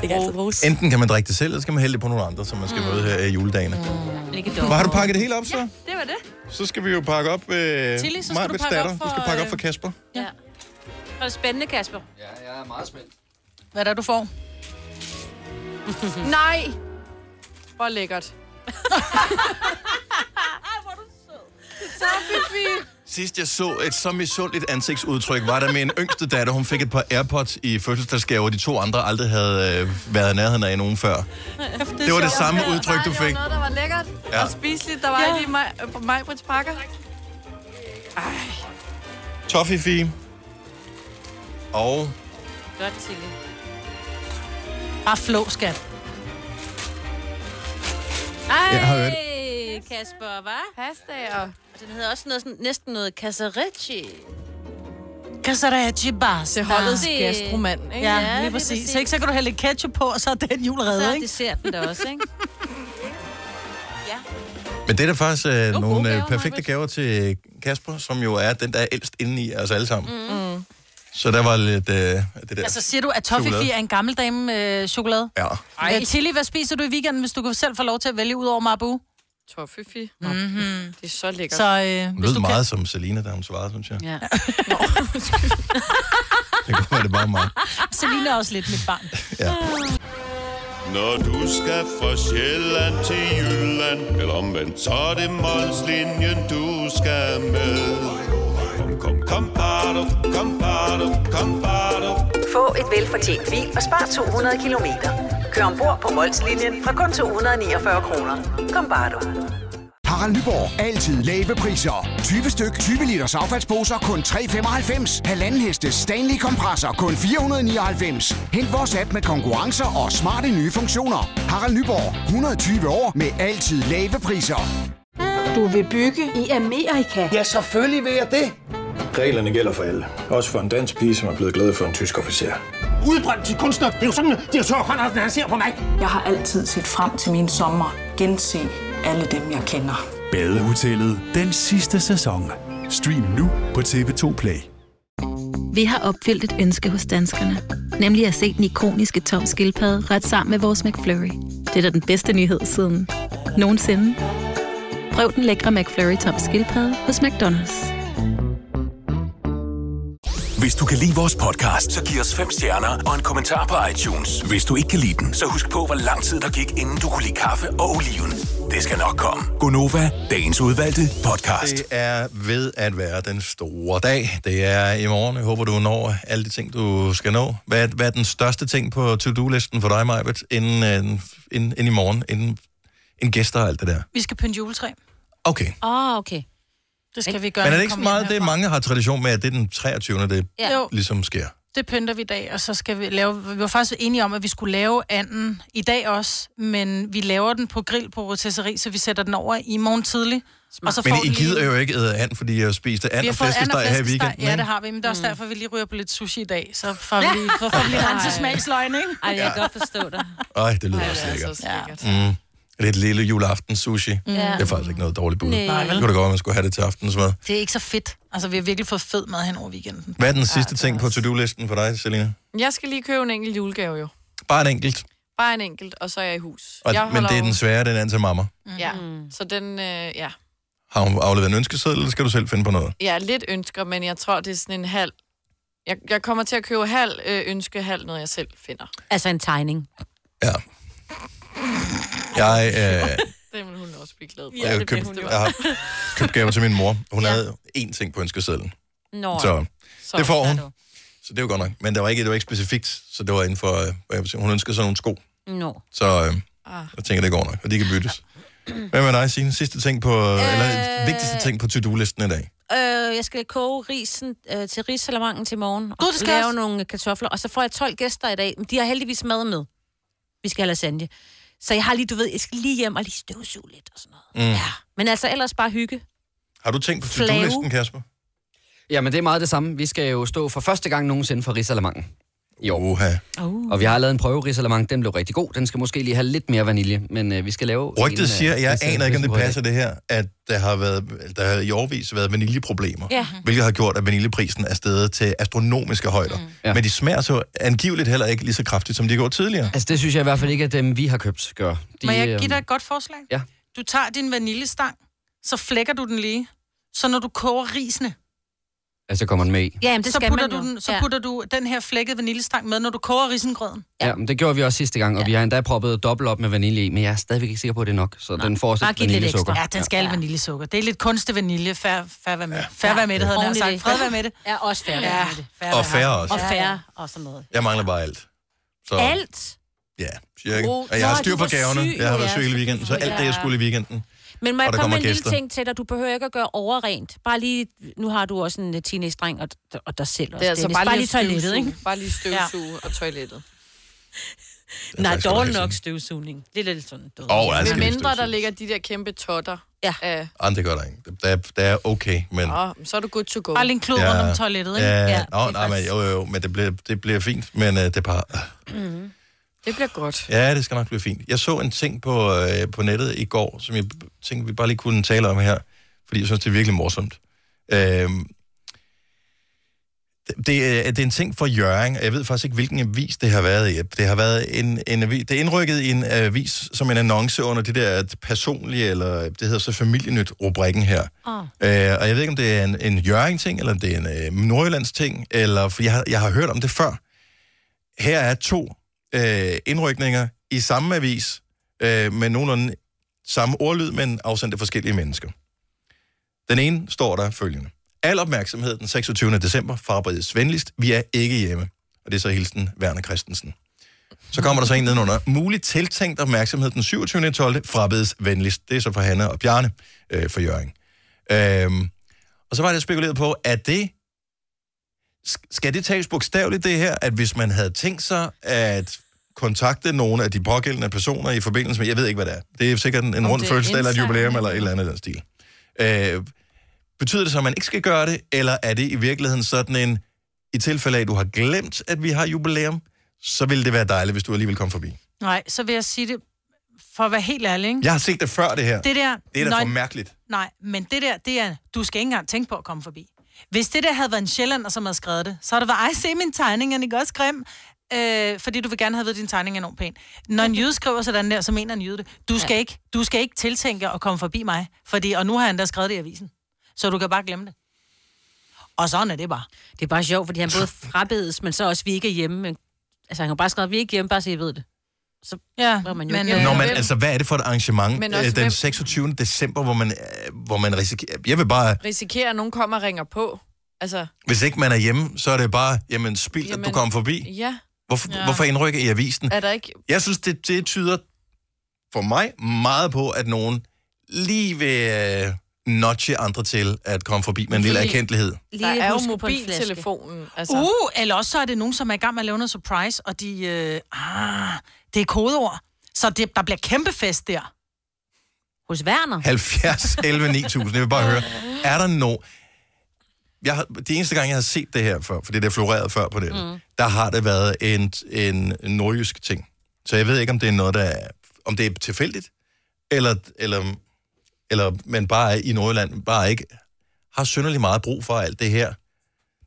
Speaker 14: Det kan altid bruges.
Speaker 1: enten kan man drikke det selv, eller så kan man hælde det på nogle andre, som man skal møde her i juledagene.
Speaker 5: Oh.
Speaker 12: Ikke
Speaker 1: Hvor har du pakket det hele op, så? Ja.
Speaker 14: Det var det.
Speaker 1: Så skal vi jo pakke op... Øh,
Speaker 3: Tilly, så skal
Speaker 1: Maj-Brits
Speaker 3: du pakke op
Speaker 1: datter. Du skal
Speaker 3: for,
Speaker 1: pakke op
Speaker 3: øh,
Speaker 1: for Kasper.
Speaker 12: Ja. Var det spændende, Kasper?
Speaker 4: Ja, jeg er meget spændt.
Speaker 3: Hvad er det, du får?
Speaker 5: Nej! Hvor lækkert.
Speaker 1: Sidst jeg så et så misundeligt ansigtsudtryk, var der med en yngste datter, hun fik et par AirPods i fødselsdagsgave, og de to andre aldrig havde øh, været i nærheden af nogen før. Det var det samme udtryk, du
Speaker 5: Det
Speaker 1: fik.
Speaker 5: var noget, der var lækkert
Speaker 1: Ja.
Speaker 5: ja. og spiseligt. Der var ja. ikke i mig, på mig Brits pakker.
Speaker 1: Toffifee. Og
Speaker 12: Godt, Tilly.
Speaker 3: Bare flå, skat.
Speaker 12: Ej,
Speaker 1: Jeg har hørt.
Speaker 12: Kasper, hvad?
Speaker 5: Pasta og...
Speaker 12: Den hedder også noget, sådan, næsten noget Casarici.
Speaker 3: Casarachi basta.
Speaker 5: Det holdets
Speaker 12: Det-
Speaker 5: gastromand, ikke?
Speaker 3: Ja,
Speaker 5: Ja.
Speaker 3: lige
Speaker 12: lige
Speaker 3: præcis.
Speaker 12: præcis.
Speaker 3: Så, ikke, så kan du hælde lidt ketchup på, og så er den jul
Speaker 12: Så
Speaker 3: reddet,
Speaker 12: er
Speaker 3: ikke?
Speaker 12: desserten der også, ikke?
Speaker 1: Men det er da faktisk øh,
Speaker 12: gode
Speaker 1: nogle
Speaker 12: gaver,
Speaker 1: gaver, perfekte
Speaker 12: Maj-Brit.
Speaker 1: gaver til Kasper, som jo er den, der er ældst inde i os alle sammen. Mm. Så der var lidt øh, det der.
Speaker 3: Altså siger du, at Toffifee er en gammel dame øh, chokolade?
Speaker 1: Ja.
Speaker 3: Ej. Øh, Tilly, hvad spiser du i weekenden, hvis du kan selv få lov til at vælge ud over Marabou?
Speaker 5: Toffifee.
Speaker 3: Mm-hmm.
Speaker 5: Det er så lækkert.
Speaker 3: Så øh,
Speaker 1: Hun
Speaker 3: hvis
Speaker 1: lød
Speaker 3: du
Speaker 1: meget
Speaker 3: kan...
Speaker 1: kan... som Selina, da hun svarede, synes jeg.
Speaker 3: Ja.
Speaker 1: Det kunne være, det bare mig.
Speaker 3: Selina er også lidt mit barn.
Speaker 15: Når du skal fra Sjælland til Jylland, eller omvendt, så er det Molslinjen, du skal med. Kom, kom, kom, bado, kom, bado, kom, bado.
Speaker 16: Få et velfortjent bil og spar 200 kilometer. Kør ombord på Molslinjen fra kun 249 kroner. Kom bare du.
Speaker 17: Harald Nyborg. Altid lave priser. 20 styk, 20 liters affaldsposer kun 3,95. Halvanden heste Stanley kompresser kun 499. Hent vores app med konkurrencer og smarte nye funktioner. Harald Nyborg. 120 år med altid lave priser.
Speaker 18: Du vil bygge i Amerika? Ja, selvfølgelig vil jeg det.
Speaker 19: Reglerne gælder for alle. Også for en dansk pige, som er blevet glad for en tysk officer.
Speaker 18: Udbrændt til kunstner. Det er jo sådan, at de har Conradsen, han ser på mig. Jeg har altid set frem til min sommer. Gense alle dem, jeg kender.
Speaker 20: Badehotellet den sidste sæson. Stream nu på TV2 Play.
Speaker 21: Vi har opfyldt et ønske hos danskerne. Nemlig at se den ikoniske tom skildpadde ret sammen med vores McFlurry. Det er da den bedste nyhed siden nogensinde. Prøv den lækre McFlurry tom skildpadde hos McDonald's.
Speaker 7: Hvis du kan lide vores podcast, så giv os fem stjerner og en kommentar på iTunes. Hvis du ikke kan lide den, så husk på, hvor lang tid der gik, inden du kunne lide kaffe og oliven. Det skal nok komme.
Speaker 1: Gonova, dagens udvalgte podcast. Det er ved at være den store dag. Det er i morgen. Jeg håber, du når alle de ting, du skal nå. Hvad er, hvad er den største ting på to-do-listen for dig, Majbet, inden, øh, inden, inden i morgen? Inden, inden gæster og alt det der?
Speaker 3: Vi skal pynte juletræ.
Speaker 1: Okay.
Speaker 12: Åh, oh, okay.
Speaker 3: Det skal vi gøre.
Speaker 1: Men er
Speaker 3: når
Speaker 1: det
Speaker 3: vi
Speaker 1: ikke så
Speaker 3: kommer hjem
Speaker 1: meget, det
Speaker 3: herfra.
Speaker 1: mange har tradition med, at det er den 23. det
Speaker 3: Ja. Jo.
Speaker 1: ligesom sker?
Speaker 3: Det pynter vi i dag, og så skal vi lave... Vi var faktisk enige om, at vi skulle lave anden i dag også, men vi laver den på grill på rotisserie, så vi sætter den over i morgen tidlig. Og så
Speaker 1: Men
Speaker 3: får
Speaker 1: I
Speaker 3: den lige-
Speaker 1: gider jo ikke æde and, fordi jeg spiste and
Speaker 3: vi har
Speaker 1: og
Speaker 3: fået and og
Speaker 1: flæskesteg her i
Speaker 3: flæskesteg.
Speaker 1: weekenden.
Speaker 3: Ja,
Speaker 1: ikke?
Speaker 3: det har vi, men det er også derfor, vi lige ryger på lidt sushi i dag. Så får vi lige, så får vi lige renset smagsløgn, ikke?
Speaker 12: Ej, jeg kan godt forstå dig.
Speaker 1: Ej, det lyder også lækkert. Mm. Lidt lille juleaften sushi. Mm. Det er faktisk ikke noget dårligt bud.
Speaker 3: Nej, vel?
Speaker 1: Nej, det kunne da godt være, man skulle have det til aftensmad.
Speaker 3: Det er ikke så fedt. Altså, vi har virkelig fået fed mad hen over weekenden.
Speaker 1: Hvad er den sidste ting på to-do-listen for dig, Selina?
Speaker 5: Jeg skal lige købe en enkelt julegave jo.
Speaker 1: Bare en enkelt.
Speaker 5: Bare en enkelt, og så er jeg i hus.
Speaker 1: Og,
Speaker 5: jeg
Speaker 1: men det er
Speaker 5: jo-
Speaker 1: den svære, den anden til mamma.
Speaker 5: Ja,
Speaker 3: Mm.
Speaker 5: så den, øh, ja.
Speaker 1: Har hun afleveret en ønskeseddel, eller skal du selv finde på noget?
Speaker 5: Jeg er lidt ønsker, men jeg tror, det er sådan en halv... Jeg, jeg kommer til at købe halv øh, ønske, halv noget, jeg selv finder.
Speaker 12: Altså en tegning.
Speaker 1: Jeg, øh,
Speaker 5: Det vil hun også blive glad for.
Speaker 1: jeg, har købt, jeg har købt gaver til min mor. Hun havde én ting på ønskesedlen.
Speaker 12: Nå,
Speaker 1: Så
Speaker 12: Så
Speaker 1: det får
Speaker 12: er
Speaker 1: hun.
Speaker 12: du.
Speaker 1: Så det var godt nok. Men det var ikke, det var ikke specifikt, så det var inden for... Øh, hvad jeg vil sige, hun ønskede sådan nogle sko.
Speaker 12: Nå.
Speaker 1: Så øh,
Speaker 12: Ah.
Speaker 1: jeg tænker, det går nok, og de kan byttes. Hvad med dig, Signe? Sidste ting på... Øh... Eller vigtigste ting på to-do-listen i dag.
Speaker 12: Øh, jeg skal koge risen øh, til risalamangen til morgen. Og
Speaker 3: Gud, det skal
Speaker 12: lave
Speaker 3: jeg også.
Speaker 12: nogle kartofler. Og så får jeg 12 gæster i dag. Men de har heldigvis mad med. Vi skal have lasagne. Så jeg har lige, du ved, jeg skal lige hjem og lige støvsuge lidt. Og sådan noget.
Speaker 1: Mm. Ja.
Speaker 12: Men altså ellers bare hygge.
Speaker 1: Har du tænkt på
Speaker 12: Flave.
Speaker 1: to-do-listen, Kasper?
Speaker 4: Jamen, det er meget det samme. Vi skal jo stå for første gang nogensinde for Rigsalamangen. Jo.
Speaker 1: Oha.
Speaker 12: Uh.
Speaker 4: Og vi har lavet en prøve Risalamang. Den blev rigtig god. Den skal måske lige have lidt mere vanilje, men øh, vi skal lave...
Speaker 1: Rygtet
Speaker 4: en,
Speaker 1: siger,
Speaker 4: øh,
Speaker 1: jeg
Speaker 4: ris-
Speaker 1: aner ikke, om det
Speaker 4: risengrød i dag.
Speaker 1: passer det her, at der har, været, der har i årvis været vaniljeproblemer,
Speaker 4: Ja.
Speaker 1: hvilket har gjort, at vaniljeprisen er steget til astronomiske højder. Mm. Men de smager så angiveligt heller ikke lige så kraftigt, som de gjorde tidligere.
Speaker 4: Altså, det synes jeg i hvert fald ikke, at dem, vi har købt, gør. øh,
Speaker 3: De, øh, Må jeg give dig et godt forslag?
Speaker 4: Ja.
Speaker 3: Du tager din vaniljestang, så flækker du den lige. Så når du koger risene,
Speaker 4: Altså, kommer den med i.
Speaker 12: Jamen, det
Speaker 3: så,
Speaker 12: skal
Speaker 3: putter
Speaker 12: man jo.
Speaker 3: du den, så
Speaker 12: Ja.
Speaker 3: putter du den her flækkede vaniljestang med, når du koger risengrøden.
Speaker 4: Ja. ja, men det gjorde vi også sidste gang, og ja. vi har endda proppet dobbelt op med vanilje i, men jeg er stadigvæk ikke sikker på, at det er nok, så Nej. den får også lidt vaniljesukker.
Speaker 3: Ja, den skal ja. vaniljesukker. Det er lidt kunstig vanilje. Færre fær, vær med. Fær, vær med det, havde jeg nær
Speaker 12: Oven i
Speaker 3: sagt.
Speaker 12: det.
Speaker 3: Fred være med det.
Speaker 12: Ja, også færre
Speaker 3: Ja.
Speaker 12: ja. med det.
Speaker 1: Og
Speaker 12: vær-
Speaker 1: færre også.
Speaker 12: Og færre og sådan noget.
Speaker 1: Jeg mangler bare alt. Så,
Speaker 12: Alt.
Speaker 1: Ja, cirka.
Speaker 12: Oh,
Speaker 1: Og jeg har
Speaker 12: nå,
Speaker 1: styr
Speaker 12: du
Speaker 1: på
Speaker 12: var
Speaker 1: gaverne.
Speaker 12: syg,
Speaker 1: jeg har været
Speaker 12: ja,
Speaker 1: syg hele
Speaker 12: så
Speaker 1: weekenden, så
Speaker 12: derfor-
Speaker 1: alt det, jeg
Speaker 12: Ja.
Speaker 1: skulle i weekenden.
Speaker 12: Men må jeg
Speaker 1: Og der
Speaker 12: komme med en
Speaker 1: kommer
Speaker 12: lille
Speaker 1: gæster.
Speaker 12: ting til dig? Du behøver ikke at gøre overrent. Bare lige, nu har du også en øh, teenage-dreng, og, og dig selv også.
Speaker 5: Det er altså
Speaker 12: Dennis.
Speaker 5: bare,
Speaker 12: bare
Speaker 5: at
Speaker 12: lige toilettet, ikke?
Speaker 5: Bare lige støvsuge ja. og toilettet.
Speaker 1: Altså,
Speaker 12: Nej,
Speaker 5: faktisk
Speaker 12: dårlig
Speaker 5: godt
Speaker 12: nok støvsugning. Det er lidt sådan død.
Speaker 1: Åh, altså,
Speaker 5: Med
Speaker 1: det er
Speaker 5: mindre der ligger de der kæmpe totter.
Speaker 12: Ja.
Speaker 5: Af,
Speaker 1: Jamen, det gør der ikke. Det er, det er okay, men...
Speaker 5: åh, så er du good to go.
Speaker 3: Bare lige en klud rundt om toilettet, ikke?
Speaker 1: Ja,
Speaker 3: Ja,
Speaker 1: ja, nå, nej, men, jo, jo, jo, men det bliver, det bliver fint, men øh, det er bare...
Speaker 5: Mm. Det bliver godt.
Speaker 1: Ja, det skal nok blive fint. Jeg så en ting på, øh, på nettet i går, som jeg b- tænkte, vi bare lige kunne tale om her, fordi jeg synes, det er virkelig morsomt. Øh, Øhm, det, det, er- det er en ting for Jørgen, og jeg ved faktisk ikke, hvilken avis det har været i. Det har været en, en avis, det er indrykket i en avis som en annonce under det der personlige, eller det hedder så familienyt-rubrikken her.
Speaker 3: Ah.
Speaker 12: Oh.
Speaker 1: Øh, og jeg ved ikke, om det er en, en Jørgen-ting, eller om det er en øh, Nordjyllands-ting, eller, for jeg, har- jeg har hørt om det før. Her er to øh, indrykninger i samme avis, øh, med nogenlunde samme ordlyd, men afsendt af forskellige mennesker. Den ene står der følgende. Al opmærksomhed den 26. december forberedes venligst. Vi er ikke hjemme. Og det er så hilsen Werner Christensen. Så kommer der så en nedenunder. Mulig tiltænkt opmærksomhed den 27. 12. frabedes venligst. Det er så for Hanna og Bjarne øh, for Jørgen. Øhm, og så var det spekuleret på, at det... sk- Skal det tages bogstaveligt, det her, at hvis man havde tænkt sig at kontakte nogle af de pågældende personer i forbindelse med, jeg ved ikke, hvad det er. Det er sikkert en, en
Speaker 8: Om
Speaker 1: rund
Speaker 8: det er
Speaker 1: fødselsdag eller et
Speaker 8: indsamling.
Speaker 1: jubilæum eller et eller andet i den stil. Øh, betyder det så, at man ikke skal gøre det, eller er det i virkeligheden sådan en, i tilfælde af, at du har glemt, at vi har jubilæum, så ville det være dejligt, hvis du alligevel kom forbi.
Speaker 5: Mm.
Speaker 3: Nej, så vil jeg sige det, for at være helt ærlig, ikke?
Speaker 1: Jeg har set det før, det her.
Speaker 3: Det der-
Speaker 1: det er da for
Speaker 3: nøj-
Speaker 1: mærkeligt.
Speaker 3: Nej, men det der, det er, du skal ikke engang tænke på at komme forbi. Hvis det der havde været en sjællander, som havde skrevet det, så havde det været, ej, se min tegning, er den ikke også grim? Øh, fordi du vil gerne have ved, at din tegning er enormt pæn. Når en jøde skriver sådan der, så mener en jøde det. Du skal, ja. ikke, du skal ikke tiltænke at komme forbi mig, fordi, og nu har han da skrevet det i avisen. Så du kan bare glemme det. Og sådan er det bare.
Speaker 12: Det er bare sjovt, fordi han både frabedes, men så også, vi ikke er hjemme. Men, altså, han kan bare skrive, vi er ikke hjemme, bare så I ved det. Så
Speaker 3: ja, øh,
Speaker 12: var man jo
Speaker 1: Men,
Speaker 12: ikke hjemme.
Speaker 1: Når man, altså, hvad er det for et arrangement
Speaker 5: øh, Men
Speaker 1: men
Speaker 5: også,
Speaker 1: også, den
Speaker 5: hvem-
Speaker 1: 26. december, hvor man, øh, hvor man risikerer... Jeg vil bare...
Speaker 5: Risikerer, at nogen kommer og ringer på. Altså,
Speaker 1: Hvis ikke man er hjemme, så er det bare, jamen, spild, at du
Speaker 5: Jamen,
Speaker 1: kom forbi.
Speaker 5: ja.
Speaker 1: Hvorfor,
Speaker 5: Ja.
Speaker 1: ja. hvorfor indrykke i avisen?
Speaker 5: Er der ikke...
Speaker 1: Jeg synes, det, det tyder for mig meget på, at nogen lige vil øh, notche andre til at komme forbi med en lille
Speaker 5: Fordi-
Speaker 1: erkendelighed.
Speaker 5: Der er jo
Speaker 3: huske på en flaske.
Speaker 5: mobiltelefonen.
Speaker 3: Altså. Uh, eller også så er det nogen, som er i gang med at lave noget surprise, og de... Øh, ah, det er kodeord. Så det, der bliver kæmpe fest der.
Speaker 12: Hos Werner.
Speaker 1: 70, 11, 9000. Jeg vil bare høre, er der no... Jeg har, de eneste gange, jeg har set det her før, fordi det er floreret før på det,
Speaker 8: Mm.
Speaker 1: mm. der har det været en, en nordjysk ting. Så jeg ved ikke, om det er noget, der er, om det er tilfældigt, eller, eller, eller man bare er i Nordjylland, bare ikke har synderlig meget brug for alt det her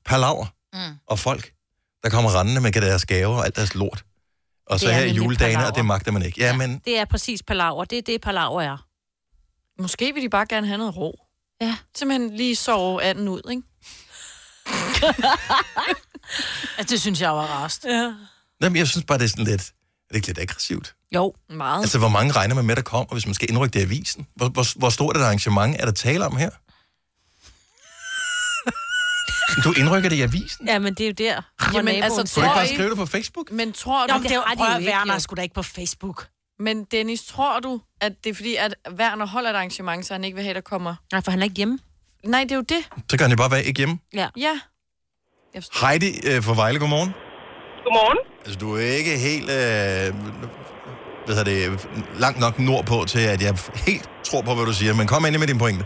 Speaker 1: palaver
Speaker 3: Mm.
Speaker 1: og folk, der kommer rendende med deres gaver og alt deres lort. Og
Speaker 12: Det
Speaker 1: så
Speaker 12: er
Speaker 1: her i
Speaker 12: nemlig
Speaker 1: juledagene, og
Speaker 12: palaver.
Speaker 1: det magter man ikke. Ja, men
Speaker 12: Det er præcis palaver. Det er det, palaver er.
Speaker 5: Måske vil de bare gerne have noget ro.
Speaker 12: Ja.
Speaker 5: Simpelthen lige sove anden ud, ikke?
Speaker 3: altså, det synes jeg var rast.
Speaker 5: Ja.
Speaker 1: Jamen, jeg synes bare, det er sådan lidt, er det ikke lidt aggressivt?
Speaker 12: Jo,
Speaker 5: meget.
Speaker 1: Altså, hvor mange regner man med, der kommer, hvis man skal indrykke det i avisen? Hvor, hvor, hvor stort et arrangement er der tale om her? Du indrykker det i avisen?
Speaker 12: Ja, men det er jo der. hvor
Speaker 5: Jamen,
Speaker 12: naboen
Speaker 5: altså,
Speaker 1: Kan du ikke
Speaker 5: tror
Speaker 1: bare
Speaker 5: I-
Speaker 1: skrive det på Facebook?
Speaker 5: Men tror du...
Speaker 3: Jamen, det er jo-
Speaker 5: har de
Speaker 3: prøv at
Speaker 5: ikke,
Speaker 3: Werner
Speaker 5: jo.
Speaker 3: skulle da ikke på Facebook.
Speaker 5: Men Dennis, tror du, at det er fordi, at Werner holder et arrangement, så han ikke vil have, der kommer?
Speaker 12: Nej, for han er ikke hjemme.
Speaker 5: Nej, det er jo det.
Speaker 1: Så kan det bare være ikke hjemme.
Speaker 12: Ja.
Speaker 5: Ja.
Speaker 1: Heidi øh, fra Vejle, godmorgen.
Speaker 9: Godmorgen.
Speaker 1: Altså, du er ikke helt, øh, hvad hedder det, langt nok nordpå til, at jeg helt tror på, hvad du siger. Men kom ind med din pointe.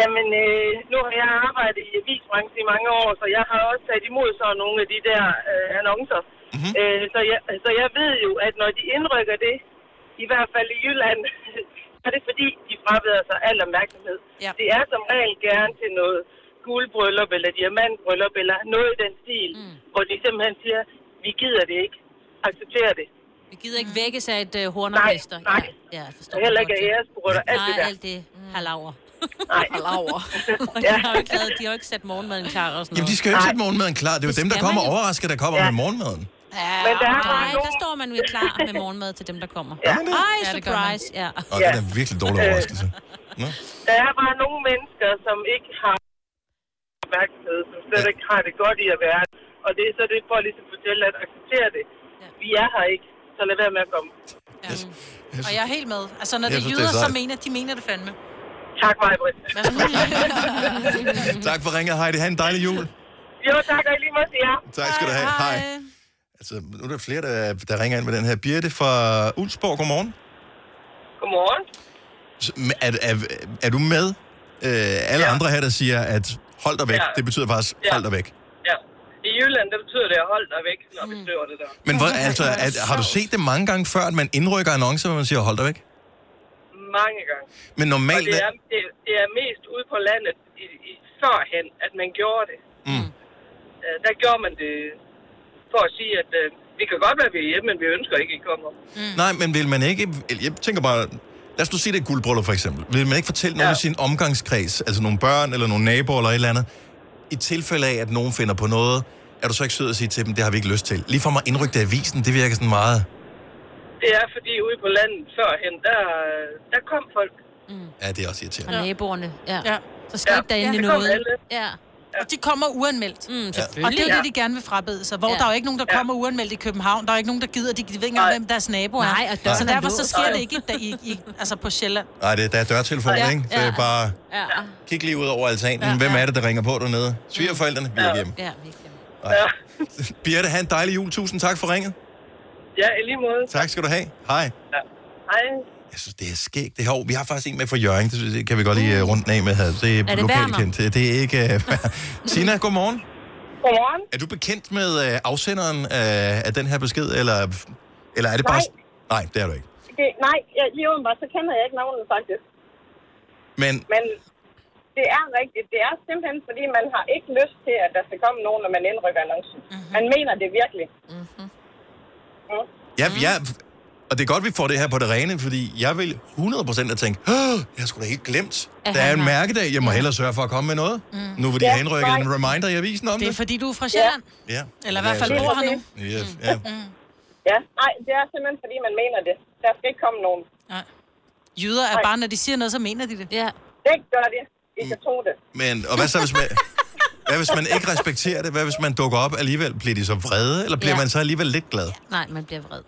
Speaker 9: Jamen, øh, nu har jeg arbejdet i avisbranchen i mange år, så jeg har også taget imod sådan nogle af de der øh, annoncer. Mm-hmm. Øh, så, jeg, så jeg ved jo, at når de indrykker det, i hvert fald i Jylland, så er det fordi, de frabeder sig al opmærksomhed.
Speaker 5: Ja.
Speaker 9: Det er som regel gerne til noget guldbryllup eller diamantbryllup eller noget i den stil, mm. hvor de simpelthen siger, vi gider det ikke, accepterer det.
Speaker 12: Vi gider ikke vækkes af et uh, hornorkester.
Speaker 9: Nej, nej.
Speaker 12: Ja, jeg
Speaker 9: Og heller ikke af æresbryllup, alt det
Speaker 12: Nej,
Speaker 9: der. Mm.
Speaker 12: alt det palaver.
Speaker 9: Nej.
Speaker 5: Palaver.
Speaker 12: de, har jo ikke lavet, de har jo ikke sat morgenmaden klar og sådan
Speaker 1: Jamen, de skal jo ikke sætte morgenmaden klar. Det er jo dem, der
Speaker 12: skal
Speaker 1: kommer
Speaker 12: man jo.
Speaker 1: overrasket, der kommer
Speaker 12: Ja.
Speaker 1: ja. med morgenmaden.
Speaker 12: Ja,
Speaker 9: Men
Speaker 12: men
Speaker 9: der
Speaker 12: der,
Speaker 9: er bare
Speaker 12: nej, der står man jo klar med morgenmad til dem, der kommer.
Speaker 9: Ja.
Speaker 12: Ja.
Speaker 9: Gør man det?
Speaker 12: Ej,
Speaker 9: Ja, det gør man.
Speaker 12: surprise. Ja.
Speaker 1: Og ja. det er da virkelig dårlig
Speaker 9: Øh.
Speaker 1: overraskelse.
Speaker 9: Der er bare nogle mennesker, som ikke har opmærksomhed, som slet ikke har det godt i at være der. Og det er så det for at ligesom fortælle, at acceptere det. Vi er her ikke, så lad være med at komme.
Speaker 3: Og jeg er helt med. Altså, når
Speaker 1: Jeg
Speaker 3: det
Speaker 1: synes, det er
Speaker 3: jyder, så
Speaker 1: sejt.
Speaker 3: mener de mener det fandme.
Speaker 9: Tak, Majbrit.
Speaker 1: tak for ringet, Heidi. Ha' en dejlig jul.
Speaker 9: Jo, tak, og i lige måde til jer.
Speaker 1: Tak skal du have. Hej. Hej. Altså, nu er der flere, der, der ringer ind med den her. Birte fra Ulsborg, godmorgen.
Speaker 9: Godmorgen.
Speaker 1: Så, men Er, er, er du med? Øh, alle ja. andre her, der siger, at hold dig væk,
Speaker 9: Ja.
Speaker 1: ja. det betyder faktisk
Speaker 9: Ja.
Speaker 1: ja. hold dig væk.
Speaker 9: Ja. I Jylland, der betyder det at holde dig væk, når vi skriver det der.
Speaker 1: Men hvor, altså, at, har du set Mm. det mange gange før, at man indrykker annoncer, hvor man siger, hold dig væk?
Speaker 9: Mange gange.
Speaker 1: Men
Speaker 9: Og
Speaker 1: normalt...
Speaker 9: det er, det, det er mest ude på landet i, i, førhen, at man gjorde det.
Speaker 1: Mm.
Speaker 9: øh, der gjorde man det for at sige, at øh, vi kan godt være ved hjemme, men vi ønsker ikke, at I kommer.
Speaker 1: Nej, men vil man ikke... Jeg tænker bare... Lad os nu sige, det er et guldbryllup, for eksempel. Vil man ikke fortælle nogen ja. i sin omgangskreds, altså nogle børn eller nogle naboer eller et eller andet, i tilfælde af, at nogen finder på noget, er du så ikke sød at sige til dem, det har vi ikke lyst til. Lige for mig indrygt af avisen, det virker sådan meget...
Speaker 9: Det er fordi ude på landet førhen, der, øh, der kom folk.
Speaker 1: Ja, det er også irriterende.
Speaker 12: Fra naboerne. Ja. ja. Så skete der endelig noget. Ja.
Speaker 3: Og de kommer uanmeldt.
Speaker 12: Mm,
Speaker 1: selvfølgelig.
Speaker 3: Og det er jo
Speaker 12: Ja.
Speaker 3: det, de gerne vil frabede sig. Hvor
Speaker 12: Ja.
Speaker 3: ja. der er jo ikke nogen, der kommer uanmeldt i København. Der er jo ikke nogen, der gider. De, de ved ikke engang, hvem deres nabo er.
Speaker 12: Nej, og døren
Speaker 3: så
Speaker 12: er
Speaker 3: derfor så
Speaker 12: låst.
Speaker 3: sker
Speaker 12: Nej.
Speaker 3: det ikke i, i, i, altså på Sjælland.
Speaker 1: Nej, det, der er dørtelefon,
Speaker 3: Ja.
Speaker 1: ja. ikke? Det
Speaker 3: Ja.
Speaker 1: er bare...
Speaker 12: Ja.
Speaker 1: Kig lige ud over altanen. Ja, Hvem er det, der ringer på dernede? Svigerforældrene? Vi er hjemme.
Speaker 12: Ja,
Speaker 1: Birte, have en dejlig jul. Tusind tak for ringet.
Speaker 9: Ja, i lige måde.
Speaker 1: Tak skal du have. Hej.
Speaker 9: Hej.
Speaker 1: Jeg synes, det er skægt. Det her år. Vi har faktisk en med fra Jørgen. Det synes jeg, kan vi godt lige uh, rundt af med her. Det er,
Speaker 9: det
Speaker 1: lokalt
Speaker 9: Werner?
Speaker 1: kendt. Det det er ikke... Uh, Tina, godmorgen.
Speaker 9: Godmorgen.
Speaker 1: Er du bekendt med uh, afsenderen uh, af den her besked, eller, eller er det bare... Nej, det er du ikke.
Speaker 10: Det, nej, jeg, lige åbenbart, så kender jeg ikke navnet faktisk.
Speaker 1: Men
Speaker 10: Men det er rigtigt. Det er simpelthen, fordi man har ikke lyst til, at der skal komme nogen, når man indrykker annoncen.
Speaker 1: Mhm.
Speaker 10: Mm-hmm. Man mener det virkelig. Mm-hmm. Mm.
Speaker 1: Ja, mm. jeg, og det er godt, vi får det her på det rene, fordi jeg vil 100% have tænkt, "Åh, jeg skulle da helt glemt.
Speaker 3: At
Speaker 1: Der er
Speaker 3: han
Speaker 1: en
Speaker 3: har-
Speaker 1: mærkedag, jeg må hellere sørge for at komme med noget. Mm. Nu vil de
Speaker 3: Ja,
Speaker 1: have indrykket
Speaker 3: nej.
Speaker 1: en reminder i avisen om
Speaker 3: Det
Speaker 1: det.
Speaker 3: er fordi, du er fra Sjælland.
Speaker 1: Ja.
Speaker 3: Eller i hvert fald
Speaker 1: Ja,
Speaker 3: bor
Speaker 1: så-
Speaker 3: her nu. Mm.
Speaker 1: Yes, ja.
Speaker 10: Ja, nej, det er simpelthen, fordi man mener det. Der skal ikke komme nogen.
Speaker 3: Nej. Jyder er bare, når de siger noget, så mener de det.
Speaker 12: Ja.
Speaker 10: Det gør det. I kan tro det.
Speaker 1: Men, og hvad så, hvis man, hvad hvis man ikke respekterer det? Hvad hvis man dukker op alligevel? Bliver de så vrede, eller bliver
Speaker 10: Ja.
Speaker 1: ja. man så alligevel lidt glad?
Speaker 12: Nej, man bliver vred.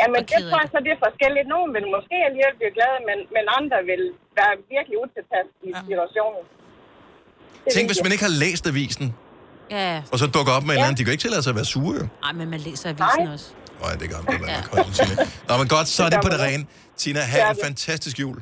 Speaker 10: Ja, men
Speaker 12: Og
Speaker 10: det
Speaker 12: ked af
Speaker 10: tror jeg så, det er forskelligt. Nogen vil måske alligevel blive glade, men, men andre vil være virkelig utilpas i situationen. Det
Speaker 1: Tænk,
Speaker 10: ved
Speaker 1: hvis
Speaker 10: jeg.
Speaker 1: man ikke har læst avisen,
Speaker 12: Ja.
Speaker 1: og så dukker op med ja. en eller anden. De kan ikke tillade sig at være sure, jo.
Speaker 12: Nej, men man læser avisen også.
Speaker 1: Nej, det gør man ikke. Ja. Nå, men godt, så er det på det rene. Tina,
Speaker 10: Det
Speaker 1: have
Speaker 10: er
Speaker 1: en
Speaker 10: det.
Speaker 1: fantastisk jul.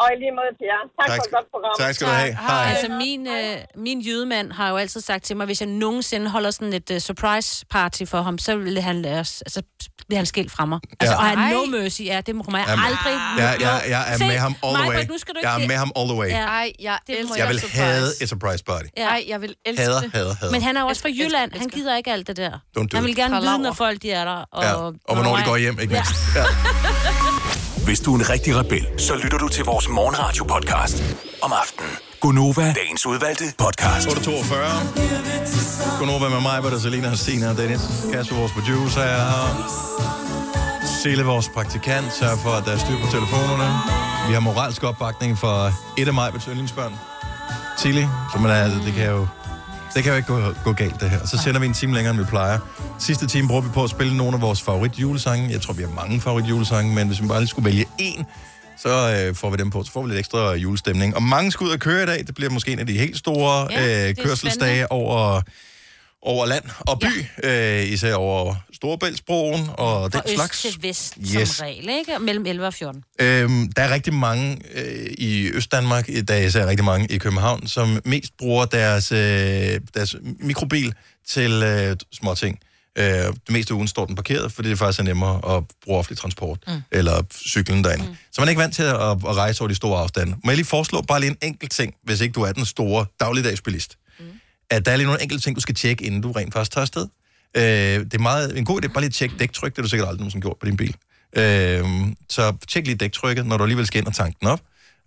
Speaker 10: Og i lige måde til jer. Tak,
Speaker 1: Tak
Speaker 10: for
Speaker 1: skal-
Speaker 10: et godt program.
Speaker 1: tak skal du have. Hej.
Speaker 12: Altså, min, øh, min jydemand har jo altid sagt til mig, hvis jeg nogensinde holder sådan et uh, surprise party for ham, så vil han, uh, altså, bliver han skilt fra mig. Altså,
Speaker 1: Ja.
Speaker 12: og han
Speaker 1: Ej.
Speaker 12: no mercy, ja, det må jeg
Speaker 1: Jamen,
Speaker 12: aldrig...
Speaker 1: Jeg, jeg, jeg er
Speaker 12: Se,
Speaker 1: med ham all the way.
Speaker 12: Majbert, nu skal du ikke
Speaker 1: Jeg er
Speaker 12: det.
Speaker 1: med ham all the way.
Speaker 12: Ja.
Speaker 5: Ej, jeg elsker
Speaker 1: Jeg vil
Speaker 5: surprise.
Speaker 1: have et surprise party.
Speaker 12: Ja.
Speaker 5: Ej, jeg vil elske
Speaker 1: Hader,
Speaker 5: det.
Speaker 1: hader, hader.
Speaker 12: Men han er jo også fra Jylland, han gider ikke alt det der.
Speaker 1: Don't do
Speaker 12: Han vil
Speaker 1: it.
Speaker 12: gerne
Speaker 5: Palaver.
Speaker 12: vide, når folk de er der. Og,
Speaker 1: Ja. Og hvornår de går hjem, ikke mindst. Ja.
Speaker 7: Hvis du er en rigtig rebel, så lytter du til vores morgenradio-podcast om aftenen. Gunova, dagens udvalgte podcast.
Speaker 1: 8.42. Godnova med mig, Bette, Selina, Stina og Dennis. Kasper, vores producer, er her. Sele, vores praktikant, sørger for, at der er styr på telefonerne. Vi har moralsk opbakning for et af mig, Bets yndlingsbørn. Tilly, som er, altså, det kan jo det kan jo ikke gå, gå galt, det her. Så sender vi en time længere, end vi plejer. Sidste time bruger vi på at spille nogle af vores favoritjulesange. Jeg tror, vi har mange favoritjulesange, men hvis vi bare lige skulle vælge én, så øh, får vi dem på. Så får vi lidt ekstra julestemning. Og mange skal ud og køre i dag. Det bliver måske en af de helt store
Speaker 20: Ja, det
Speaker 1: ja,
Speaker 20: er
Speaker 1: øh, kørselsdage
Speaker 20: spændende.
Speaker 1: over, over land og by. Ja. Øh, især over Storebæltsbroen og den
Speaker 12: og øst
Speaker 1: slags.
Speaker 12: til vest, yes.
Speaker 1: Yes.
Speaker 12: som regel, ikke? Og Mellem 11 og 14.
Speaker 1: Øhm, der er rigtig mange øh, i Østdanmark, der er især rigtig mange i København, som mest bruger deres, øh, deres mikrobil til øh, småting. Øh, det meste af ugen står den parkeret, fordi det faktisk er nemmere at bruge offentlig transport mm. eller cyklen derinde. Mm. Så man er ikke vant til at, at rejse over de store afstande. Må jeg lige foreslå bare lige en enkelt ting, hvis ikke du er den store dagligdagsbilist? Mm. At der er lige nogle enkelte ting, du skal tjekke, inden du rent faktisk tager afsted. Øh, det er meget, en god idé, bare lige at tjekke dæktryk, det har du sikkert aldrig nogensinde gjort på din bil. Øh, så tjek lige dæktrykket, når du alligevel skal ind og tanke den op,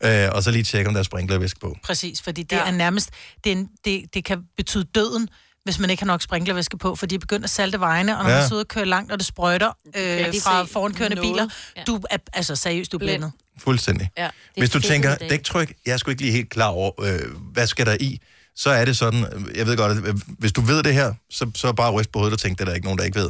Speaker 1: øh, og så lige tjek, om der er sprinklervæske på.
Speaker 3: Præcis, fordi det ja. er nærmest... Det, er en, det, det kan betyde døden, hvis man ikke har nok sprinklervæske på, fordi de begynder at salte vejene, og når
Speaker 1: Ja.
Speaker 3: ja. man sidder og kører langt, og det sprøjter øh,
Speaker 12: ikke
Speaker 3: fra
Speaker 12: se
Speaker 3: forankørende
Speaker 12: noget.
Speaker 3: biler, du er, altså seriøst, du er blændet.
Speaker 1: Fuldstændig.
Speaker 3: Ja, det er
Speaker 1: Hvis du
Speaker 3: fedt
Speaker 1: tænker,
Speaker 3: i dag.
Speaker 1: dæktryk, jeg er sgu ikke lige helt klar over, øh, hvad skal der i, så er det sådan, øh, jeg ved godt, at øh, hvis du ved det her, så, så bare ryst på hovedet og tænk, det er der ikke nogen, der ikke ved.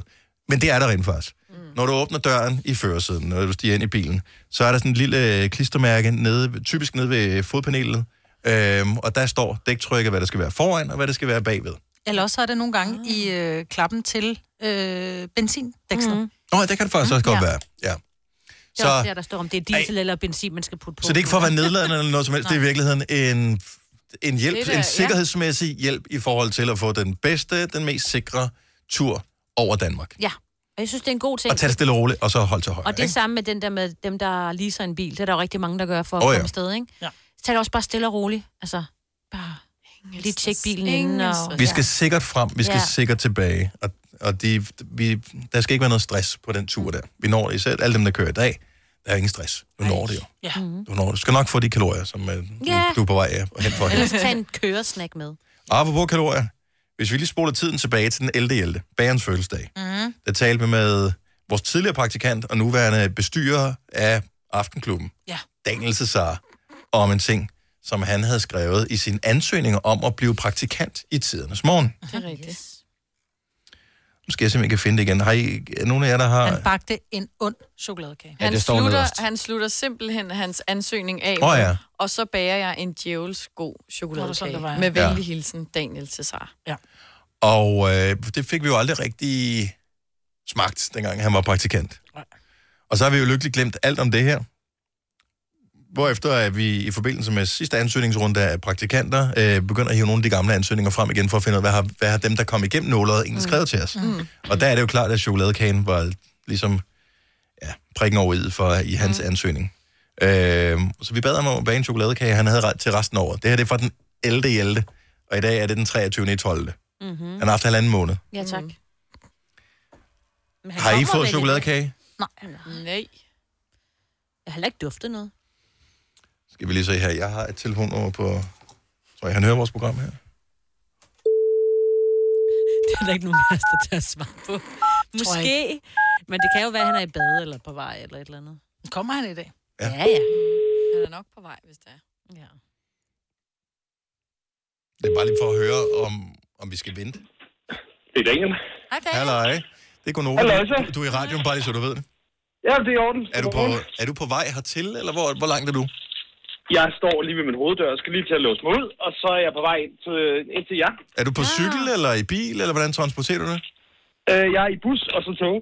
Speaker 1: Men det er der rent faktisk. Mm. Når du åbner døren i førersiden, når du stiger ind i bilen, så er der sådan en lille øh, klistermærke, nede, typisk nede ved fodpanelet, øhm, og der står dæktrykket, hvad der skal være foran, og hvad der skal være bagved.
Speaker 3: Eller også er det nogle gange i øh, klappen til øh, benzindækslet. Mm.
Speaker 1: Nå, det kan det faktisk også godt være. Ja.
Speaker 12: Det er også
Speaker 1: Så,
Speaker 12: der, der står, om det er diesel eller benzin, man skal putte
Speaker 1: så
Speaker 12: på.
Speaker 1: det er ikke for at være nedladende eller noget som helst, det er i virkeligheden en, en hjælp,
Speaker 12: Det er
Speaker 1: der,
Speaker 12: der,
Speaker 1: en
Speaker 12: ja.
Speaker 1: sikkerhedsmæssig hjælp i forhold til at få den bedste, den mest sikre tur over Danmark.
Speaker 12: Ja, og jeg synes, det er en god ting.
Speaker 1: Og tage det stille og roligt, og så holde til højre.
Speaker 12: Og det er
Speaker 1: ikke?
Speaker 12: samme med den der med dem, der leaser en bil. Det er der jo rigtig mange, der gør for at
Speaker 1: Åh,
Speaker 12: oh,
Speaker 1: ja.
Speaker 12: komme afsted, ikke? Ja. Så tag det også bare stille og roligt. Altså, bare Lige tjek bilen inden. Og...
Speaker 1: Vi skal sikkert frem, vi skal
Speaker 12: Ja.
Speaker 1: ja. sikkert tilbage, og, og de, vi, der skal ikke være noget stress på den tur der. Vi når det især, alle dem, der kører i dag, der er ingen stress. Du når det jo.
Speaker 12: Ja. Mm.
Speaker 1: Du, når, du skal nok få de kalorier, som øh,
Speaker 12: Ja.
Speaker 1: du er på vej af og hen for.
Speaker 12: Ellers tag en køresnack med.
Speaker 1: Apropos Ah, kalorier, hvis vi lige spoler tiden tilbage til den 11. 11. bagerens fødselsdag,
Speaker 12: Mm.
Speaker 1: der talte vi med vores tidligere praktikant og nuværende bestyrer af Aftenklubben,
Speaker 3: Ja.
Speaker 1: Daniel Cesar, om en ting, som han havde skrevet i sin ansøgning om at blive praktikant i tidernes morgen.
Speaker 3: Det er rigtigt. Ah, Yes.
Speaker 1: Nu skal jeg simpelthen ikke finde det igen. Har I, er nogen af jer, der har...
Speaker 3: Han bagte en ond chokoladekage.
Speaker 1: Ja,
Speaker 5: Han,
Speaker 1: det står nederst.
Speaker 5: slutter, han slutter simpelthen hans ansøgning af,
Speaker 1: Åh, ja.
Speaker 5: og så bager jeg en djævels god chokoladekage
Speaker 3: Nå, det var sådan, det var,
Speaker 5: med
Speaker 3: ja.
Speaker 5: venlig
Speaker 1: Ja.
Speaker 5: hilsen, Daniel Cesar.
Speaker 3: Ja.
Speaker 1: Og øh, det fik vi jo aldrig rigtig smagt, dengang han var praktikant. Og så har vi jo lykkeligt glemt alt om det her. Hvorefter er vi i forbindelse med sidste ansøgningsrunde af praktikanter, øh, begynder at hive nogle af de gamle ansøgninger frem igen, for at finde ud af, hvad har, hvad har dem, der kom igennem nålet, egentlig skrevet til os.
Speaker 5: Mm.
Speaker 1: Og der er det jo klart, at chokoladekagen var ligesom ja, prikken over i for i hans mm. ansøgning. Øh, så vi bad ham om at bage en chokoladekage, han havde ret til resten af året. Det her det er fra den 11. 11. Og i dag er det den 23. 12.
Speaker 12: Mm-hmm.
Speaker 1: Han har haft halvanden måned.
Speaker 12: Ja, tak.
Speaker 1: Har I fået chokoladekage?
Speaker 12: Nej. Nej. Jeg har heller ikke duftet noget.
Speaker 1: Skal vi lige se her. Jeg har et telefonnummer på... Tror jeg, han hører vores program her?
Speaker 12: Det er der ikke nogen af os, der tager svar på. Måske. Men det kan jo være, at han er i bad eller på vej eller et eller andet.
Speaker 3: Kommer han i dag?
Speaker 1: Ja,
Speaker 12: ja. ja.
Speaker 5: Han er nok på vej, hvis det er.
Speaker 12: Ja.
Speaker 1: Det er bare lige for at høre, om, om vi skal vente. Det er Daniel.
Speaker 3: Hej,
Speaker 1: Daniel. Halløj. Det er Gunova.
Speaker 8: Halløj, så.
Speaker 1: Du, du er i radioen, bare lige så du ved det.
Speaker 8: Ja, det er i orden.
Speaker 1: Er du på, er du på vej hertil, eller hvor, hvor langt er du?
Speaker 8: Jeg står lige ved min hoveddør og skal lige til at låse mig ud, og så er jeg på vej ind til, ind til jer.
Speaker 1: Er du på cykel, eller i bil, eller hvordan transporterer du det?
Speaker 8: Øh, jeg er i bus og så tog.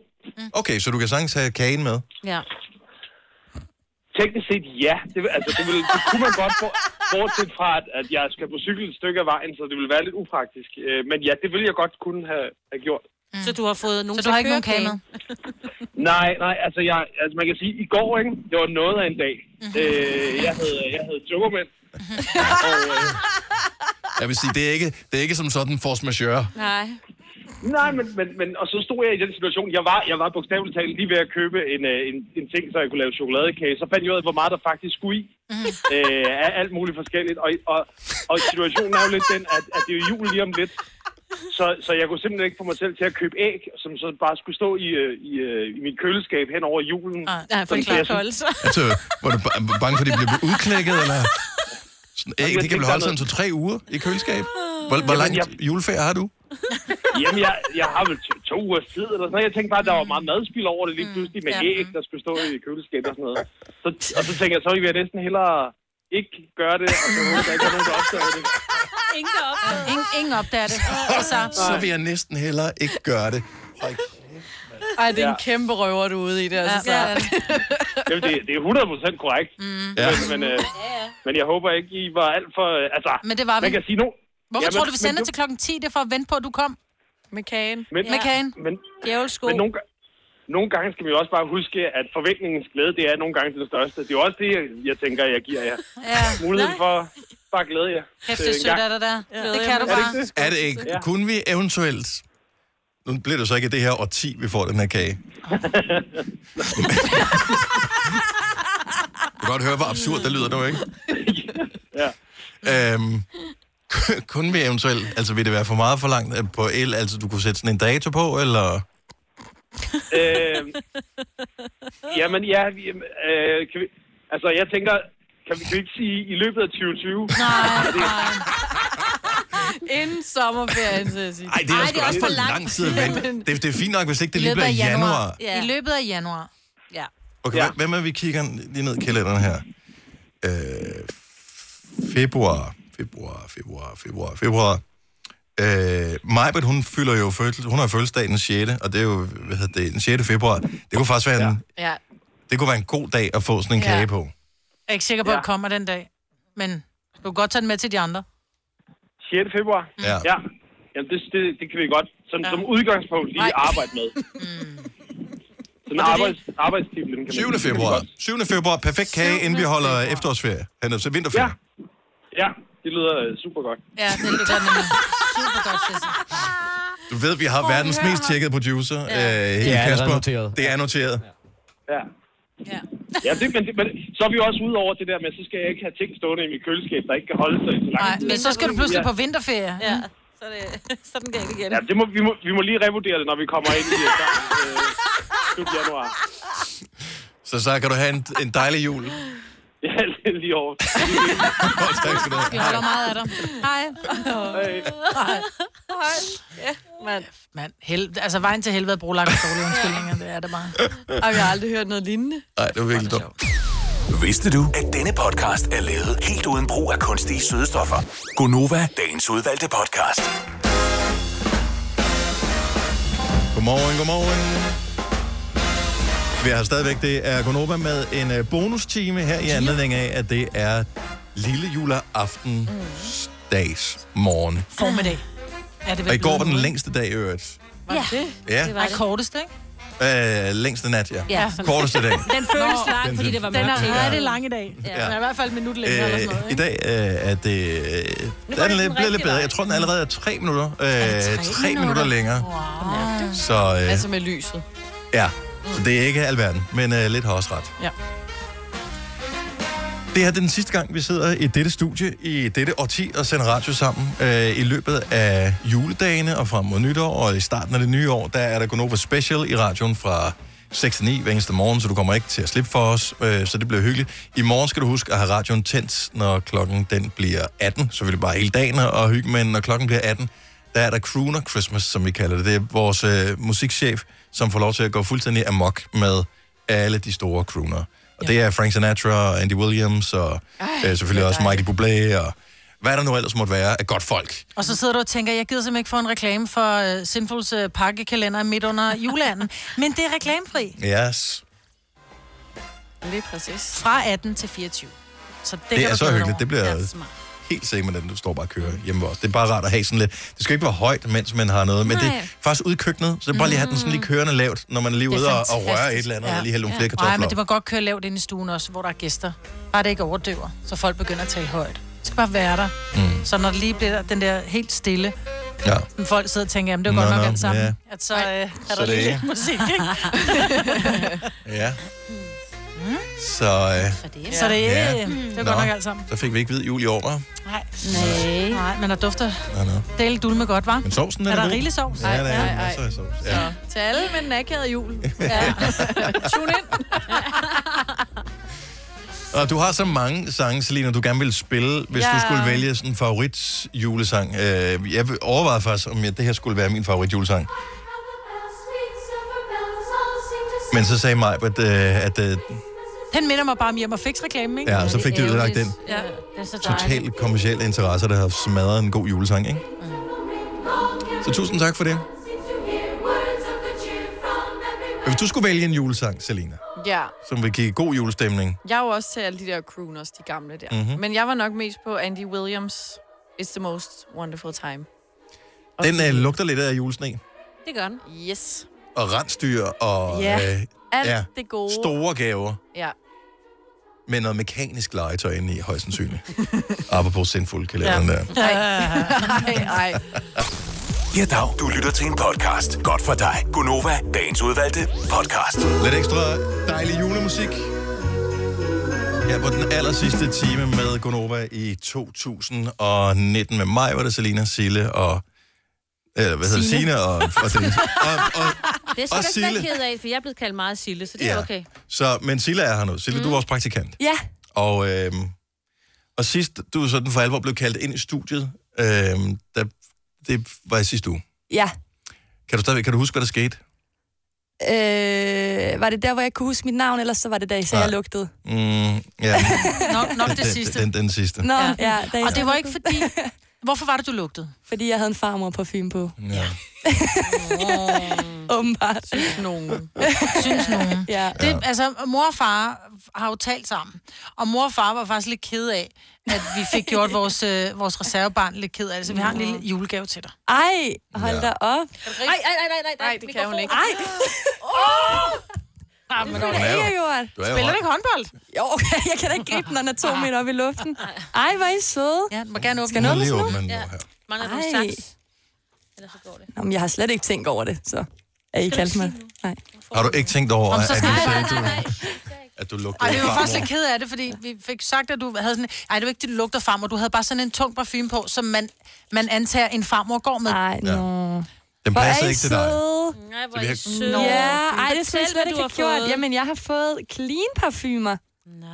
Speaker 1: Okay, så du kan sagtens have kagen med.
Speaker 12: Ja.
Speaker 8: Teknisk set ja. Det, vil- altså, det, vil, det kunne man godt, bort- bortset fra, at, at jeg skal på cykel et stykke af vejen, så det ville være lidt upraktisk. Øh, men ja, det ville jeg godt kunne have, have gjort.
Speaker 12: Mm. Så du har fået nogen
Speaker 3: Så du har
Speaker 12: til
Speaker 3: ikke nogen kage med?
Speaker 12: kørekage?
Speaker 8: Nej, nej, altså, jeg, altså man kan sige, i går, ikke? Det var noget af en dag.
Speaker 3: Mhm.
Speaker 8: Øh, jeg havde, jeg havde tømmermænd. og, øh,
Speaker 1: Jeg vil sige, det er ikke, det er ikke som sådan force majeure.
Speaker 12: Nej.
Speaker 8: Nej, men, men, men og så stod jeg i den situation, jeg var, jeg var bogstaveligt talt lige ved at købe en, øh, en, en ting, så jeg kunne lave chokoladekage. Så fandt jeg ud af, hvor meget der faktisk skulle i. Øh, af alt muligt forskelligt. Og, og, og situationen er jo lidt den, at, at det er jo jul lige om lidt. Så, så jeg kunne simpelthen ikke få mig selv til at købe æg, som så bare skulle stå i, øh, i, øh, i mit køleskab hen over julen.
Speaker 12: Ah, Nej, for
Speaker 8: Sådan,
Speaker 12: det
Speaker 8: så jeg
Speaker 12: klart
Speaker 8: synes-
Speaker 12: holde sig.
Speaker 1: Altså, var du ba- bange for, at de bliver udklækket, eller? Sådan, æg, det kan vel holde sådan til tre uger i køleskab? Hvor, hvor
Speaker 8: Jamen,
Speaker 1: langt
Speaker 8: jeg-
Speaker 1: juleferie har du?
Speaker 8: Jamen, jeg, jeg har vel to, to uger tid eller sådan noget. Jeg tænkte bare, at der var
Speaker 3: Mm.
Speaker 8: meget madspil over det lige pludselig med
Speaker 12: Ja.
Speaker 8: æg, der skulle stå i køleskabet og sådan noget. Så, og så tænkte jeg, så vil jeg næsten hellere ikke gøre det, og så håber jeg ikke, at nogen, der opdager det.
Speaker 12: Ingen opdager
Speaker 3: det. Ingen, ingen opdager det. Altså,
Speaker 1: Så vil jeg næsten hellere ikke gøre det.
Speaker 5: Ej, det er en
Speaker 8: Ja.
Speaker 5: kæmpe røver, du er ude i det. Altså.
Speaker 3: Ja,
Speaker 5: Ja,
Speaker 3: det er
Speaker 8: Jamen, det, det er 100% korrekt. Mm.
Speaker 1: Ja.
Speaker 8: Men, men, øh, men jeg håber ikke, I var alt for... Øh, altså,
Speaker 3: Men det var vi.
Speaker 8: man kan sige nu...
Speaker 3: Hvorfor
Speaker 8: Jamen,
Speaker 3: tror du, vi sender
Speaker 8: men,
Speaker 3: til klokken 10? Det er for at vente på, at du kom.
Speaker 5: Med kagen.
Speaker 8: Men,
Speaker 3: Med kagen.
Speaker 8: Men,
Speaker 12: Djævelsko.
Speaker 8: men nogle, ga- nogle gange skal vi jo også bare huske, at forventningens glæde, det er nogle gange den største. Det er jo også det, jeg, jeg tænker, jeg giver jer.
Speaker 3: Ja.
Speaker 8: Muligheden for bare at glæde jer.
Speaker 3: Kæft,
Speaker 8: til
Speaker 3: det er
Speaker 8: en
Speaker 3: sødt
Speaker 8: gang.
Speaker 3: af dig der. Det
Speaker 8: Er
Speaker 3: kan du
Speaker 8: det
Speaker 3: bare.
Speaker 8: ikke det?
Speaker 1: Er det ikke? Ja. Kunne vi eventuelt... Nu bliver det jo så ikke i det her årti, vi får den her kage. du kan godt høre, hvor absurd det lyder nu, ikke? ja. Øhm, kunne vi eventuelt... Altså, vil det være for meget for langt at på el? Altså, du kunne sætte sådan en dato på, eller...
Speaker 8: øh, jamen, ja, vi, øh, kan vi, altså jeg tænker, kan vi, kan vi ikke sige i løbet af 2020? Nej,
Speaker 5: Inden sommerferien, så jeg sige.
Speaker 1: Ej, det er, Ej, det er også for lang tid at vente. Det, det er fint nok, hvis ikke det
Speaker 3: I
Speaker 1: lige
Speaker 3: løbet
Speaker 1: bliver i
Speaker 3: af
Speaker 1: januar.
Speaker 3: januar. I løbet af januar.
Speaker 12: Ja.
Speaker 1: Okay, ja. hvem er vi kigger lige ned i kalenderen her? Øh, februar, februar, februar, februar, februar. Øh, Majbet, hun fylder jo fødsel, hun har fødselsdag den 6. Og det er jo, hvad hedder det, den 6. februar. Det kunne faktisk være, ja. en,
Speaker 5: Ja.
Speaker 1: det kunne være en god dag at få sådan en
Speaker 3: Ja.
Speaker 1: ja. kage på.
Speaker 3: Jeg er ikke sikker på, at
Speaker 8: Ja.
Speaker 3: det kommer den dag. Men du kan godt tage den med til de andre.
Speaker 8: 6. februar?
Speaker 1: Ja.
Speaker 8: ja. Jamen, det, det, det kan vi godt som, ja. som udgangspunkt lige
Speaker 3: Nej. Mm.
Speaker 8: arbejde med. Sådan arbejds, arbejdstitlen kan man
Speaker 1: 7.
Speaker 8: det kan vi
Speaker 1: februar.
Speaker 8: godt.
Speaker 1: 7. februar, perfekt kage, inden vi holder efterårsferie. Han er så vinterferie.
Speaker 8: Ja,
Speaker 22: Det lyder øh, super godt.
Speaker 3: Ja, det er godt nemlig. Super godt, Sisse.
Speaker 1: Du ved, vi har verdens mest tjekkede producer ja. øh, i
Speaker 23: Det er allerede
Speaker 1: Kasper.
Speaker 23: noteret.
Speaker 1: Det er noteret.
Speaker 22: Ja. Ja, ja det, men, det, men så er vi jo også ude over det der med, så skal jeg ikke have ting stående i mit køleskab, der ikke kan holde sig i så lang
Speaker 3: Nej, men så skal du pludselig på
Speaker 22: ja.
Speaker 3: vinterferie. Mm. Ja.
Speaker 12: Så er det sådan galt igen.
Speaker 22: Ja, det må, vi, må, vi må lige revurdere det, når vi kommer ind i øh, øh, slut januar.
Speaker 1: Så så kan du have en, en dejlig jul.
Speaker 22: Ja, lige over.
Speaker 1: tak skal du
Speaker 3: Vi
Speaker 1: have.
Speaker 3: holder meget af dig. Hej. Hej.
Speaker 5: Hej. Ja, mand.
Speaker 3: Mand, hel... altså vejen til helvede er brolagt med dårlige undskyldninger, det er det bare.
Speaker 5: Og jeg har aldrig hørt noget lignende.
Speaker 1: Nej, det var virkelig dumt.
Speaker 7: Vidste du, at denne podcast er lavet helt uden brug af kunstige sødestoffer?
Speaker 1: Gunova.
Speaker 7: Dagens udvalgte podcast.
Speaker 1: Godmorgen, godmorgen. Vi har stadigvæk, det er Gonova med en øh, bonustime her i anledning af, at det er lille
Speaker 3: Mm.
Speaker 1: juleaften dags morgen.
Speaker 3: Formiddag. Er det
Speaker 1: Og i går var den længste dag i øvrigt.
Speaker 3: Ja, det?
Speaker 1: Ja.
Speaker 3: det var det. Ej, kortest, ikke?
Speaker 1: Øh, længste nat, ja. Korteste dag.
Speaker 3: Den føles
Speaker 1: Nå.
Speaker 3: lang, fordi det var
Speaker 1: Den
Speaker 3: mørkt.
Speaker 1: er
Speaker 3: Den er
Speaker 1: rigtig
Speaker 3: rigtig lang i dag. Ja.
Speaker 1: Ja.
Speaker 3: Den er i hvert fald en minut længere eller
Speaker 1: Øh,
Speaker 3: sådan
Speaker 1: I
Speaker 3: noget, ikke?
Speaker 1: dag øh, er det... Øh, der er den lidt,
Speaker 3: den
Speaker 1: blevet
Speaker 3: rigtige
Speaker 1: lidt bedre.
Speaker 3: vej?
Speaker 1: Jeg tror, den allerede er tre minutter. Øh, tre minutter
Speaker 5: minutter?
Speaker 1: længere.
Speaker 5: Wow.
Speaker 1: Så øh,
Speaker 5: Altså med lyset.
Speaker 1: ja, så det er ikke alverden, men øh, lidt har også ret.
Speaker 5: Ja.
Speaker 1: Det her det er den sidste gang, vi sidder i dette studie i dette årti og sender radio sammen. Øh, I løbet af juledagene og frem mod nytår og i starten af det nye år, der er der Gonova Special i radioen fra 6 til 9 hver eneste morgen, så du kommer ikke til at slippe for os, øh, så det bliver hyggeligt. I morgen skal du huske at have radioen tændt, når klokken den bliver 18, så vil det bare hele dagen og hygge, men når klokken bliver 18, der er der Crooner Christmas, som vi kalder det. Det er vores øh, musikchef, som får lov til at gå fuldstændig amok med alle de store crooner. Og det er Frank Sinatra, og Andy Williams, og øh, selvfølgelig også Michael Bublé, og hvad der nu ellers måtte være af godt folk.
Speaker 3: Og så sidder du og tænker, jeg gider simpelthen ikke få en reklame for uh, Sinfuls uh, pakkekalender midt under juleanden. Men det er reklamefri.
Speaker 1: Yes.
Speaker 3: Lige præcis. Fra 18 til 24. Så det,
Speaker 1: Det,
Speaker 3: kan
Speaker 1: det er
Speaker 3: du
Speaker 1: så
Speaker 3: glæde dig
Speaker 1: hyggeligt.
Speaker 3: over.
Speaker 1: Det bliver
Speaker 3: Ja, smart.
Speaker 1: helt sikkert, med den, du står bare og kører hjemme hos. Det er bare rart at have sådan lidt. Det skal ikke være højt, mens man har noget, men det er
Speaker 3: Nej. Mm.
Speaker 1: faktisk ude i køkkenet, så det er bare lige at have den sådan lige kørende lavt, når man er lige
Speaker 3: Det er
Speaker 1: ude og, og
Speaker 3: fantastisk.
Speaker 1: røre et eller andet, ja. og lige hælde nogle flere kartofler
Speaker 3: Nej, men
Speaker 1: op.
Speaker 3: det må godt køre lavt ind i stuen også, hvor der er gæster. Bare det ikke overdøver, så folk begynder at tale højt. Det skal bare være der. Mm. Så når det lige bliver den der helt stille,
Speaker 1: Ja.
Speaker 3: den folk sidder og tænker, jamen det er
Speaker 1: Nå,
Speaker 3: godt nok
Speaker 1: nå,
Speaker 3: alt sammen,
Speaker 1: ja.
Speaker 3: at så øh, er
Speaker 1: Så
Speaker 3: der
Speaker 1: det
Speaker 3: lige
Speaker 1: er-
Speaker 3: lidt musik, ikke?
Speaker 1: Ja. Så, øh,
Speaker 3: Så det er,
Speaker 1: Ja.
Speaker 3: ja. det er
Speaker 1: Nå,
Speaker 3: godt nok alt sammen.
Speaker 1: Så fik vi ikke hvid jul i år, hva'?
Speaker 3: Nej. Nej. Nej, men der dufter
Speaker 1: Nå, nå.
Speaker 3: del dulme godt, var.
Speaker 1: Men sovsen, den
Speaker 3: er
Speaker 1: er
Speaker 3: der
Speaker 1: god.
Speaker 3: rigelig sovs?
Speaker 1: Ja, der er masser af sovs. Ja.
Speaker 5: Så til alle med den akavede jul. Ja. Tune ind.
Speaker 1: Og du har så mange sange, Selina, du gerne vil spille, hvis ja.
Speaker 5: Ja.
Speaker 1: du skulle vælge sådan en favorit julesang. Øh, jeg overvejede faktisk, om jeg, det her skulle være min favorit julesang. Men så sagde mig, at, øh, at øh,
Speaker 3: Den minder mig bare om hjem og fix reklame, ikke?
Speaker 1: Ja, så fik
Speaker 3: Det er
Speaker 1: de ødelagt
Speaker 3: ærgerligt. Ja, det er så dejligt.
Speaker 1: totalt kommersielle interesser, der har smadret en god julesang, ikke? Så tusind tak for det. Men Hvis du skulle vælge en julesang, Selina,
Speaker 5: Ja.
Speaker 1: som vil give god julestemning,
Speaker 5: Jeg er jo også til alle de der crooners, de gamle der.
Speaker 1: Mhm.
Speaker 5: Mm-hmm. Men jeg var nok mest på Andy Williams' It's the most wonderful time.
Speaker 1: den øh, lugter lidt af julesne
Speaker 5: Det gør den. Yes.
Speaker 1: og rensdyr og
Speaker 5: Ja,
Speaker 1: øh,
Speaker 5: alt det gode.
Speaker 1: store gaver.
Speaker 5: Ja.
Speaker 1: med noget mekanisk legetøj inde i, højst sandsynligt. Apropos sindfulde kalenderen ja. der.
Speaker 5: Nej, nej.
Speaker 7: Ja, dag. Du lytter til en podcast. Godt for dig. Gunova, dagens udvalgte podcast.
Speaker 1: Lidt ekstra dejlig julemusik. Ja, på den aller sidste time med Gonova i 2019 med mig, var det Selina, Sille og... Eller, hvad hedder det?
Speaker 12: Signe.
Speaker 1: Signe og, og, Dennis. og, og
Speaker 12: Det skal
Speaker 1: Og
Speaker 12: du ikke være
Speaker 1: Sille.
Speaker 12: ked af, for jeg er blevet kaldt meget Sille, så det er
Speaker 1: Ja.
Speaker 12: okay.
Speaker 1: så, men Sille er her nu. Sille, mm. du er vores praktikant.
Speaker 12: Ja.
Speaker 1: Og, øhm, og sidst du sådan for alvor blev kaldt ind i studiet, øhm, der, det var i sidste uge.
Speaker 24: Ja.
Speaker 1: Kan du, stadigvæk, kan du huske, hvad der skete?
Speaker 24: Øh, var det der, hvor jeg kunne huske mit navn, eller så var det da I sagde, jeg lugtede?
Speaker 1: Mm, ja.
Speaker 3: Nok, nok det
Speaker 1: Den-
Speaker 3: sidste.
Speaker 1: Den, den, den sidste.
Speaker 24: Nå, ja. ja da I
Speaker 3: Og det
Speaker 24: sagde,
Speaker 3: var
Speaker 24: jeg
Speaker 3: ikke
Speaker 24: lugtede.
Speaker 3: fordi... Hvorfor var det, du lugtede?
Speaker 24: Fordi jeg havde en farmor parfume på.
Speaker 1: Ja.
Speaker 24: Åbenbart.
Speaker 5: Synes nogen.
Speaker 3: Synes nogen.
Speaker 24: ja.
Speaker 3: Det, altså, mor og far har jo talt sammen, og mor og far var faktisk lidt ked af, at vi fik gjort vores, øh, vores reservebarn lidt ked af det, så vi har en lille julegave til dig.
Speaker 24: Ej, hold
Speaker 1: Ja.
Speaker 24: da op.
Speaker 3: Ej, ej, ej, nej, nej, nej,
Speaker 24: det kan hun ikke.
Speaker 3: Ej!
Speaker 24: Åh!
Speaker 3: Ah, men
Speaker 24: Ah! Det er
Speaker 3: hun er
Speaker 24: da
Speaker 3: jo-
Speaker 24: ikke gjort.
Speaker 3: du er jo Spiller den ikke håndbold? Ah.
Speaker 24: Jo, okay, jeg kan da ikke gribe den, når den er to meter oppe i luften. Ej, hvor er I søde.
Speaker 3: Ja, den må gerne åbne.
Speaker 24: Skal noget med
Speaker 1: Lige
Speaker 24: sådan
Speaker 1: åbne
Speaker 24: noget?
Speaker 1: den nu
Speaker 3: Mangler du
Speaker 24: Ej.
Speaker 3: saks?
Speaker 24: Nå, men jeg har slet ikke tænkt over det, så er I
Speaker 3: Skal du
Speaker 24: kaldt
Speaker 3: sige
Speaker 24: mig. Nej.
Speaker 1: Har du ikke tænkt over,
Speaker 3: Om,
Speaker 1: at,
Speaker 3: så
Speaker 1: at,
Speaker 3: skal jeg-
Speaker 1: du, sagde, du, at du lugtede
Speaker 3: Ej, vi var
Speaker 1: farmor?
Speaker 3: faktisk lidt ked af det, fordi vi fik sagt, at du havde sådan... Ej, det var ikke det, du lugter farmor. Du havde bare sådan en tung parfume på, som man, man antager, en farmor går med.
Speaker 24: Ej,
Speaker 1: Ja. Den
Speaker 24: Hvor
Speaker 1: passer
Speaker 24: er I
Speaker 1: ikke til dig.
Speaker 24: søde.
Speaker 3: Nej,
Speaker 1: hvor er I søde.
Speaker 24: Nå, ja, ej, det synes jeg
Speaker 3: Fortæl,
Speaker 24: slet
Speaker 3: hvad
Speaker 24: ikke
Speaker 3: du
Speaker 24: har
Speaker 3: har
Speaker 24: gjort.
Speaker 3: fået.
Speaker 24: Jamen, jeg har fået clean parfumer.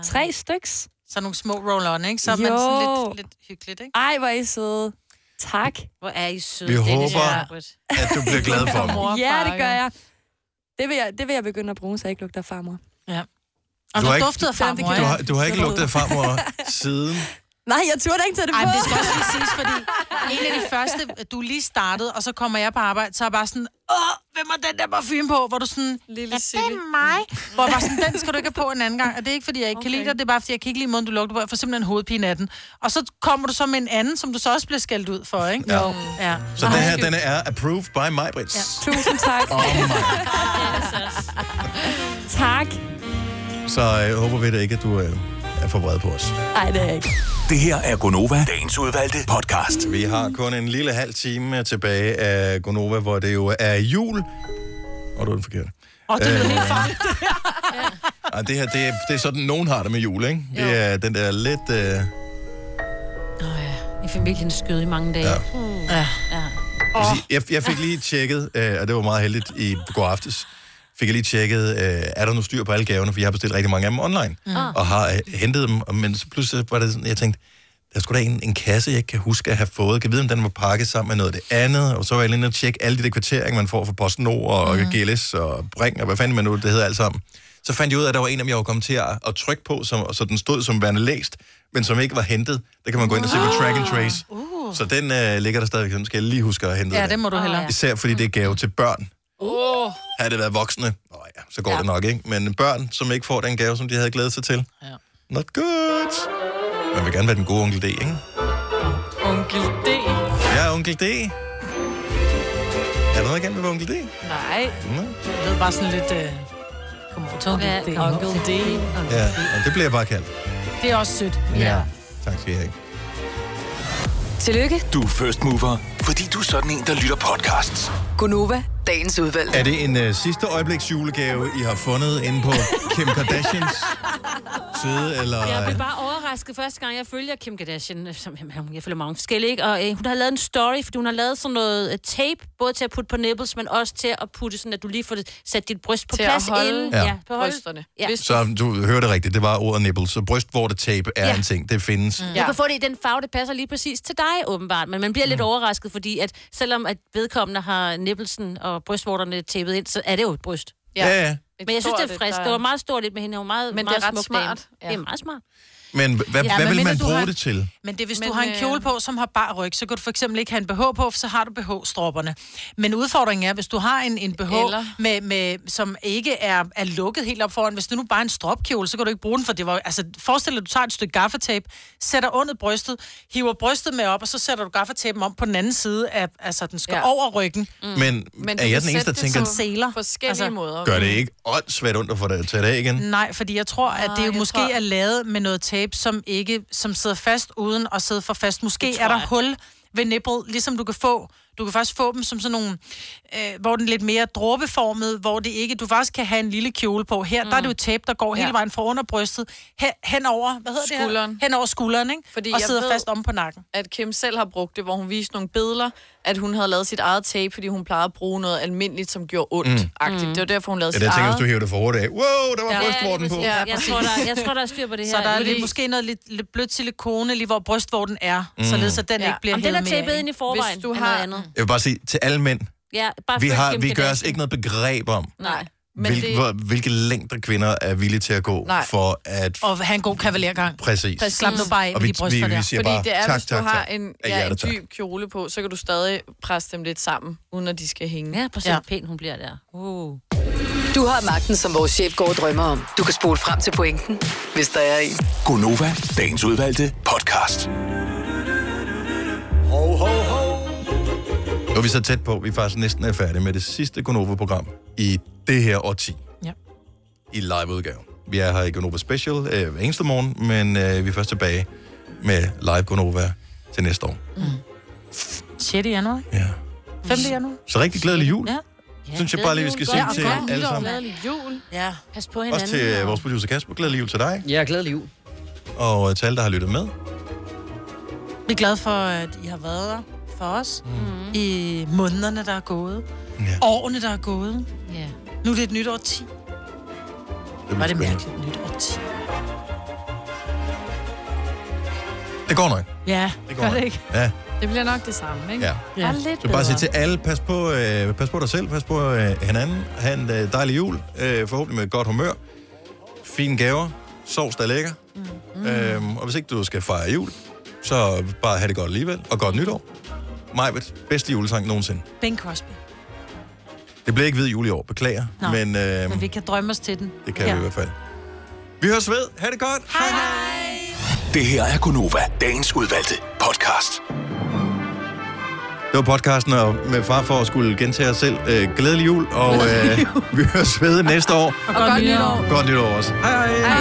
Speaker 24: Tre styks.
Speaker 3: Så nogle små roll-on, ikke? Så er man sådan
Speaker 24: Jo.
Speaker 3: lidt, lidt hyggeligt, ikke?
Speaker 24: Ej, hvor er I søde. Tak. Hvor er I søde.
Speaker 1: Vi håber, at du bliver glad for mig.
Speaker 24: Ja, det gør jeg. Det vil jeg, det vil jeg begynde at bruge, så jeg ikke lugter af farmor.
Speaker 3: Ja.
Speaker 1: Og Du du har ikke- duftede
Speaker 3: af farmor,
Speaker 1: Du har, du har ikke lugtet af farmor siden.
Speaker 24: Nej, jeg turde ikke tage det
Speaker 3: Ej,
Speaker 24: på.
Speaker 3: men det skal også lige siges, fordi en af de første, du lige startede, og så kommer jeg på arbejde, så er jeg bare sådan, åh, hvem er den der parfume på? Hvor du sådan, Lille ja, det er mig. Hvor jeg bare sådan, den skal du ikke have på en anden gang. Og det er ikke, fordi jeg ikke okay. kan lide dig, det er bare, fordi jeg kan ikke lide måden, du lugter på. Jeg får simpelthen hovedpine af den. Og så kommer du så med en anden, som du så også bliver skældt ud for, ikke?
Speaker 1: Ja.
Speaker 3: ja.
Speaker 1: Så den her, den er approved by Majbrits.
Speaker 24: Tusind tak.
Speaker 1: Oh
Speaker 24: tak.
Speaker 1: Så øh, håber vi da ikke, at du øh, er for vred på os.
Speaker 24: Nej, det er jeg ikke.
Speaker 1: Det her er Gonova, dagens udvalgte podcast. Vi har kun en lille halv time tilbage af Gonova, hvor det jo er jul. Og du er den forkerte.
Speaker 3: Og det lyder
Speaker 1: Øh,
Speaker 3: helt farligt.
Speaker 1: Ej, det her, det er, det er sådan, nogen har det med jul, ikke? Det er den der lidt... Øh,
Speaker 12: I familien skød i mange dage.
Speaker 1: Ja.
Speaker 12: Hmm. ja. ja.
Speaker 1: Jeg vil sige, Jeg, jeg fik lige tjekket, øh, og det var meget heldigt i går aftes, fik jeg lige tjekket, øh, er der nu styr på alle gaverne, for jeg har bestilt rigtig mange af dem online,
Speaker 6: Mm.
Speaker 1: mm. og har øh, hentet dem, og- men så pludselig var det sådan, jeg tænkte, der skulle da en, en kasse, jeg ikke kan huske at have fået. Kan vide, om den var pakket sammen med noget af det andet. Og så var jeg lige inde og tjekke alle de der kvarteringer, man får fra PostNord og mm. GLS og Bring, og hvad fanden man nu, det hedder alt sammen. Så fandt jeg ud af, at der var en, om jeg var kommet til at, at trykke på, som, og så den stod som værende læst, men som ikke var hentet. Der kan man gå ind og se på Track and Trace. Uh. Så den øh, ligger der stadigvæk, den skal jeg lige huske at hente.
Speaker 3: Ja,
Speaker 1: den.
Speaker 3: den må du hellere.
Speaker 1: Især fordi det er gave til børn.
Speaker 3: Åh, oh,
Speaker 1: Havde det været voksne, Nå ja, så går ja. det nok, ikke? Men børn, som ikke får den gave, som de havde glædet sig til. Ja. Not good. Man vil gerne være den gode onkel D, ikke?
Speaker 5: Onkel D.
Speaker 1: Ja, onkel D. Er der noget igen med onkel D?
Speaker 5: Nej.
Speaker 1: Nå.
Speaker 3: Det er bare sådan lidt... Øh, kom over til onkel D.
Speaker 5: Onkel D.
Speaker 1: Ja, og det bliver jeg bare kaldt.
Speaker 3: Det er også sødt.
Speaker 1: Tak skal I have.
Speaker 16: Tillykke,
Speaker 7: Du er first mover, fordi du er sådan en, der lytter podcasts.
Speaker 16: Gunova, dagens udvalgte.
Speaker 1: Er det en øh, sidste øjebliks julegave, I har fundet inde på Kim Kardashians side, eller... øh,
Speaker 12: Jeg blev bare overrasket første gang, jeg følger Kim Kardashian, øh, som jamen, jeg følger mange forskellige, ikke? og øh, hun har lavet en story, fordi hun har lavet sådan noget øh, tape, både til at putte på nipples, men også til at putte sådan, at du lige får det- sat dit bryst på
Speaker 5: Til at
Speaker 12: plads
Speaker 5: holde
Speaker 12: inden.
Speaker 1: Ja.
Speaker 12: på holdet.
Speaker 5: brysterne.
Speaker 12: Ja.
Speaker 1: Så du hørte rigtigt, det var ordet nipples. Så brystvortetape er ja. en ting, det findes.
Speaker 12: Mm. Du kan få det i den farve, der passer lige præcis til dig, åbenbart. Men man bliver mm. lidt overrasket, fordi at selvom at vedkommende har nippelsen og brystvorterne tæppet ind, så er det jo et bryst.
Speaker 1: Ja. Ja, ja.
Speaker 12: Men jeg synes,
Speaker 5: Et
Speaker 12: det er
Speaker 5: stort
Speaker 12: frisk.
Speaker 5: et, der-
Speaker 12: Det var meget stort lidt med hende. Hun er meget,
Speaker 5: Men det
Speaker 12: meget
Speaker 5: er ret
Speaker 12: smuk dame.
Speaker 5: smart, ja.
Speaker 12: Det er meget smart.
Speaker 1: Men hvad,
Speaker 12: Ja,
Speaker 1: ja, hvad
Speaker 12: men
Speaker 1: vil man
Speaker 12: mindre du
Speaker 1: bruge
Speaker 12: har-
Speaker 1: det til?
Speaker 3: Men det, hvis
Speaker 5: Men,
Speaker 3: men, du har en
Speaker 5: øh,
Speaker 3: kjole på, som har bar ryg, så kan du for eksempel ikke have en BH på, for så har du BH-stropperne. Men udfordringen er, hvis du har en, en BH,
Speaker 5: Eller-
Speaker 3: med, med, som ikke er, er lukket helt op foran, hvis du nu bare er en stropkjole, så kan du ikke bruge den, for det var, altså, forestil dig, at du tager et stykke gaffatape, sætter under brystet, hiver brystet med op, og så sætter du gaffatapen om på den anden side, af, altså den skal ja. over ryggen. Mm.
Speaker 1: Men Men du er jeg kan den eneste, sætte der det tænker, som
Speaker 3: seler?
Speaker 5: Forskellige altså, måder.
Speaker 1: Gør det
Speaker 3: Mm.
Speaker 1: ikke åndssvagt ondt at få det til det af
Speaker 12: Mm.
Speaker 1: igen?
Speaker 3: Nej, fordi jeg tror, at det jo
Speaker 5: jeg
Speaker 3: måske
Speaker 5: tror-
Speaker 3: er lavet med noget tape, som ikke som sidder fast uden at sidde for fast. Måske er der
Speaker 5: jeg.
Speaker 3: hul ved nipple, ligesom du kan få. Du kan faktisk få dem som sådan nogle, øh, hvor den er lidt mere dråbeformet, hvor det ikke, du faktisk kan have en lille kjole på. Her, mm. der er det jo tape, der går ja. hele
Speaker 5: Ja.
Speaker 3: vejen fra under brystet, hen, hen over, hvad hedder
Speaker 5: Skulderen.
Speaker 3: det her? Hen over skulderen, ikke?
Speaker 5: Fordi
Speaker 3: og
Speaker 5: jeg
Speaker 3: sidder
Speaker 5: ved-
Speaker 3: fast om på nakken.
Speaker 5: at Kim selv har brugt det, hvor hun viste nogle billeder, at hun havde lavet sit eget tape, fordi hun plejede at bruge noget almindeligt, som gjorde ondt.
Speaker 1: Mm.
Speaker 5: Mm. Det var derfor, hun lavede
Speaker 1: Ja,
Speaker 5: sit
Speaker 1: det
Speaker 5: eget.
Speaker 1: tænker, hvis du hiver det for hurtigt af. Wow, der var
Speaker 5: Ja,
Speaker 1: ja,
Speaker 5: ja,
Speaker 1: brystvorten på.
Speaker 5: Ja,
Speaker 12: Jeg
Speaker 5: præcis.
Speaker 12: tror, der, jeg tror, der er styr på det her.
Speaker 3: Så der er lidt,
Speaker 12: Lige-
Speaker 3: måske noget lidt, lidt blødt silikone, lige hvor brystvorten er,
Speaker 1: Mm.
Speaker 3: mm. således at den ja. ikke bliver
Speaker 12: Om den er
Speaker 3: hævet med
Speaker 12: tapet
Speaker 3: af,
Speaker 12: ind i
Speaker 3: ikke?
Speaker 12: forvejen,
Speaker 3: Hvis du
Speaker 12: er
Speaker 3: har...
Speaker 12: noget andet.
Speaker 1: Jeg vil bare sige, til alle mænd,
Speaker 12: Ja, bare
Speaker 1: vi,
Speaker 12: følg
Speaker 1: har,
Speaker 12: Kim
Speaker 1: vi gør os
Speaker 12: Kardashian.
Speaker 1: ikke noget begreb om,
Speaker 5: Nej. Men
Speaker 1: hvil,
Speaker 5: det-
Speaker 1: hvor, hvilke længder kvinder er villige til at gå
Speaker 5: Nej.
Speaker 1: for at...
Speaker 3: Og have en god kavalergang.
Speaker 1: Præcis.
Speaker 5: Præcis.
Speaker 3: Slap nu bare af
Speaker 1: Og
Speaker 3: med
Speaker 1: vi-
Speaker 3: de bryster
Speaker 1: vi- vi
Speaker 3: der.
Speaker 1: siger
Speaker 5: Fordi
Speaker 1: bare,
Speaker 5: det er,
Speaker 1: tak,
Speaker 5: tak, hvis du
Speaker 1: tak,
Speaker 5: har
Speaker 1: tak.
Speaker 5: en,
Speaker 1: Af
Speaker 5: ja, en
Speaker 1: hjertet, tak.
Speaker 5: dyb kjole på, så kan du stadig presse dem lidt sammen, uden at de skal hænge.
Speaker 12: Ja, Prøv at se, hvor pæn hun bliver der. Uh.
Speaker 16: Du har magten, som vores chef går og drømmer om. Du kan spole frem til pointen, hvis der er en.
Speaker 7: Gonova, dagens udvalgte podcast.
Speaker 1: Ho, ho, ho. Nu er vi så tæt på, vi er faktisk næsten er færdige med det sidste Gonova-program i det her årti.
Speaker 3: Ja.
Speaker 1: i liveudgave. Vi er her i Gonova Special øh, hver eneste morgen, men øh, vi er først tilbage med live Gonova til næste år.
Speaker 3: 6. januar, ikke?
Speaker 1: Ja.
Speaker 3: 5. januar.
Speaker 1: Så rigtig glædelig jul.
Speaker 3: Ja.
Speaker 1: Synes jeg bare lige, vi skal sige til alle sammen.
Speaker 12: Glædelig
Speaker 3: jul. Ja.
Speaker 12: Pas på
Speaker 1: Også til øh, vores producer Kasper. Glædelig jul til dig.
Speaker 4: Ja, glædelig jul.
Speaker 1: Og øh, til alle, der har lyttet med.
Speaker 3: Vi er glade for, at I har været der for os mm. i månederne, der er gået.
Speaker 1: Ja.
Speaker 3: Årene, der er gået. Ja. Nu er det et nyt årti.
Speaker 1: Det
Speaker 3: Var det mærkeligt nyt årti?
Speaker 1: Det går nok.
Speaker 5: Ja,
Speaker 1: Det går nok. Ja.
Speaker 5: Det bliver nok det samme, ikke?
Speaker 1: Ja.
Speaker 5: ja. Bare lidt
Speaker 1: Så bare sige
Speaker 5: bedre.
Speaker 1: til alle, pas på, øh, pas på dig selv, pas på øh, hinanden. Ha' en øh, dejlig jul, øh, forhåbentlig med godt humør. Fine gaver, sovs, der er lækker. Mm. Øhm, og hvis ikke du skal fejre jul, så bare have det godt alligevel. Og godt nytår. Majbet, bedste julesang nogensinde.
Speaker 3: Ben Crosby.
Speaker 1: Det bliver ikke hvid jul i år, beklager.
Speaker 3: Nå,
Speaker 1: men, øh,
Speaker 3: Men vi kan drømme os til den.
Speaker 1: det kan ja. vi i hvert fald. Vi høres ved. Ha' det godt.
Speaker 3: Hej, hej.
Speaker 7: Det her er Gonova, dagens udvalgte podcast.
Speaker 1: Det var podcasten, og med far for at skulle gentage os selv. Øh, glædelig jul, og øh, vi høres ved næste år.
Speaker 5: Og godt nytår.
Speaker 1: Godt nytår også. Hej hej.